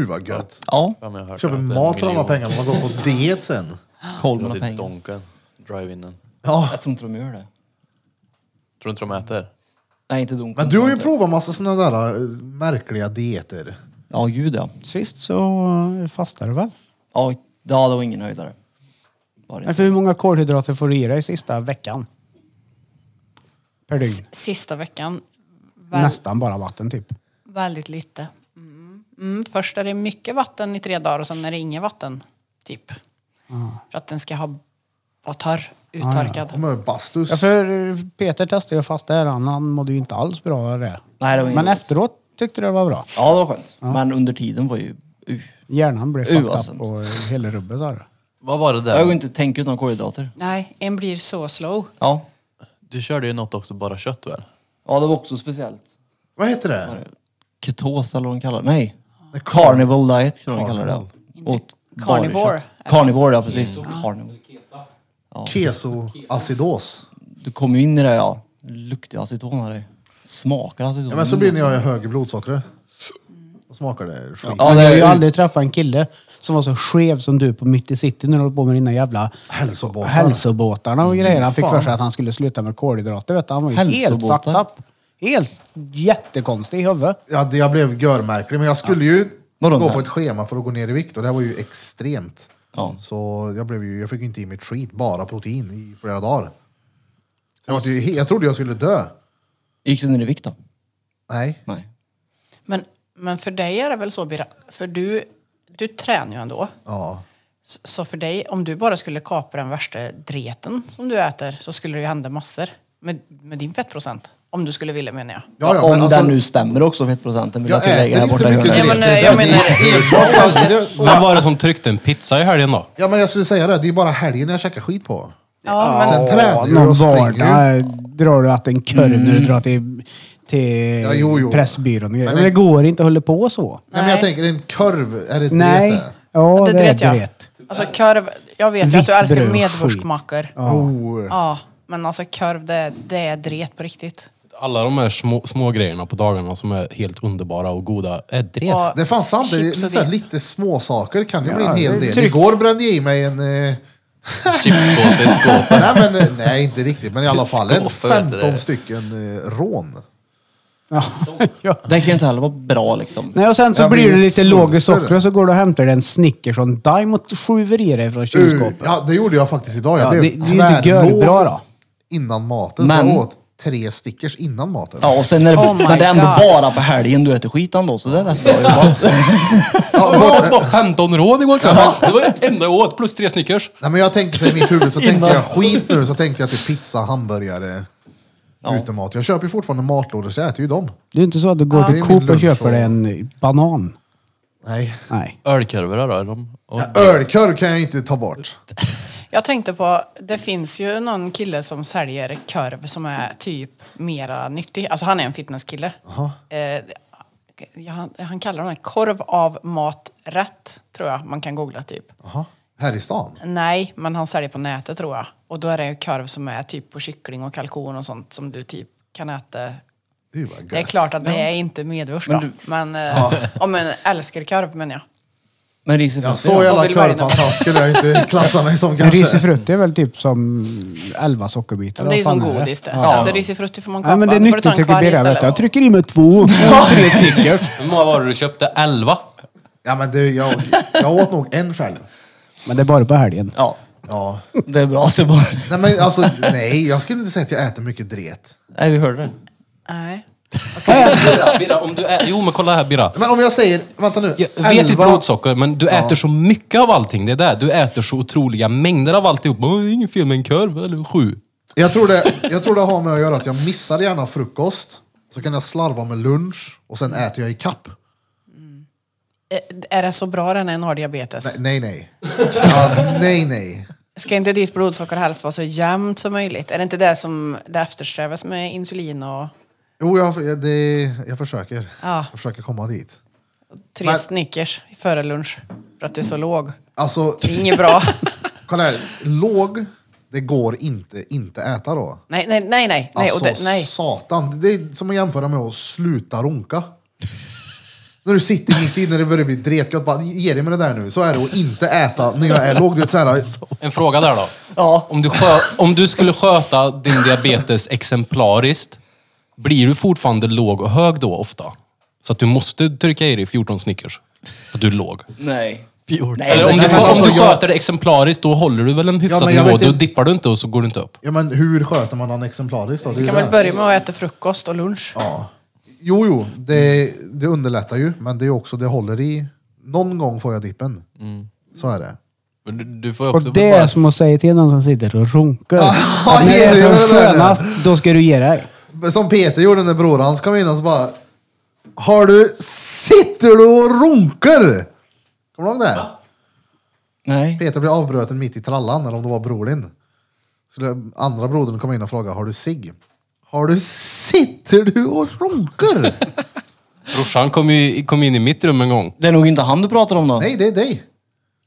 Uh vad gött. Ja, Ja, men jag har hört Köper att det är en mat för alla miljon. pengarna, man går på diet sen. Holmen har Det är pengar. typ donken. Drive-inen. Jag tror inte de gör det. Tror inte de äter? Nej, inte Donken. Men du har ju provat massa sådana där eh, märkliga dieter. Ja, gud ja. Sist så fastade du väl? Ja, ja, det var ingen höjdare. Var det Men inte. för hur många kolhydrater får du i dig sista veckan? Per dygn? Sista veckan, väl, Nästan bara vatten typ. väldigt lite. Mm. Mm, först är det mycket vatten i tre dagar och sen är det inget vatten, typ. För att den ska ha, vara torr, uttorkad. De är bastus. Ja, för Peter testade ju fast där, han, han mådde ju inte alls bra av det. Nej, det var Men inget. efteråt tyckte det var bra. Ja, det var skönt. Men under tiden var ju... Uh. Hjärnan blev Uh, fucked vad up och hela rubbet sa du. Vad var det Jag går där? inte tänka ut några kolhydrater. Nej, en blir så slow. Ja. Du körde ju något också, bara kött väl? ja, det var också speciellt. Vad heter det? Ketos eller vad de kallar det. Nej, Nej, kar- carnival diet tror jag de kallar det. Åt carnivore, barkött. eller? Carnivore, ja precis. Carnivore. Kesoacidos. Du kommer ju in i det ja. Luktar aceton av dig. Smakar aceton. Ja, men så blir det när jag har högre blodsocker. Då smakar det skit. Ja, Men det jag är har ju ju aldrig träffat en kille som var så skev som du på Mitt i City när du höll på med dina jävla Hälsobåtar. hälsobåtarna och grejer. Han fick Fan. för sig att han skulle sluta med kolhydrater. Vet du. Han var ju helt Hälsobåtar? fucked up. Helt jättekonstig i huvudet. Ja, det, jag blev görmärklig, men jag skulle ju Vadå, gå nej? på ett schema för att gå ner i vikt och det här var ju extremt. Ja. Så jag, blev ju, jag fick ju inte i mig ett skit, bara protein i flera dagar. Jag, var ju, jag trodde jag skulle dö. Gick du ner i vikt då? Nej. Nej. Men, men för dig är det väl så, Bira, för du, du tränar ju ändå. Ja. S- Så för dig, om du bara skulle kapa den värsta dreten som du äter så skulle det ju hända massor med, med din fettprocent. Om du skulle vilja menar jag. Ja, ja, Om men alltså, den nu stämmer också fettprocenten vill jag, jag tillägga äter här inte borta i mycket hörnet. Ja, men, dieter. eh, jag Det är enbart menar- alltså, det- Vem var det som tryckte en pizza i helgen då? Ja, men jag skulle säga det, det är bara helgen jag käkar skit på. Ja, men, Sen tränar jag Någon och springer. Mm. vardag drar du att en kurv när du drar till, till Ja, jo, jo. Pressbyrån och grejer. Men Men det en- går inte att hålla på så. Nej, men jag Nej. tänker, en korv, är det ett Nej. diete? Ja, det det, dret är jag. rätt. Alltså korv, jag vet ju att du Vitt älskar bröd, medvurstmackor. Ja. Oh. men alltså korv det, det är dret på riktigt. Alla de här små, små grejerna på dagarna som är helt underbara och goda Eh, är drev. Och Det är fan sant, det är chips och så här, det. lite små saker kan det bli en det är hel del. tryck. Igår brände jag i mig en... Eh, Chipspåse i skåpet. nej, men, eh, nej, inte riktigt, men i alla fall en Skåpar, vet du 15 det. stycken eh, rån. Det kan ju inte heller vara bra liksom. Nej, och sen så Jag blir blir det lite låg i svulstigare. socker och så går du och hämtar dig en Snickers och en Dime och skjuver i dig från kylskåpet. Ja, det gjorde jag faktiskt idag. Ja, Jag det, blev det är ju inte tvärlåg görbra då. innan maten, så Men- jag åt tre stickers innan maten. Ja, och sen är det, Oh my men det är ändå God. bara på helgen du äter skit ändå, så det är rätt bra jobbat. Ja, bort, Det var 15 rån igår kväll. Det var det enda jag åt, plus tre Snickers. nej, men jag tänkte så i mitt huvud, så tänkte jag skit nu, så tänkte jag till pizza, hamburgare, utemat. Jag köper ju fortfarande matlådor, så jag äter ju dem. Det är inte så att du går Det till är min Coop och lunch köper och- dig en banan. Nej. Nej. Ölkorvar då? Är de, och, Ölkorv kan jag inte ta bort. Jag tänkte på, det finns ju någon kille som säljer korv som är typ mera nyttig. Alltså han är en fitnesskille. Eh, ja, han, han kallar den här korv av maträtt, tror jag man kan googla typ. Aha. Här i stan? Nej, men han säljer på nätet tror jag. Och då är det ju korv som är typ på kyckling och kalkon och sånt som du typ kan äta. Gud vad Det är gött. klart att det är inte medvurst då. Men, eh, ja, men älskar korv menar jag. Men ris är Ja, fett, så ja. jävla vill varje körfantast skulle jag inte klassa mig som Men Risifrutti kanske. är väl typ som 11 sockerbitar? Det är ju Vad som fan godis det. Ja. Alltså risifrutti får man kapa. Ja, men det är Då får du ta nyttigt tycker en kvar Birra. vet istället. du. Jag trycker i mig två och tre Snickers. Hur många var det du Eh, köpte? 11? Ja, men du, jag, jag åt nog en själv. Men det är bara på helgen. ja, Ja. det är bra att det bara... Nej, men alltså, nej, jag skulle inte säga att jag äter mycket dret. Nej, vi hörde det. Nej. Birra, Birra, om du ä- jo men kolla här Birra. Men om jag säger, vänta nu. Jag vet ditt elva- blodsocker, men du äter så mycket av allting. Det är där. Du äter så otroliga mängder av alltihop. Åh, Det är inget fel med en korv, eller sju. Jag tror, det, jag tror det har med att göra att jag missar gärna frukost. Så kan jag slarva med lunch och sen äter jag i kapp. Eh, Är det så bra den är när har diabetes? Nej, nej. nej. Ja, nej, nej. Ska inte ditt blodsocker helst vara så jämnt som möjligt? Är det inte det som det eftersträvas med insulin och Jo, jag, det, jag försöker. Ja. Jag försöker komma dit. tre Men- Snickers före lunch? För att du är så låg. Alltså, Det är inget bra. kolla här. Låg, det går inte inte äta då. nej, nej, nej, nej. nej, Alltså och det, nej. satan, det är som att jämföra med att sluta runka. När du sitter mitt i när det börjar bli dretgött, bara ge dig med det där nu. Så är det att inte äta när jag är låg. Du vet såhär, En fråga där då. Ja. Om, du skö, om du skulle sköta din diabetes exemplariskt, blir du fortfarande låg och hög då ofta? Så att du måste trycka i dig 14 Snickers? För att du är låg. Nej. Nej, Eller om men- du, men alltså, om du jag- sköter det exemplariskt, då håller du väl en hyfsad men jag nivå? vet Då inte- dippar du inte och så går du inte upp. ja men hur sköter man den exemplariskt då? Det är Du kan det. väl börja med att äta frukost och lunch? Ja. Jo, jo, det, det underlättar ju, men det är också, det håller i. Någon gång får jag dippen. Mm. Så är det. Men Du, du får ju också Och det är bara- som att säga till någon som sitter och runkar. Ja, Att när det är det är väl det som där. skönast, då ska du ge dig. Men Som Peter gjorde när bror hans kom in, och så bara... Har du... Sitter du och runkar? Kommer du ihåg det? Nej. Peter blev avbruten mitt i trallan, eller om det var bror din. Skulle andra brodern komma in och fråga, har du cigg? Har du... Sitter du och runkar? Brorsan kom, ju, kom in i mitt rum en gång. Det är nog inte han du pratar om då? Nej, det är dig.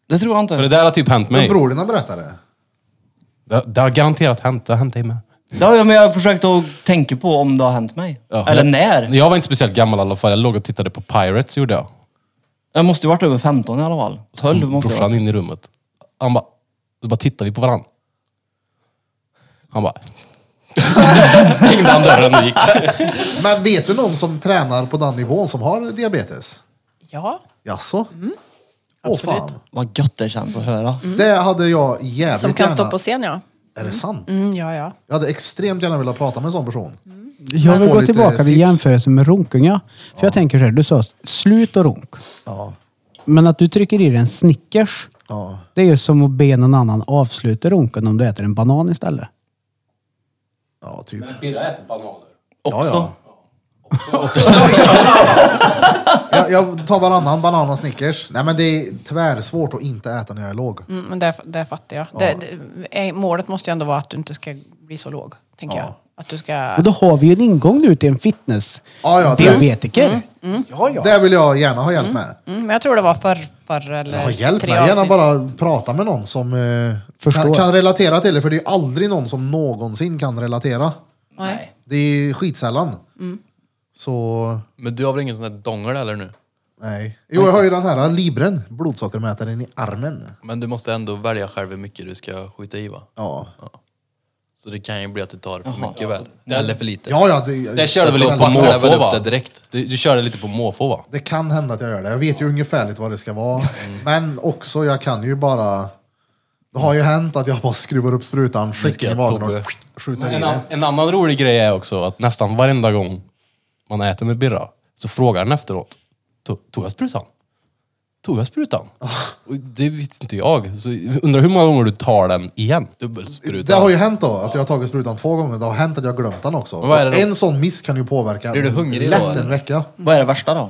Det tror jag inte. För det där har typ hänt Men mig. bror din har berättat det. Det, det har garanterat hänt. Det har hänt dig med. Det har jag, men jag har försökt att tänka på om det har hänt mig. Ja. Eller jag, när. Jag var inte speciellt gammal i alla fall. Jag låg och tittade på Pirates, gjorde jag. Jag måste ju varit över 15 i alla fall. 12 Kom måste jag brorsan vara. in i rummet. Han bara, så bara tittade vi på varandra. Han bara... Stängde han dörren och gick. Men vet du någon som tränar på den nivån som har diabetes? Ja, Jaså? Åh Mm. absolut. Mm. fan. Vad gött det känns att höra. Det hade jag jävligt som kan gärna... stå på scen ja. Är det sant? Mm, ja, ja. Jag hade extremt gärna velat prata med en sån person. Mm. Jag Man vill får gå lite tillbaka till tips. jämförelsen med runkunga. För jag tänker så här, du sa slut och runk. Men att du trycker i dig en Snickers, Ja. det är ju som att be någon annan avsluta runken om du äter en banan istället. Ja, typ. Birra äter bananer. Ja, ja. jag, jag tar varannan banan och Snickers. Nej men det är tvärsvårt att inte äta när jag är låg. Mm, men det, det fattar jag. Det, det, eh, målet måste ju ändå vara att du inte ska bli så låg, tänker jag. Att du ska... Och då har vi ju en ingång nu till en fitness Ja, ja, det- Mm, diabetiker. Det vill jag gärna ha hjälp med. Mm, men jag tror det var förr, förr eller Ja, hjälp tre mig. Gärna avsnitt bara prata med någon som eh, Förstår. kan, kan relatera till det. För det är ju aldrig någon som någonsin kan relatera. Nej. Det är skitsällan. Mm. Så Men du har väl ingen sån där dongel eller nu? nej. Jo, jag har ju den här Libren, blodsockermätaren i armen. Men du måste ändå välja själv hur mycket du ska skjuta i va? Ja, Så det kan ju bli att du tar för mycket väl? Eller för lite? ja, ja det, Det körde så väl lite att- på man lär väl måfå upp va? det direkt. Du, du körde lite på måfå va? Det kan hända att jag gör det. Jag vet ju ungefärligt vad det ska vara. Mm. Men också, jag kan ju bara... Det har ju Mm. hänt att jag bara skruvar upp sprutan, skickar i jag magen och Tobbe. skjuter i En, det. an- en annan rolig grej är också att nästan varenda gång man äter med birra så frågar den efteråt. "To- Tog jag sprutan? Tog jag sprutan? Och det vet inte jag. Så undrar hur många gånger du tar den igen. Det Dubbelspruta. har ju hänt då, att jag har tagit sprutan två gånger. Det har hänt att jag har glömt den också. vad är det då? En sån miss kan ju påverka Blir du hungrig lätt då, eller? en vecka. Vad är det värsta då?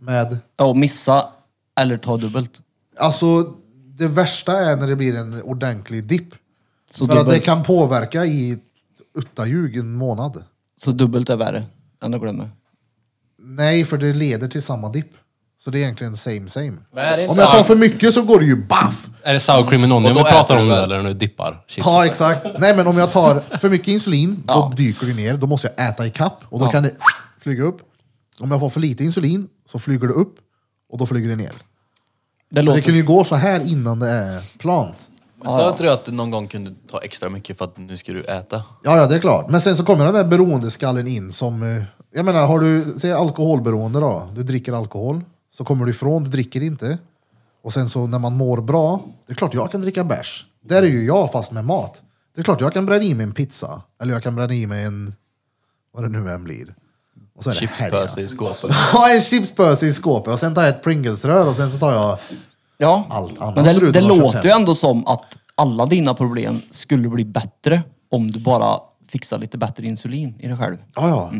Med, Ja, att missa eller ta dubbelt. alltså, det värsta är när det blir en ordentlig dipp. Så, För att det dubbelt, kan påverka i uttaljug en månad. så dubbelt är värre än att glömma. Nej, för det leder till samma dipp. Så det är egentligen same same. är det Om jag tar för mycket så går det ju baff! Är det sour cream and onion då vi pratar äter om du nu väl? eller när du dippar? chips? Ja, exakt. Nej, men om jag tar för mycket insulin, då dyker det ner. Då måste jag äta i kapp och då kan det flyga upp. Om jag får för lite insulin så flyger det upp och då flyger det ner. Det Så låter... det kan ju gå så här innan det är plant. Men så tror jag att du någon gång kunde ta extra mycket för att nu ska du äta. Ja, ja, det är klart. Men sen så kommer den där beroendeskallen in som... eh, Jag menar, har du säg alkoholberoende då? Du dricker alkohol, så kommer du ifrån, du dricker inte. Och sen så när man mår bra, det är klart jag kan dricka bärs. Där är ju jag fast med mat. Det är klart jag kan bränna i mig en pizza, eller jag kan bränna i mig en... Vad det nu än blir. Och så är det Chipspåse i skåpet. Ja, en chipspåse i skåpet och sen tar jag ett Pringles-rör och sen så tar jag... Ja, Allt annat men det, förutom det att köpa låter ju hem. ändå som att alla dina problem skulle bli bättre om du bara fixar lite bättre insulin i dig själv. Ja, ja.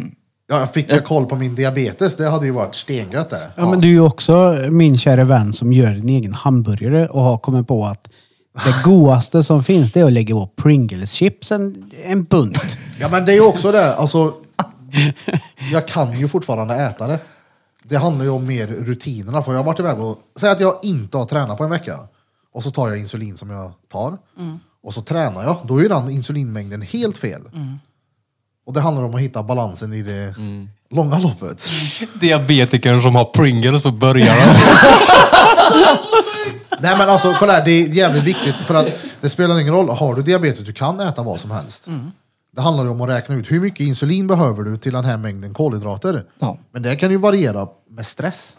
Ja, jag fick jag koll på min diabetes, det hade ju varit stengött det. Ja, men du är ju också min kära vän som gör din egen hamburgare och har kommit på att det godaste som finns det är att lägga på Pringles-chips en, en bunt. Ja men det är ju också det, alltså. Jag kan ju fortfarande äta det. Det handlar ju om mer rutinerna. För jag har varit iväg och, säg att jag inte har tränat på en vecka. Och så tar jag insulin som jag tar. Och så tränar jag. Då är ju den insulinmängden helt fel. Och det handlar om att hitta balansen i det Långa loppet. Diabetikern som har Pringles på burgarna. Nej men alltså kolla här, det är jävligt viktigt för att det spelar ingen roll. Har du diabetes, du kan äta vad som helst. Mm. Det handlar ju om att räkna ut hur mycket insulin behöver du till den här mängden kolhydrater. Ja. Men det kan ju variera med stress,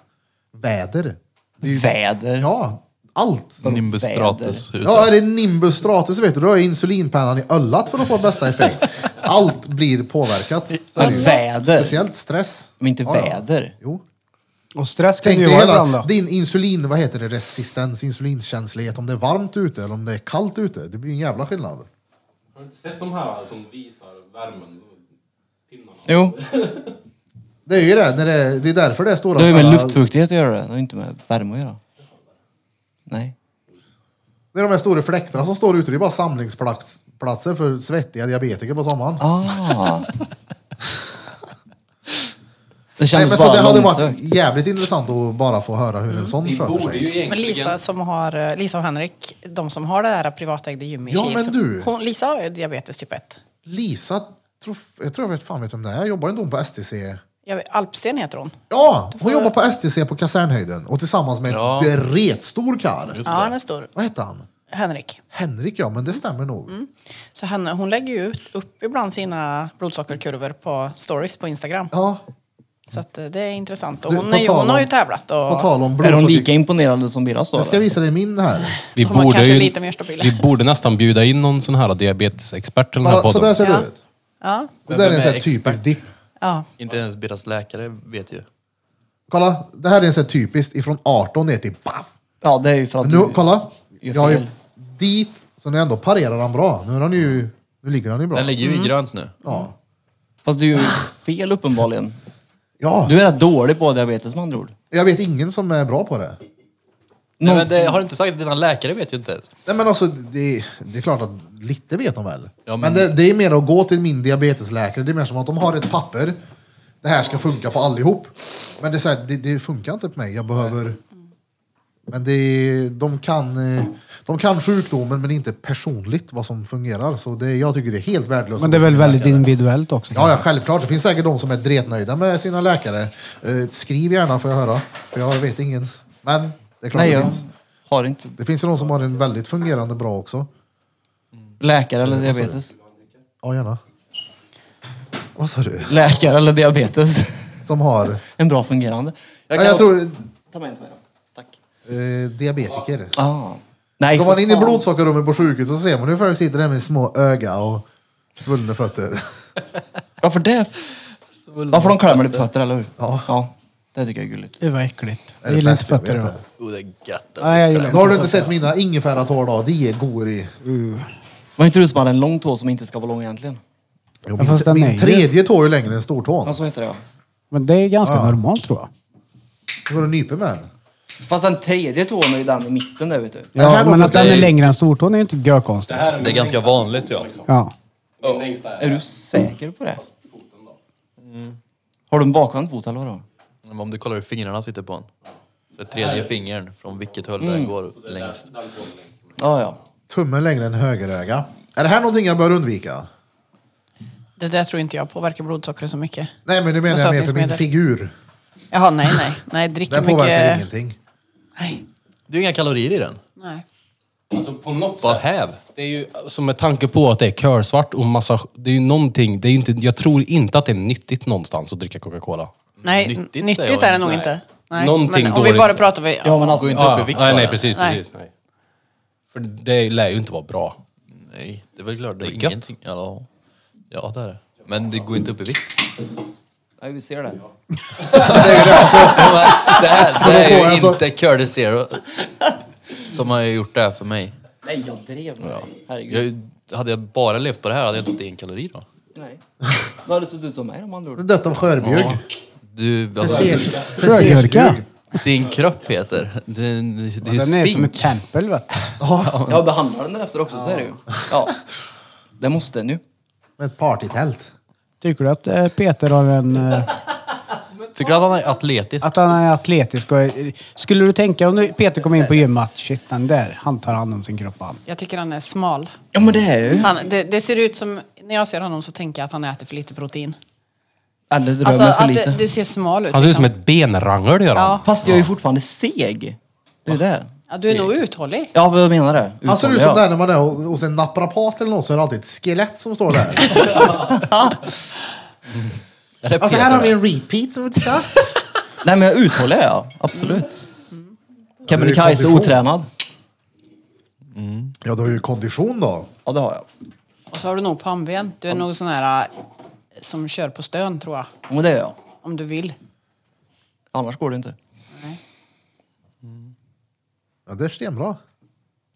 väder. Det är ju- Väder. Ja, allt. Nimbus Väder. stratus. ut. Ja, är det nimbus stratus vet du, då är insulinpennan i öllat för att få bästa effekt. Allt blir påverkat. Så är det ju. väder. Speciellt stress. Men inte Ja, ja. väder. Jo. Och stress kan Tänk ju dig vara ibland hela då. din insulin, vad heter det, resistens, insulinkänslighet, om det är varmt ute eller om det är kallt ute. Det blir ju en jävla skillnad. Har du inte sett de här som visar värmen? Pinnarna? Jo, Det är ju det, när det, är- det är därför det är stora det har ju med snälla- luftfuktighet att göra det. Det har ju inte med värme att göra. Nej. Det är de här stora fläktarna som står ute, det är bara samlingsplatser för svettiga diabetiker på sommaren. Ah. Det Nej, kändes men så det bara hade långsökt. varit jävligt intressant att bara få höra hur en sån Ni sköter Mm, borde ju sig. Men Lisa, egentligen... som har, eh, Lisa och Henrik, de som har det där privatägda gymmet i Ja, Kil, men så- du. Hon, Lisa har ju diabetes typ 1. Lisa, tror- jag tror jag vet fan vet vem det är, jobbar inte hon på STC? Jag vet, Alpsten heter hon. Ja, hon jobbar på STC på Kasernhöjden och tillsammans med Ja. en retstor karl. Ja, han är stor. Vad heter han? Henrik. Henrik ja, men det stämmer nog. Så henne, hon lägger ju ut, upp ibland sina blodsockerkurvor på stories på Instagram. Ja, Så att eh, det är intressant. Och Du, hon, på är ju, tal hon har om- ju tävlat. Och, på tal om Är de blodsocker. lika imponerande som Birras då? Jag ska eller? visa dig min här. Vi De har borde, kanske ju, lite mer stabila. vi borde nästan bjuda in någon sån här diabetesexpert till den här Bara, så podden. där ser Ja. du ut. ja, Det Men där är vem en sån här är typisk expert? dipp. ja. Inte ens deras läkare vet ju. Kolla, det här är en sån här typisk ifrån 18 ner till baff. Ja, det är ju för att Men nu, du... kolla. Gör Jag har ju fel. dit, så nu ändå parerar han bra. Nu, är han ju, nu ligger han ju bra. Den ligger ju i grönt nu. Ja. Fast det är ju fel uppenbarligen. ja, Du är rätt dålig på diabetes med andra ord. jag vet ingen som är bra på det. Nej, men Någonsin. det, har du inte sagt att dina läkare vet ju inte ens? Nej, men alltså, det, det är klart att lite vet de väl. Ja, men men- det, det är mer att gå till min diabetesläkare. Det är mer som att de har ett papper. Det här ska funka på allihop. Men det, är så här, det, det funkar inte på mig. Jag behöver... Men det, de, kan, eh, de kan sjukdomen men inte personligt vad som fungerar. Så det, jag tycker det är helt värdelöst. Men det är att väl gå till väldigt läkare. individuellt också. Ja, ja, självklart. Det finns säkert de som är dretnöjda med sina läkare. Eh, skriv gärna får jag höra, för jag vet ingen. Men det är klart Nej, det jag finns. har inte. Det finns ju de som har en väldigt fungerande bra också. Läkare eller diabetes? Ja, gärna. Vad sa du? Läkare eller diabetes? Som har... En bra fungerande. Jag, jag också- tror... Ta med en som är. Tack. Eh, diabetiker. Ah. Nej, Går man in i fan. blodsockerrummet på sjukhuset så ser man hur folk sitter där med små öga och svullna fötter. Varför det? Varför de klämmer dig på fötter, eller hur? Ja. ja. Det tycker jag är gulligt. Det var äckligt. Är Jag det gillar inte bäst jag fötter. vet då. det? Oh, det är gött. Nej, jag Då har gillar du inte inte fötter. sett mina ingefäratår då? De går i... Var inte du som hade en lång tå som inte ska vara lång egentligen? Jo, Ja, fast den är min ju- tredje tå är ju längre än stortån. Ja, så heter det ja. Men det är ganska normalt tror jag. Då går du nyper med den. Fast den tredje tån är ju den i mitten där, vet du. Det här Ja, men låter att den okej. är längre än stortån är ju inte görkonstigt. Det är ganska vanligt ja. Ja. Är du säker på det? Mm. Har du en bakvänd fot eller vadå? Men Om du kollar hur fingrarna sitter på en. Så tredje fingern, från vilket håll den går längst. Ja, ja. Tummen längre än högeröga. Är det här någonting jag bör undvika? Det där tror inte jag påverkar blodsockret så mycket. Nej, men nu menar jag Vad mer sa för min sötningsmedel? figur. Jaha, nej, nej. Nej, dricker Den mycket... påverkar ingenting. Nej. Det är ju inga kalorier i den. nej. Alltså på något Bara sätt. häv. Det är ju, alltså med tanke på att det är körsvart och massa... Det är ju någonting, det är ju inte, jag tror inte att det är nyttigt någonstans att dricka Coca-Cola. Nej, Nyttigt, nyttigt, säger jag. är det nog Nej. inte. Nej. Någonting men om vi dåligt. bara pratar... Vi, Ja, men alltså, Gå inte upp i vikt nej, bara. nej, precis. Nej. precis nej. För det lär ju inte vara bra. Nej, det är väl klart. Det Det är är gött. ingenting. Ja, ja, det är det. Men det går inte upp i vikt. Nej, vi ser det. Ja, men det Alltså, här, det här För då får är jag ju så- inte Curly Zero som har gjort det här för mig. Nej, jag drev med dig. Herregud. Jag, hade jag bara levt på det här hade jag inte fått en kalori då. Nej. Då hade du sett ut som mig om andra ord. Dött av skörbjugg. Du, Det alltså, ser- det ser- Sjögurka. din kropp Peter, den, det är ju Den är som ett spink. tempel vet du. Jag behandlar den därefter också, så är det ju. Ja. Det måste den ju. Med ett partytält. Tycker du att eh, Peter har en... eh, Tycker du att han är atletisk? Att han är atletisk och... eh, Skulle du tänka om du- Peter kom in på gymmet att shit den där, han tar hand om sin kropp han. Jag tycker han är smal. Ja, men det är ju. Han, det, det ser ut som... När jag ser honom så tänker jag att han äter för lite protein. Eller rör Alltså mig för att lite. du, du ser smal ut. Han ser ut som liksom. ett benrangel gör han. Ja. Fast jag är ju fortfarande seg. Det är det. Ja, du är nog uthållig. Ja, jag menar det. Han ser ut Uttalar som jag. där när man Alltså, är och- hos en naprapat eller något så är det alltid ett skelett som står där. alltså här har vi en repeat. som vi tittar. Nej, men jag uthåller jag. Absolut. Mm. Kebnekaise, kondition. otränad. Ja, du har ju kondition då. Ja, det har jag. Och så har du nog pannben. Du är nog sån här äh, som kör på stön tror jag. Ja, Men det är jag. Om du vill. Annars går det inte. Ja, det är stenbra.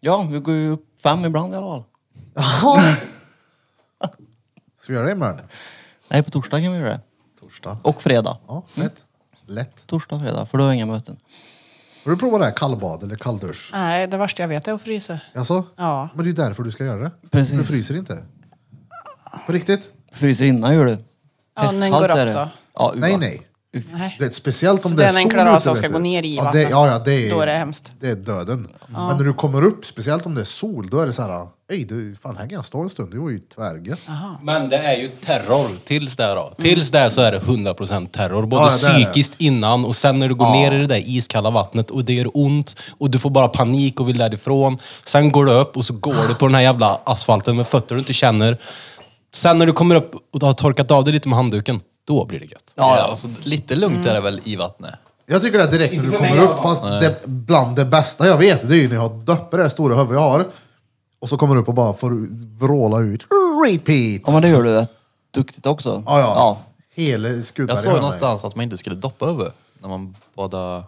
Ja, vi går ju upp fem ibland i alla fall. Jaha. Ska vi göra det imorgon? Nej, på torsdag kan vi göra det. Torsdag. Och fredag. Ja, lätt. Lätt. Torsdag och fredag, för då har jag inga möten. Har du provat det här kallbad eller kalldusch? Nej, det värsta jag vet är att frysa. Alltså? Ja. Men det är ju därför du ska göra det. Precis. Du fryser inte. På riktigt? Fryser innan gör du. Ja, när den Hästhalt går upp är det. då. Ja, Nej, uva. nej. Nej. Det är ett speciellt om Så det är den sol enklarar av ute, som vet ska du. gå ner i ja, det, vattnet. ja, ja, det är, Då är det hemskt. Det är döden. Men när du kommer upp, speciellt om det är sol, då är det så här... Ej, du, fan, här kan jag stå en stund. Det var ju tvärgött. Men det är ju terror tills det då. Tills det så är det 100% terror. Både Ja, det är det. psykiskt innan och sen när du går ner i det där iskalla vattnet och det gör ont och du får bara panik och vill därifrån. Sen går du upp och så går du på den här jävla asfalten med fötter du inte känner. Sen när du kommer upp och har torkat av dig lite med handduken, då blir det gött. Ja, ja, alltså, lite lugnt är det väl i vattnet. Jag tycker det är direkt när du kommer upp, fast det, bland det bästa jag vet, det är ju när jag döpper det här stora huvud jag har. Och så kommer du upp och bara får vråla ut repeat. Ja, men det gör du rätt duktigt också. Ja, ja. ja. Hela skutan Jag i såg hörnet. någonstans att man inte skulle doppa över när man badar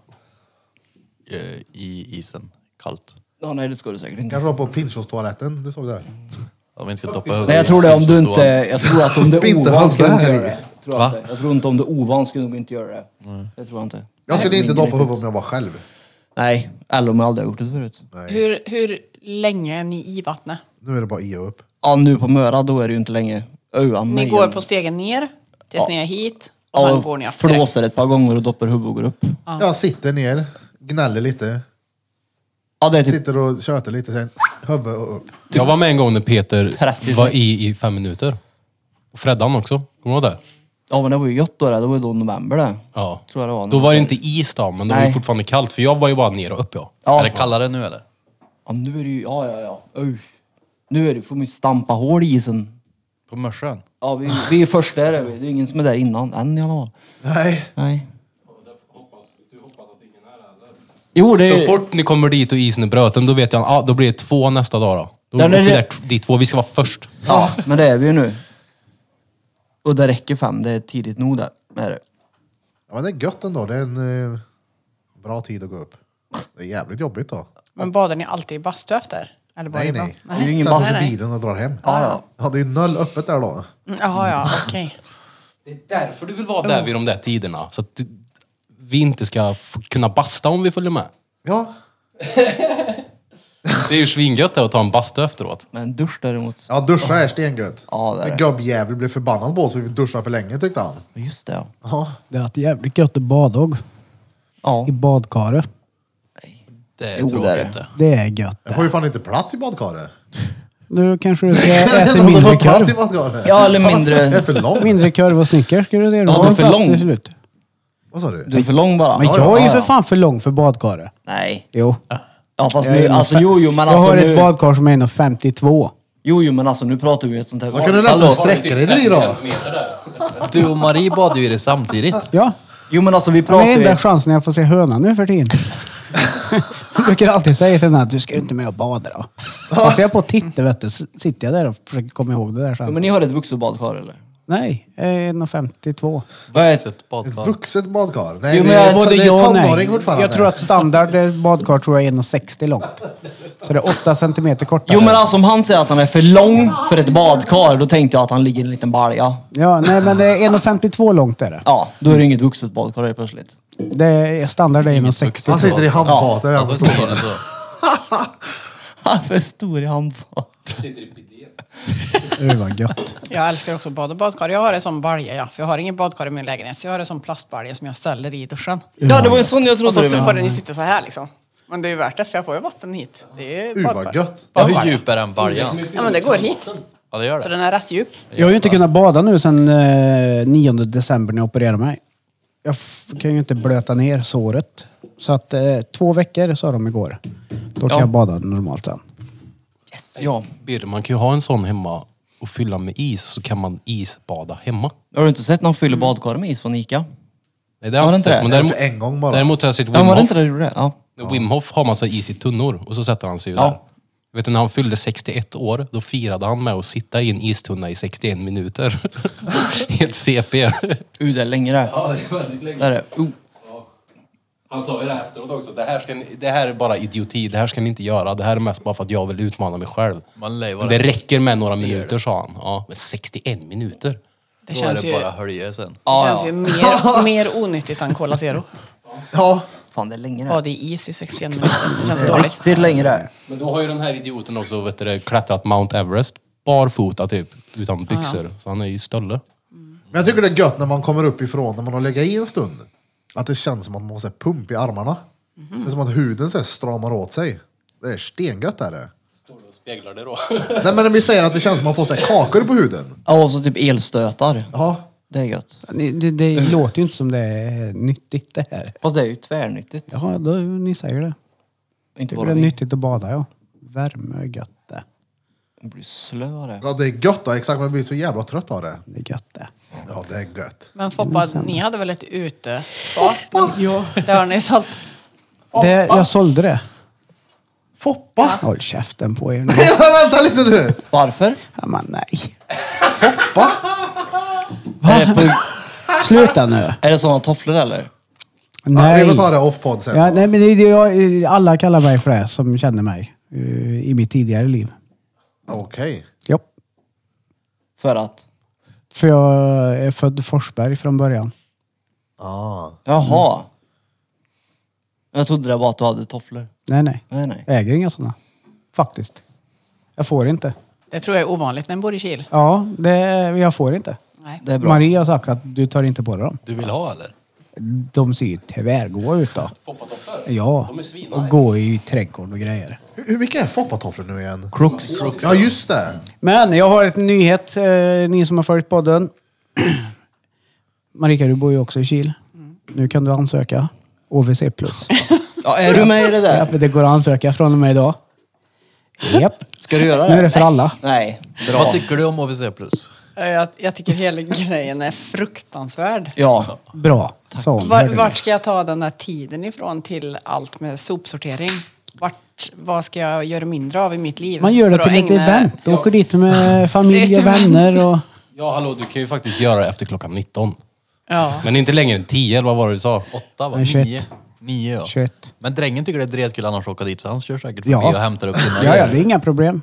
eh, i isen kallt. Ja, nej, det ska du säkert inte. Kanske var på Pinchos-toaletten, du såg det? Mm. Att man inte ska doppa över. Nej, jag i tror det om du isens inte... toalett. Jag tror att om du Hopp är inte ovan skulle du halva inte här göra i. det. Tror jag, inte. jag tror inte om du är ovan skulle du nog inte göra det. Det tror jag inte. Jag skulle Nej, inte men doppa riktigt. huvudet om jag var själv. Nej, eller om jag aldrig har gjort det förut. Hur, hur länge är ni i vattnet? Nu är det bara i och upp. Ja, nu på Möra då är det ju inte länge. Öa, Ni går på stegen ner tills Ja. ni är hit och sen går ni upp direkt. Flåsar ett par gånger och doppar huvudet och går upp. Jag sitter ner, gnäller lite, Ja, det är typ sitter och tjötar lite, sen huvudet och upp. Jag var med en gång när Peter 30. var i i fem minuter. Och Freddan också. Kommer du ihåg det? Ja men det var ju gött då det. Det var ju då november det. Ja. Tror jag det var. Då var det inte is då, men det var ju Nej. fortfarande kallt. För jag var ju bara ner och upp ja. Ja. Är det kallare nu eller? Ja nu är det ju, ja ja ja. Uj. Nu är det, får man ju stampa hål i isen. På Mörsön? Ja vi, vi är först där är vi. Det är ingen som är där innan än i alla fall. Nej, Nej. Jo det är Så fort ni kommer dit och isen är bröten, då vet jag ah, då blir det två nästa dag då. Då Ja, åker nej, vi det- där, dit två. Vi ska vara först. Ja men det är vi ju nu. Och det räcker fem. Det är tidigt nog där. Är det. ja, men det är gött ändå. Det är en eh, bra tid att gå upp. Det är jävligt jobbigt då. Men badar ni alltid i bastu efter? Eller bara Nej, i ba- nej. Det är ju ingen Sätter bastu. sig i Nej, nej. bilen och drar hem. Ja, ja. Ja, det är ju noll öppet där då. Mm, Jaha, ja, okej. Det är därför du vill vara där vid de där tiderna. Så att du- vi inte ska f- kunna basta om vi följer med. Ja, Det är ju svingött det att ta en bastu efteråt. Men dusch däremot. ja duscha är stengött. Ja, det är det. Men gubbjävel blev förbannad på oss för vi duschade för länge tyckte han. Ja, Just det ja. Ja. Det är att det är jävligt gött att bada och- Ja. i badkaret. Det är Jo, det är det. tråkigt det. Det är gött. Jag får ju fan inte plats i badkaret. Nu kanske du ska Det är äta någon som mindre har plats i korv. badkaret. Ja, eller mindre- Det är för långt. Mindre korv och Snickers skulle du säga. Ja, Då du har är för plats lång. till slut. Vad sa du? Du är för lång bara. Men jag är ju Ja, för ja. fan för lång för badkaret. Nej. Jo. Ja fast Jag är nu, en- alltså jo jo men Jag alltså har nu. ett badkar som är 1,52. Jo jo men alltså nu pratar vi ju ett sånt här. Då kan du nästan sträcka dig till idag. Du och Marie badade ju i det samtidigt. Ja. Jo men alltså vi Det pratar är ju... enda chansen jag får se hönan nu för tiden. Jag brukar alltid säga till henne att du ska ju inte med och bada då. Fast jag är på och tittar vet du, så sitter jag där och försöker komma ihåg det där Ja, sen. men ni har ett vuxet badkar eller? Nej, eh, 1,52. Vad är Ett Ett badkar. vuxet badkar? Nej, Jo, men det är, jag- både Både det är ja och tonåring nej. fortfarande. Jag tror att standard eh, badkar tror jag är 1,60 långt. Så det är 8 centimeter kortare. Jo men alltså om han säger att han är för lång för ett badkar, då tänkte jag att han ligger i en liten balja. Ja, nej men det är 1,52 långt är det. Ja, då är det inget vuxet badkar helt plötsligt. det är standard är 1,60. Han sitter i handfatet. Ja, Ja, varför säger du Alltså, så? Han är för stor i handfat. Det var gött. Jag älskar också bad och badkar. Jag har det som balja, ja. För jag har ingen badkar i min lägenhet. Så jag har det som plastbalja som jag ställer i duschen. Ja, det var ju sån jag Och trodde så, du så får menade. den ju sitta så här liksom. Men det är ju värt det, för jag får ju vatten hit. Det är ju Gud badkar. vad gött. Ja, hur djup är den baljan? Ja, men det går hit. Ja, det gör Så det. den är rätt djup. Jag har ju inte kunnat bada nu sedan eh, 9 december när jag opererade mig. Jag f- kan ju inte blöta ner såret. Så att eh, två veckor sa de igår. Då kan Ja. jag bada normalt sen. Ja. Birre, man kan ju ha en sån hemma och fylla med is så kan man isbada hemma. Har du inte sett någon fyller badkar med is från Ica? Nej, det har Var jag det inte inte sett. det? Men Jag har däremot, gjort det en gång bara. däremot har jag sett Wim Ja, var det Hof. inte det du gjorde? Ja. När Wim Hof har massa is i tunnor och så sätter han sig ju Ja. där. Vet du, när han fyllde 61 år, då firade han med att sitta i en istunna i 61 minuter. Helt CP. Uh, det är länge det. Ja, det är väldigt länge. Där är det. Uh. Han sa ju det efteråt också. Det här, ska ni, det här är bara idioti. Det här ska ni inte göra. Det här är mest bara för att jag vill utmana mig själv. Man lär ju vara Men det räcker med några minuter, sa han. Ja, men 61 minuter. Det Då är känns det ju, bara hölje sen. det känns ju mer, mer onyttigt än Cola Zero. Ja, Fan, det är länge det. Bad i is i 61 minuter. Det känns dåligt. Riktigt länge det. Men då har ju den här idioten också vet du, det, klättrat Mount Everest barfota typ, utan byxor. Så han är ju stölle. men jag tycker det är gött när man kommer upp ifrån när man har legat i en stund. Att det känns som att man har så här pump i armarna. Det är som att huden så här stramar åt sig. Det är stengött är det. Står du och speglar det då? Nej men när vi säger att det känns som att man får så här kakor på huden. Ja, och så typ elstötar. Ja, Det är gött. Ni- Det, det låter ju inte som det är nyttigt det här. Fast det är ju tvärnyttigt. Ja, då, ni säger det. Jag Inte tycker bara det är vi. nyttigt att bada, ja. Värme är gött det. Jag blir slö av det. ja det är gött då, exakt. Man blir så jävla trött av det. Det är gött det. Ja, det är gött. Men Foppa, ni hade väl ett utespa? Ja. Det har ni sålt. det jag sålde det. Foppa! Håll käften på er nu. Nej, men vänta lite nu! Varför? Ja, men nej. Foppa! Är det, på, Sluta nu. är det såna tofflor eller? Ja, Nej. vi får ta det off-podd sen. Ja, nej, men det, är det jag, alla kallar mig för det som känner mig eh, i mitt tidigare liv. Okej. Ja. För att? För jag är född Forsberg från början. Ah. Jaha. Jag trodde det var att du hade tofflor. Nej, nej. Nej, nej. Jag äger inga sådana. Faktiskt. Jag får inte. Det tror jag är ovanligt när man bor i Kil. Ja, det, jag får inte. Nej. Det är bra. Marie har sagt att du tar inte på dig dem. Du vill ha eller? De ser ju tvärgoa ut då. Foppatofflor? Ja. De är svinnice. Och går i trädgården och grejer. Hur, hur, vilka är foppatofflor nu igen? Crooks. Ja, just det. Men jag har ett nyhet, eh, ni som har följt podden. Marika, du bor ju också i Kil. Nu kan du ansöka. OVC plus. Ja, är du med i det Ja, där? men det går att ansöka från och med idag. Japp. Ska du göra det? Nu är det för alla. Nej. Bra. Vad tycker du om AVC+. plus? Jag, jag tycker hela grejen är fruktansvärd. Ja. Bra, sa hon. Var, Hörde du? vart ska jag ta den där tiden ifrån till allt med sopsortering? Vart, vad ska jag göra mindre av i mitt liv? Man gör det för att till ett ägna- event. Du åker dit med familj och Ett event. vänner. Och... Ja, hallå, du kan ju faktiskt göra det efter klockan 19. Ja. Men inte längre än 10, eller vad var det du sa? Åtta va? Nej, Nio? 21. Nio ja. 21. Men drängen tycker det är dretkul annars att åka dit så han kör säkert förbi Ja. och hämtar upp sina Ja, ja, det är grejer. inga problem.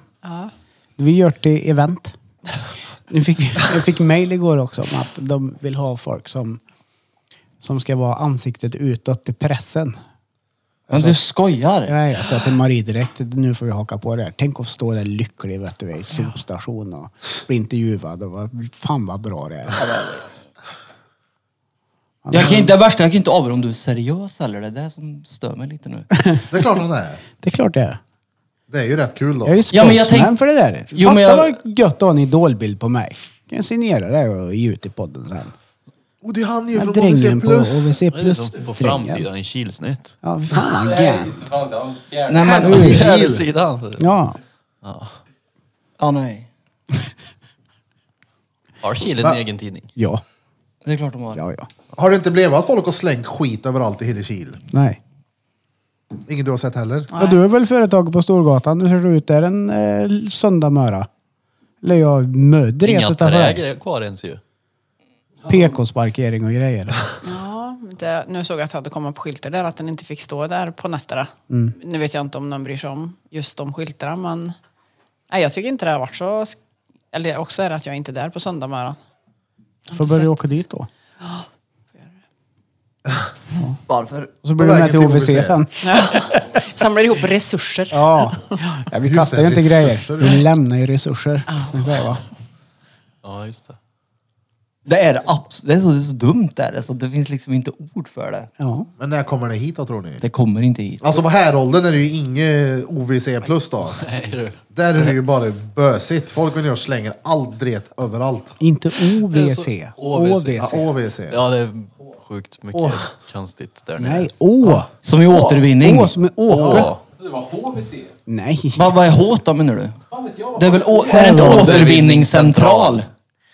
Vi gör till event. Nu fick, jag fick mejl igår också om att de vill ha folk som, som ska vara ansiktet utåt i pressen. Men du skojar? Nej, jag sa till Marie direkt, nu får vi haka på det här. Tänk att stå där lycklig vet du, i sopstation och bli intervjuad. Och vad, fan vad bra det är. Jag kan inte, det värsta, jag kan inte avgöra om du är seriös eller det är det som stör mig lite nu. Det är klart han är. Det är klart det är. Det är ju rätt kul då. Jag är ju Ja, men jag spokesman tänk- för det där. Jo, Fatta men jag- vad gött att ha en idolbild på mig. Kan jag signera det och ge ut i podden sen. Och det är han ju Ja, från E drängen OVC+. på E. OVC Det är liksom plus. som på drängen. framsidan i kilsnitt. Ja, fy fan vad gött. Nej, men, Fjärde sidan. Ja. ja, nej. Har Kilen en egen tidning? Ja. Det är klart de har. Ja, ja. Har det inte blivit att folk har slängt skit överallt i hela Kil? Nej. Inget du har sett heller? Ja, du är väl företaget på Storgatan? Du ser du ut där en eh, söndag morgon? Eller jag mödret Inga utanför dig. träd kvar ens ju. PK-sparkering och grejer. Ja, det, nu såg jag att det hade kommit på skyltar där att den inte fick stå där på nätterna. Mm. Nu vet jag inte om någon bryr sig om just de skyltarna men nej, jag tycker inte det har varit så... sk- Eller också är det att jag inte är där på söndag morgon. Du får börja åka dit då. Varför? Och så blir På du med vägen till till OVC OVC. sen. Samlar ihop resurser. Ja. ja vi Just kastar det, ju inte resurser. grejer. Vi lämnar ju resurser. Ska vi säga, va? Ja, just det. Det är, det abs- det är, så, det är så dumt där, alltså, det finns liksom inte ord för det. Ja. Men när kommer det hit då tror ni? Det kommer inte hit. Alltså på häråldern är det ju inget OVC plus då. Där är det ju bara bösigt. Folk vill ju slänga allt dret överallt. Inte OVC. OVC. Ja, OVC. Ja, det är sjukt mycket konstigt där nere. Nej, Å. Som i återvinning. Å som är åker. Åh, Det var HVC. Nej. Vad vad är H då menar du? Det är väl å- är det inte återvinningscentral?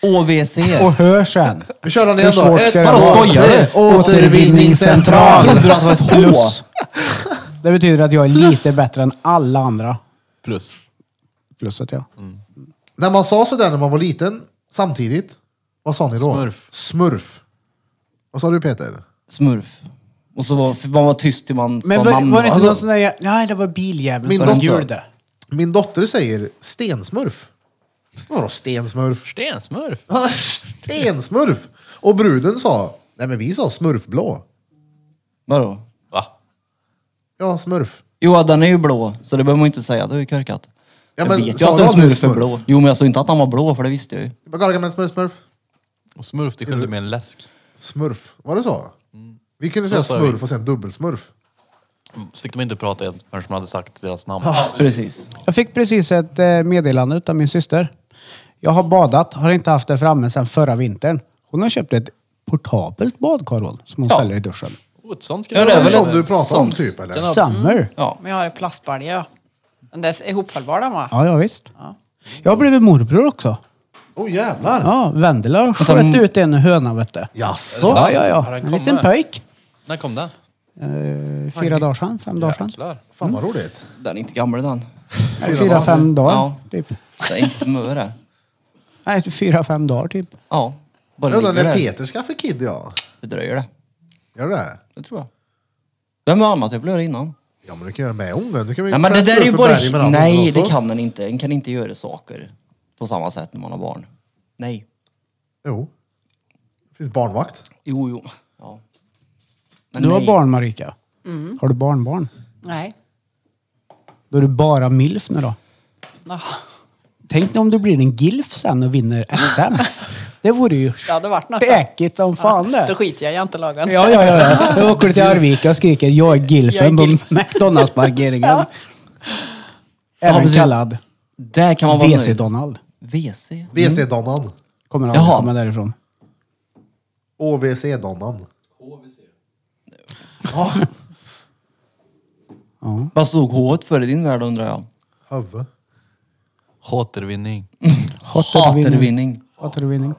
OVC. Och hör sen. Vi kör den Hur igen då. svårt Ett, ska det vara? två, Skojar du? tre. Återvinningscentral. Jag trodde att det var ett H. Plus. Det betyder att jag är lite bättre än alla andra. plus. Pluset ja. När man sa sådär när man var liten, samtidigt, vad sa ni då? Smurf. Smurf. Vad sa du Peter? Smurf. Och så var för man var tyst till man sa Men var, namn. var det inte Alltså, någon sån där... Nej, det var biljäveln Min som var dotter. gul det. Min dotter säger stensmurf. Vadå stensmurf? Stensmurf. stensmurf! Och bruden sa, nej men vi sa smurfblå. Vadå? Va? Ja, smurf. Jo, den är ju blå, så det behöver man inte säga. Det är ju korkat. Ja, jag men vet ju sa att du den aldrig smurf är smurf? blå. Jo, men jag sa inte att han var blå, för det visste jag ju. Vad kallar man smurf smurf? Och smurf, det skiljer med en läsk. Smurf. Var det så? Vi kunde Så säga sa smurf vi. och sen dubbelsmurf. Så fick de inte prata igen förrän man hade sagt deras namn. Ah. Precis. Jag fick precis ett eh, meddelande av min syster. Jag har badat, har inte haft det framme sedan förra vintern. Hon har köpt ett portabelt badkar hon, som hon ställer i duschen. Oh, ett sånt Ja, skrev det är Är jag. det väl som en- du pratade om sånt. typ eller? Summer! Men jag har en plastbalja. ja. Den där är ihopfällbar den va? Ja, ja visst. Jag har blivit morbror också. Oh jävlar! Ja, Vendela har sköt ut en höna vet du. Jaså? Ja, ja, Har ja. den En liten kommit? pöjk. När kom den? Eh, Fyra dagar sedan, fem dagar sedan. Jäklar. Fan vad roligt. Den är inte gammal den. Nej, Fyra, fem dagar Ja. typ. Det är inte möre. Nej, fyra, fem dagar typ. Ja. Bara Jag undrar ligger när där. Peter skaffar kid ja. Det dröjer det. Gör du det? Det tror jag. Vem är annat jag vill göra innan? Ja men du kan göra med omvänd. Du kan ju Nej, men det klättra där är ju upp för berg med bara... den Nej, också. det kan den inte. Den kan inte göra saker på samma sätt när man har barn. Nej. Jo. Det finns barnvakt. Jo, jo. Ja. Men Du har nej. barn Marika. Har du barnbarn? Nej. Då är du bara milf nu då. Ja, Tänk dig om du blir en gilf sen och vinner SM. Det vore ju Det hade varit något. späkigt som fan Då det. skiter jag i jantelagen. Ja, ja, ja. ja. Jag åker till Arvika och skriker jag är Jag är gilfen på gilf. McDonalds-parkeringen. Ja, Även precis. kallad Där kan man vara nöjd. WC-Donald. WC? WC-donnan. Kommer aldrig Jaha. komma därifrån. OVC-donnan. Vad stod H för i din värld undrar jag? Höve. Återvinning. Hatervinning. Återvinning.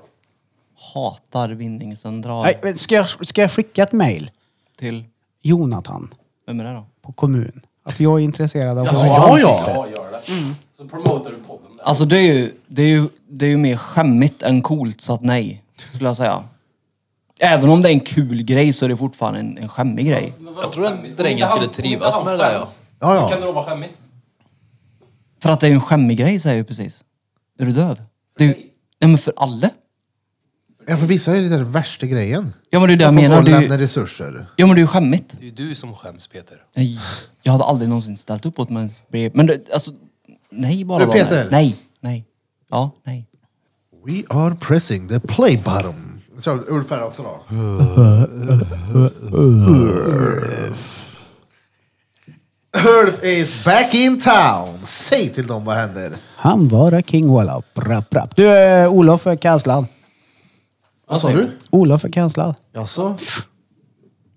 Hatarvinningcentral. Nej, men ska, jag, ska jag skicka ett mejl? Till... Jonathan Vem är det då? på kommun. Att jag är intresserad av... Alltså, ja, ja. Ja, gör det. Mm. Så promotar du podden där. Alltså det är ju, det är ju, det är ju mer skämmigt än coolt så att nej. Skulle jag säga. Även om det är en kul grej så är det fortfarande en, en skämmig grej. Jag tror den drängen skulle trivas med det där. Ja. Ja, ja. Kan det då vara skämmigt? För att det är ju en skämmig grej säger jag ju precis. Är du döv? Det är ju, nej men för alla. Ja, för vissa är det den värsta grejen. Ja men det är det jag Att menar. man Det är lämnar ju, resurser. ja men det är ju skämmigt. Det är ju du som skäms Peter. Nej, jag hade aldrig någonsin ställt upp åt mig ens brev. Men det, alltså, nej bara. Du, Daniel. Peter. Nej, nej. Ja, nej. We are pressing the play button. Kör Ulf här också då. Ulf is back in town. Säg till dem vad händer. Han vara king walla. Brapp, brapp. Du, eh, Olof är kanslad. Vad sa du? Olof är kanslad. Jaså?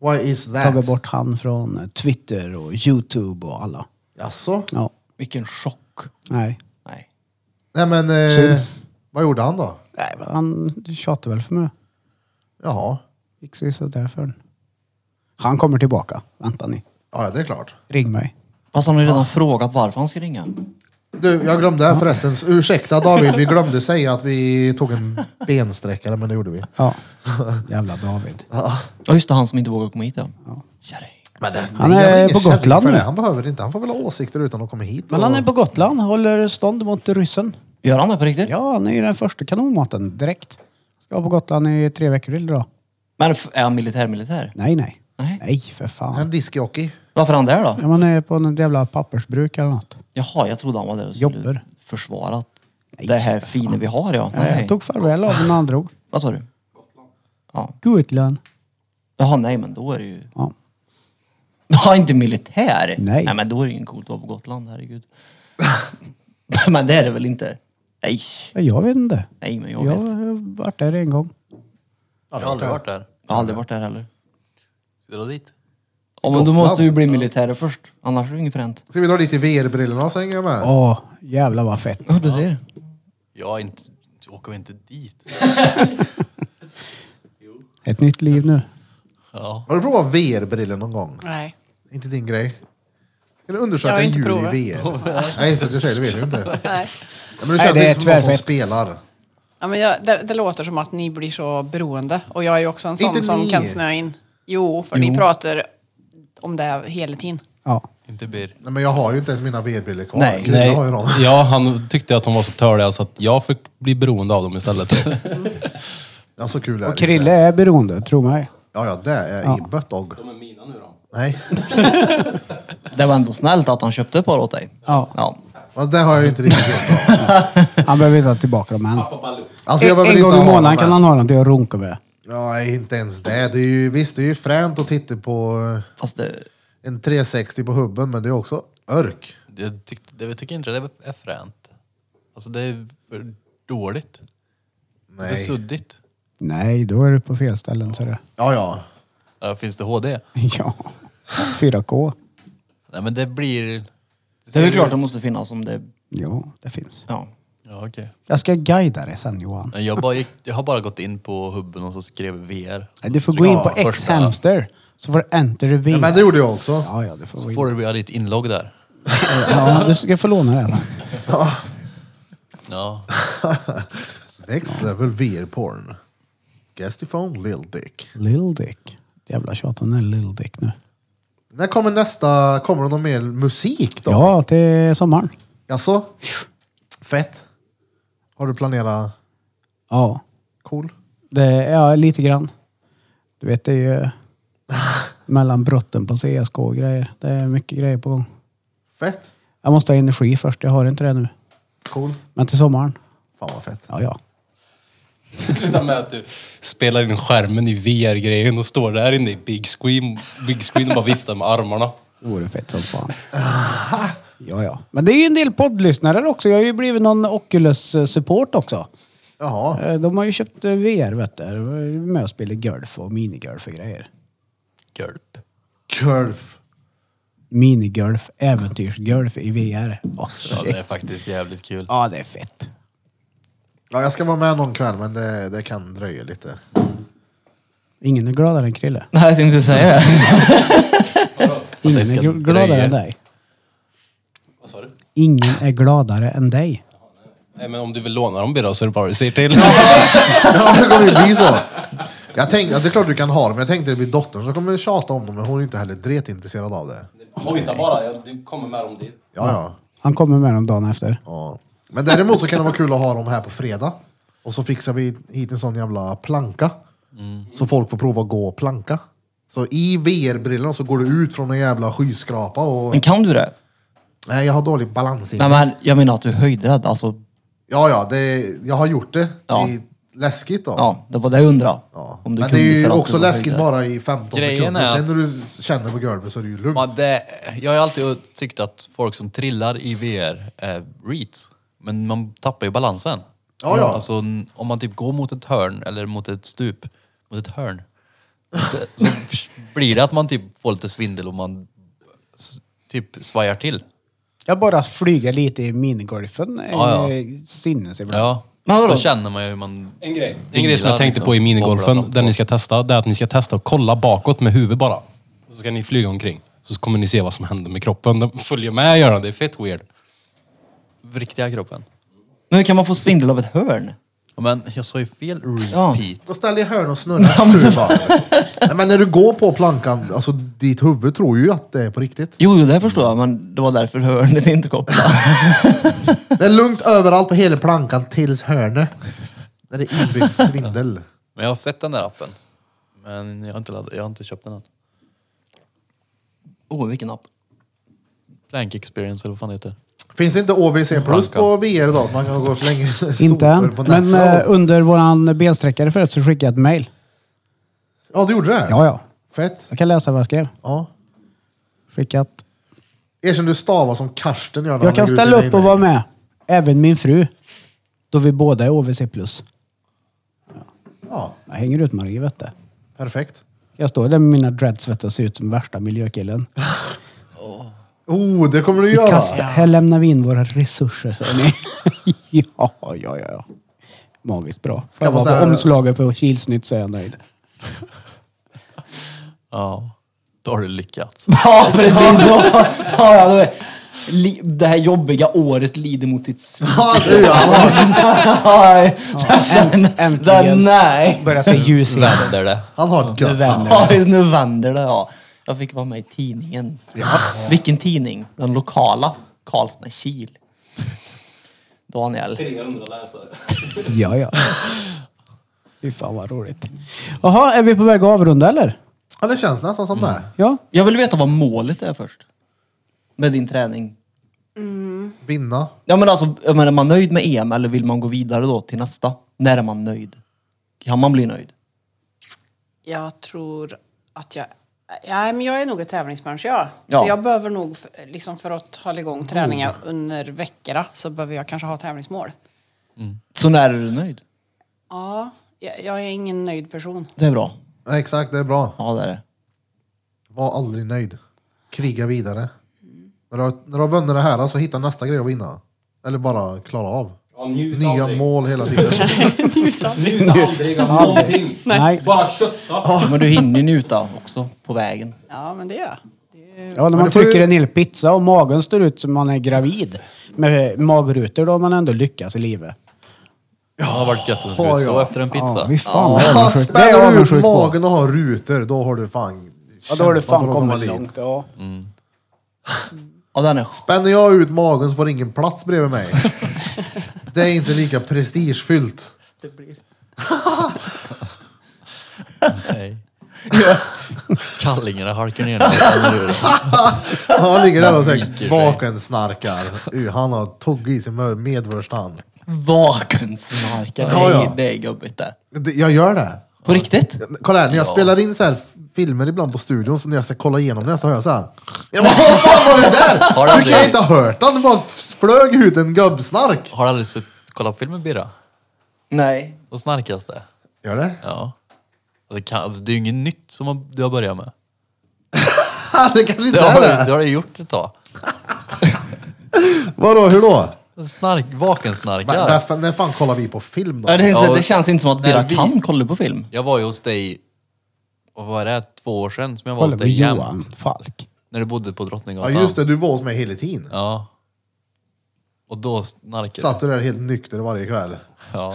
Why is tagit that? bort han från eh, Twitter och Youtube och alla. Jaså? Ja, Vilken chock. nej. Nej. Nej men, eh, Synd. vad gjorde han då? Nej, men han tjatar väl för mig. Jaha, Gick sig sådär för en. Han kommer tillbaka. Vänta ni. ja det är klart. Ring mig. Fast han har ju redan frågat varför han ska ringa. Du, jag glömde förresten. Ursäkta David, vi glömde säga att vi tog en bensträckare, men det gjorde vi. Ja. Jävla David. Ja just det, han som inte vågar komma hit ja. Tja dig. Men det, Han det är väl ingen på kärring Gotland för det. nu. Han behöver inte. Han får väl ha åsikter utan att komma hit. Men och- han är på Gotland. Håller stånd mot ryssen. Gör han det på riktigt? Ja, han är ju den första kanonmaten direkt. Ska vara på Gotland i tre veckor till då. Men f- är han militär militär? Nej, nej. Nej. Nej, för Han är fan. en diskjockey. Varför är han där då? Ja, Man är på något jävla pappersbruk eller något. Jaha, jag trodde han var där och skulle Jobbar. försvara det här fina vi har ja. Nej. Jag tog farväl av den andra. Vad sa du? Ja. Gutland. Jaha, nej men då är det ju... Ja. Ja, inte militär? Nej. Nej men då är det ingen coolt att vara på Gotland, herregud. men det är det väl inte? Nej, Ja, Jag vet inte. nej men jag Jag vet. har varit där en gång. Jag har aldrig varit där. Jag har aldrig varit där heller. Ska vi dra dit? Ja men då måste du ju bli militär först, annars är det inget fränt. Ska vi dra dit i VR-brillorna så hänger jag med? Åh, jävlar vad fett. Ja, du ser. Jag är inte... Åker vi inte dit? Ett nytt liv nu. Har du provat VR-brillor någon gång? Nej. Inte din grej? Kan du undersöka Jag har en inte jul provat. i VR? Nej, så att jag säger, det vet jag inte. Nej. Ja, men det känns det är lite som någon som tvärfett. spelar. Ja, men jag, det, det låter som att ni blir så beroende. Och jag är ju också en sån Inte som ni. kan snöa in. Jo, för ni pratar om det hela tiden. Ja. Inte bir. Nej, men jag har ju inte ens mina VR-brillor kvar. Nej. Krille har ju dem. Ja, han tyckte att de var så törliga så att jag fick bli beroende av dem istället. Ja, så kul är Och det Krille inte. är beroende, tro mig. Ja, ja, det är Ja. i böttog. De är mina nu då? Nej, Det var ändå snällt att han köpte ett par åt dig. Ja. Ja. Fast det har jag ju inte riktigt gjort. Han behöver inte ha tillbaka dem än. Alltså, jag En, behöver en inte gång i ha månaden dem kan än. han ha dem till att runka med. Ja, inte ens det. det är ju, visst, det är ju fränt att titta på Fast det... eh, en 360 på hubben, men det är också örk. Jag, tyck, det, jag tycker inte det är fränt. Alltså det är för dåligt. För Nej. suddigt. Nej, då är du på fel ställen. Så är det. Ja, ja. Ja, finns det HD? Ja. 4K. Nej men det blir... Det är ser väl klart ut- det måste finnas om det... Ja, det finns. Ja. Ja, okej. Jag ska guida dig sen Johan. Nej, Jag, bara gick, jag har bara gått in på hubben och så skrev VR. Du får gå in på Ja, första- X-Hamster så får du enter the ja. V. Men det gjorde jag också. Ja, ja, du får gå Får in. du göra ditt inlogg där? Ja, du ska få låna det. sen. Ja. Next level VR-porn. Guess the phone, Lil Dick. Lil Dick. Jävla tjat om den här Lil Dick nu. När kommer nästa? Kommer det någon mer musik då? Ja, till sommaren. Jaså? Fett. Har du planerat Ja. cool? Det, ja, lite grann. Du vet, det är ju mellan brotten på CSK och grejer. Det är mycket grejer på gång. Fett. Jag måste ha energi först, jag har inte det nu. Cool. Men till sommaren, Fan vad fett. ja ja. Sluta med att du spelar in skärmen i VR-grejen och står där inne i big screen, big screen och bara viftar med armarna. Det vore fett som fan. Ja ja. Men det är ju en del poddlyssnare också. Jag har ju blivit någon Oculus-support också. Jaha. Eh, De har ju köpt eh, VR vet du. De var ju med och spelade golf och minigolf och grejer. Gulp. Curve. Minigolf, äventyrsgolf i VR. Åh, Ja, shit. det är faktiskt jävligt kul. Ja det är fett. Ja, jag ska vara med någon kväll men det, det kan dröja lite. Ingen är gladare än Krille. Nej, jag tänkte säga det. Ingen det ska är gl- gladare dröja. än dig. Vad sa du? Ingen är gladare än dig. Nej, men om du vill låna dem bara så är det bara du säger till. Ja, det kommer ju bli så. Jag tänkte, det är klart du kan ha dem, men jag tänkte det blir dottern som kommer tjata om dem, men hon är inte heller dret intresserad av det. Hojta bara, jag- du kommer med dem dit. Ja, ja. Han kommer med dem dagen efter. ja. Men däremot så kan det vara kul att ha dem här på fredag. Och så fixar vi hit en sån jävla planka. Så folk får prova att gå och planka. Så i VR-brillorna så går du ut från en jävla skyskrapa och... Men kan du det? Nej, jag har dålig balans i Nej men jag menar att du är höjdrädd. Alltså, Ja, ja, det, jag har gjort det. Ja. Det är läskigt då. ja, det var det jag undrade. Ja. Om du Men det kunde är för ju att du också var läskigt höjdrädd. bara i 15 Grejen sekunder. är Sen att- när du känner på golvet så är det ju lugnt. Man, det, jag har alltid tyckt att folk som trillar i VR är reats. Men man tappar ju balansen. Ja, ja. Alltså, n- om man typ går mot ett hörn eller mot ett stup, mot ett hörn, så blir det att man typ får lite svindel och man s- typ svajar till. Mm. Jag bara flyger lite i minigolfen. är Ja, Sinnes ibland. Ja. Men vadå? Då känner man ju hur man... En grej, en Vinglar, grej som jag tänkte liksom. på i Bobblar minigolfen, fram den två. ni ska testa, det är att ni ska testa att kolla bakåt med huvudet bara. Och så ska ni flyga omkring. Så kommer ni se vad som händer med kroppen. De följer med gör de, det är fett weird. Riktiga kroppen. Men hur kan man få svindel av ett hörn? Ja, Men jag sa ju fel Ja. repeat. Pete. Då ställer jag hörn och snurrar sju varv. Nej, men när du går på plankan, alltså ditt huvud tror ju att det är på riktigt. Jo, jo, det förstår jag, men det var därför hörnet inte kopplade. Det är lugnt överallt på hela plankan tills hörnet. Där det är inbyggd svindel. Men jag har sett den där appen. Men jag har inte, ladd- jag har inte köpt den än. Åh, oh, vilken app. Plank experience eller vad fan det heter. Finns inte OVC plus på VR idag? Man kan gå och slänga Inte sopor än. på Men nätet. eh, under våran bensträckare förut så skickade jag ett mail. Ja, du gjorde det? Ja, ja. Fett. Jag kan läsa vad jag skrev. Ja. Skickat. Erkänn du stavar som Karsten gör när han Jag kan lägger ut ställa sina upp och inlägg. vara med. Även min fru. Då vi båda är OVC+. plus. Ja, Jag hänger ut Marie, vet du. perfekt. Jag står där med mina dreads vet du, och ser ut som värsta miljökillen. Oh, det kommer du Vi göra. kastar, här lämnar vi in våra resurser, säger ni. ja, ja, ja, ja. Magiskt bra. Ska Ska jag man vara säga- på omslaget på Kilsnytt så är jag nöjd. Ja, då har du lyckats. Ja, precis. Ja, ja, då är- li- det här jobbiga året lider mot sitt slut. Ja, du, ja. Nej, den- äntligen. den- Nej. Börjar se ljus ut. Vänder det. Han har det gött. Ja, nu vänder det ja. Jag fick vara med i tidningen. Vilken tidning? Den lokala. Karlsna-Kil. Daniel. 300 läsare. Ja, ja. Fy fan vad roligt. Jaha, är vi på väg att avrunda eller? Ja, det känns nästan som Mm. det. Ja. Jag vill veta vad målet är först. Med din träning. Vinna. Ja men alltså, jag menar, är man nöjd med EM eller vill man gå vidare då till nästa? När är man nöjd? Kan man bli nöjd? Jag tror att jag... Ja, men jag är nog ett tävlingsmänniska. jag. Ja. Så jag behöver nog, f- liksom för att hålla igång träningar under veckorna, så behöver jag kanske ha tävlingsmål. Så när är du nöjd? Ja, jag, jag är ingen nöjd person. Det är bra. Ja, Exakt, det är bra. Ja det är det. Var aldrig nöjd. Kriga vidare. När du, har- när du har vunnit det här, så alltså, hitta nästa grej att vinna. Eller bara klara av. Ja, njut Nya aldrig. mål hela tiden. Njut aldrig av någonting. Nej. Bara kötta. Men du hinner ju njuta också på vägen. Ja, men det gör jag. Ja, när Men man det får ju- trycker en hel pizza och magen står ut som man är gravid. Med magrutor då har man ändå lyckats i livet. Det har varit gött att Har sluta så jag. efter en Ja, pizza. vi fan vad Ja, avundsjuk. Det är jag Spänner du avundsjuk ut på. magen och har rutor, då har du fan Ja, då har du kämpat för fan att kommit dit. långt. Ja. Ja den är sk- Spänner jag ut magen så får ingen plats bredvid mig. Det är inte lika prestigefyllt. Nej. Kallingarna halkar ner. när jag ställer ur. Han ligger där och Viker sig. säger baken snarkar. Uh, han har tugg i sig med medvurst han. vakensnarkare. Ja, ja. Det är- Det är gubbigt det. Det- Jag gör det. På riktigt? Kolla här, när jag spelar in så här filmer ibland på studion, så när jag ska kolla igenom det så hör jag så här. Jag bara, vad fan var det Har det där? Hur kan jag aldrig- inte ha hört den? Det bara flög ut en gubbsnark. Har du aldrig sett, kollat på filmen Birra? Nej. Då snarkas det. Gör det? Ja. Och Det, kan, alltså, det är ju inget nytt som man, du har börjat med. det kanske inte Det har, är du- det det. har du gjort ett tag. Vadå, hur då? Snark, vakensnarkar. Men, men, när fan kollar vi på film då? Ja, det, Ja, och- det känns inte som att Birra Nej, vi- kan kolla på film. Jag var ju hos dig, vad var det, två år sedan som jag var Kolla hos på dig Johan jämt. Falk. När du bodde på Ja Drottninggatan. just det, du var hos mig hela tiden. Ja. Och då snarkade Satt du där helt nykter varje kväll. Ja.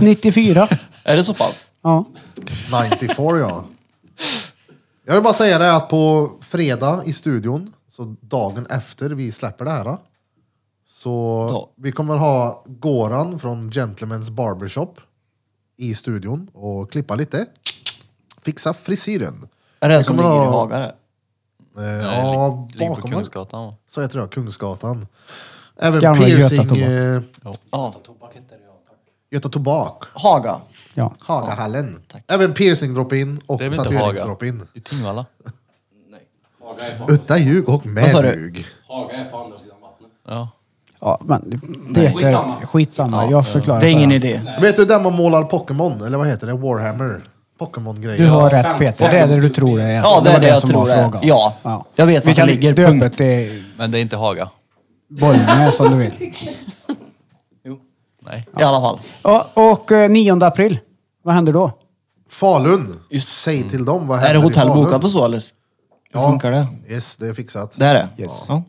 94. Är det så pass? Ja. 94 ja. Jag vill bara säga det att på fredag i studion, så dagen efter vi släpper det här. Så Ja. vi kommer ha Goran från Gentlemen's Barbershop i studion och klippa lite. Fixa frisyren. Är det, det som kommer ligger i att- Haga det? Eh, ja ja, ligger på bakom oss. Kungsgatan. va? Så heter det, Kungsgatan. Även Gamla Göta piercing... Tobak. eh, Ja. Göta Tobak. Haga. ja. Hagahallen. Även piercing drop-in och Det är väl inte Haga? tatuerings-drop-in. I Tingvalla. Haga är, på, Utta ljug och med sa du? ljug. Haga är på andra sidan vattnet. Ja. Ja, men det Skitsamma. skitsamma. skitsamma. Jag förklarar. Det är ingen för idé. Vet du där man målar Pokémon? Eller vad heter det? Warhammer? Pokémon-grejer. dig. Du har fem- rätt Peter. Det är det du fem- tror det är. Ja, det var är det jag tror det är. frågan. Ja. Jag vet Vi vart det kan ligger. döpa Punkt. till Men det är inte Haga. Bollnäs som du vill. Nej. I alla fall. Ja, och eh, 9 april. Vad händer då? Falun! Säg till dem vad Är händer det i hotell Falun? bokat och så eller? Hur Ja. funkar det? Yes, det är fixat. Det är det? Yes. Ja.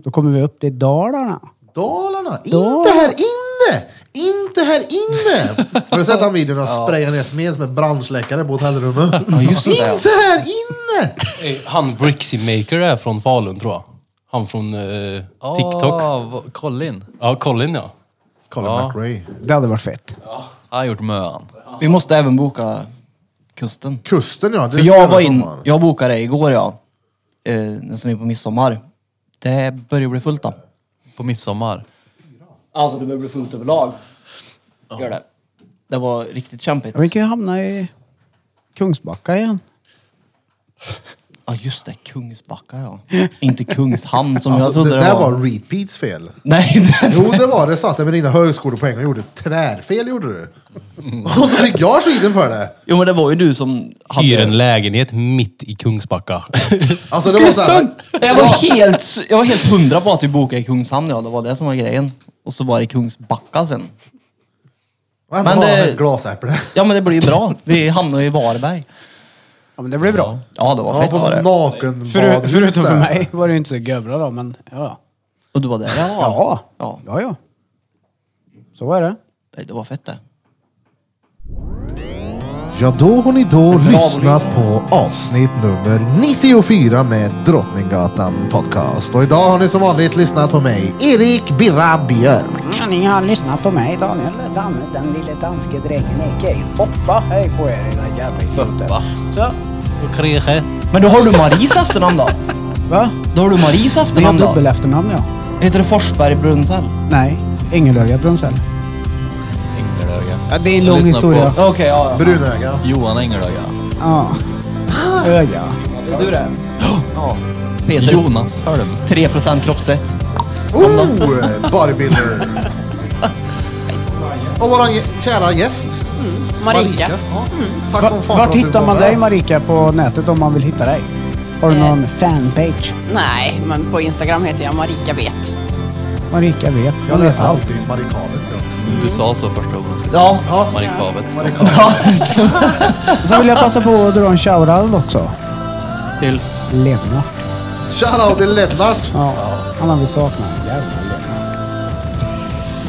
Då kommer vi upp till Dalarna. Dalarna! Dalarna. Inte här inne! Inte här inne! Har du sett den videon när jag sprayar ner smed som en brandsläckare på hotellrummet? Ja, just det, ja. Inte här inne! Eh, Han Brixie Maker är från Falun tror jag. Han från eh, TikTok. Ah, vad- Colin. Ja, Colin ja. Colin McRae. Det hade varit fett. Han har gjort Möan. Vi måste även boka kusten. Kusten ja, det För är jag var snö i in, sommar. jag bokade det igår ja. Eh, den som är på midsommar. Det börjar bli fullt då. På midsommar. Alltså det börjar bli fullt överlag. Gör det. Det var riktigt kämpigt. Ja, vi kan ju hamna i Kungsbacka igen. Ja just det, Kungsbacka ja. Inte Kungshamn som jag Alltså, det, trodde det, där var. var repeats fel. Nej, det... Jo, det var det. Satt jag med dina högskolepoäng och gjorde tvärfel, gjorde du. Mm. Och så fick jag skiten för det. Jo men det var ju du som hade... Hyr en lägenhet mitt i Kungsbacka. Alltså det var så här, Jag var, helt, jag var helt hundra på att vi bokade i Kungshamn ja, det var det som var grejen. Och så var det Kungsbacka sen. vad Men hände med det- ett glasäpple? Ja men det blir ju bra. Vi hamnade i Varberg. Ja men det blir bra. Ja det var Ja, fett på var det. nakenbadhus Förut, förutom för där. mig var det ju inte så göbra då men ja. Och du var där ja. Ja. Ja. Ja ja. Så är det. Nej, Det var fett det. Ja, då har ni då lyssnat på avsnitt nummer 94 med Drottninggatan Podcast. Och idag har ni som vanligt lyssnat på mig, Erik Birra Björk. Ni har lyssnat på mig Daniel Danne, den lille danske drängen a.k.a. Foppa. Hej på er era jävla idioter. Så, Men då har du Maries efternamn då? va? Då har du Maries Den har efternamn då? dubbel efternamn ja. Heter det Forsberg Brunnsell? Nej, Ingelöga Brunnsell. Engelöga. Ja, det är en lång Lyssna på- historia. Okej, ja. Brunöga. Johan Engelöga. Ja. Öga. ja. Du det? Ja. Peter. Jonas Hölm. 3% kroppsfett. Oh, bodybuilder. Och våran ge- kära gäst, Marika. Mm. Ja, Tack som fan för Vart att du hittar var man med. dig Marika på nätet om man vill hitta dig? Har du Eh. någon fanpage? Nej, men på Instagram heter jag Marika vet. Marika vet. Jag Hon vet läser allt. alltid Marikavet. Ja. Du sa så första gången du skulle Ja. Ja. Marikavet. Sen vill jag passa på att dra en shoutout också. Till? Lennart. Shoutout till Lennart. Ja, han har vi saknat. Jävla Lennart.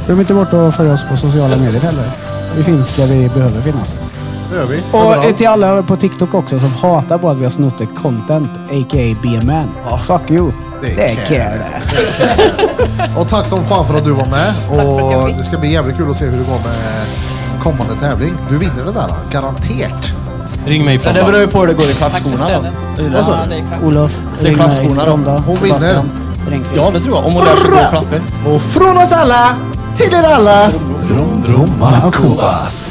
Glöm inte bort att följa oss på sociala medier heller. Vi finns där vi behöver finnas. Det gör vi. Och eh, Överallt. till alla på TikTok också som hatar på att vi har snott ett content, a.k.a. B-man. Fuck you. Det är Det är care. care det. Och tack som fan för att du var med. att jag Och fick. det ska bli jävligt kul att se hur det går med kommande tävling. Du vinner den där, garanterat. Ring mig Ja, från det beror ju på hur det går i Tack för klackskorna då. stödet. Ja, det är klart. Olof, Det är klackskorna då. Hon Ja det tror jag. Om hon lär sig gå i klackor. Och från oss alla till er alla. Drom, drom, Maracubas.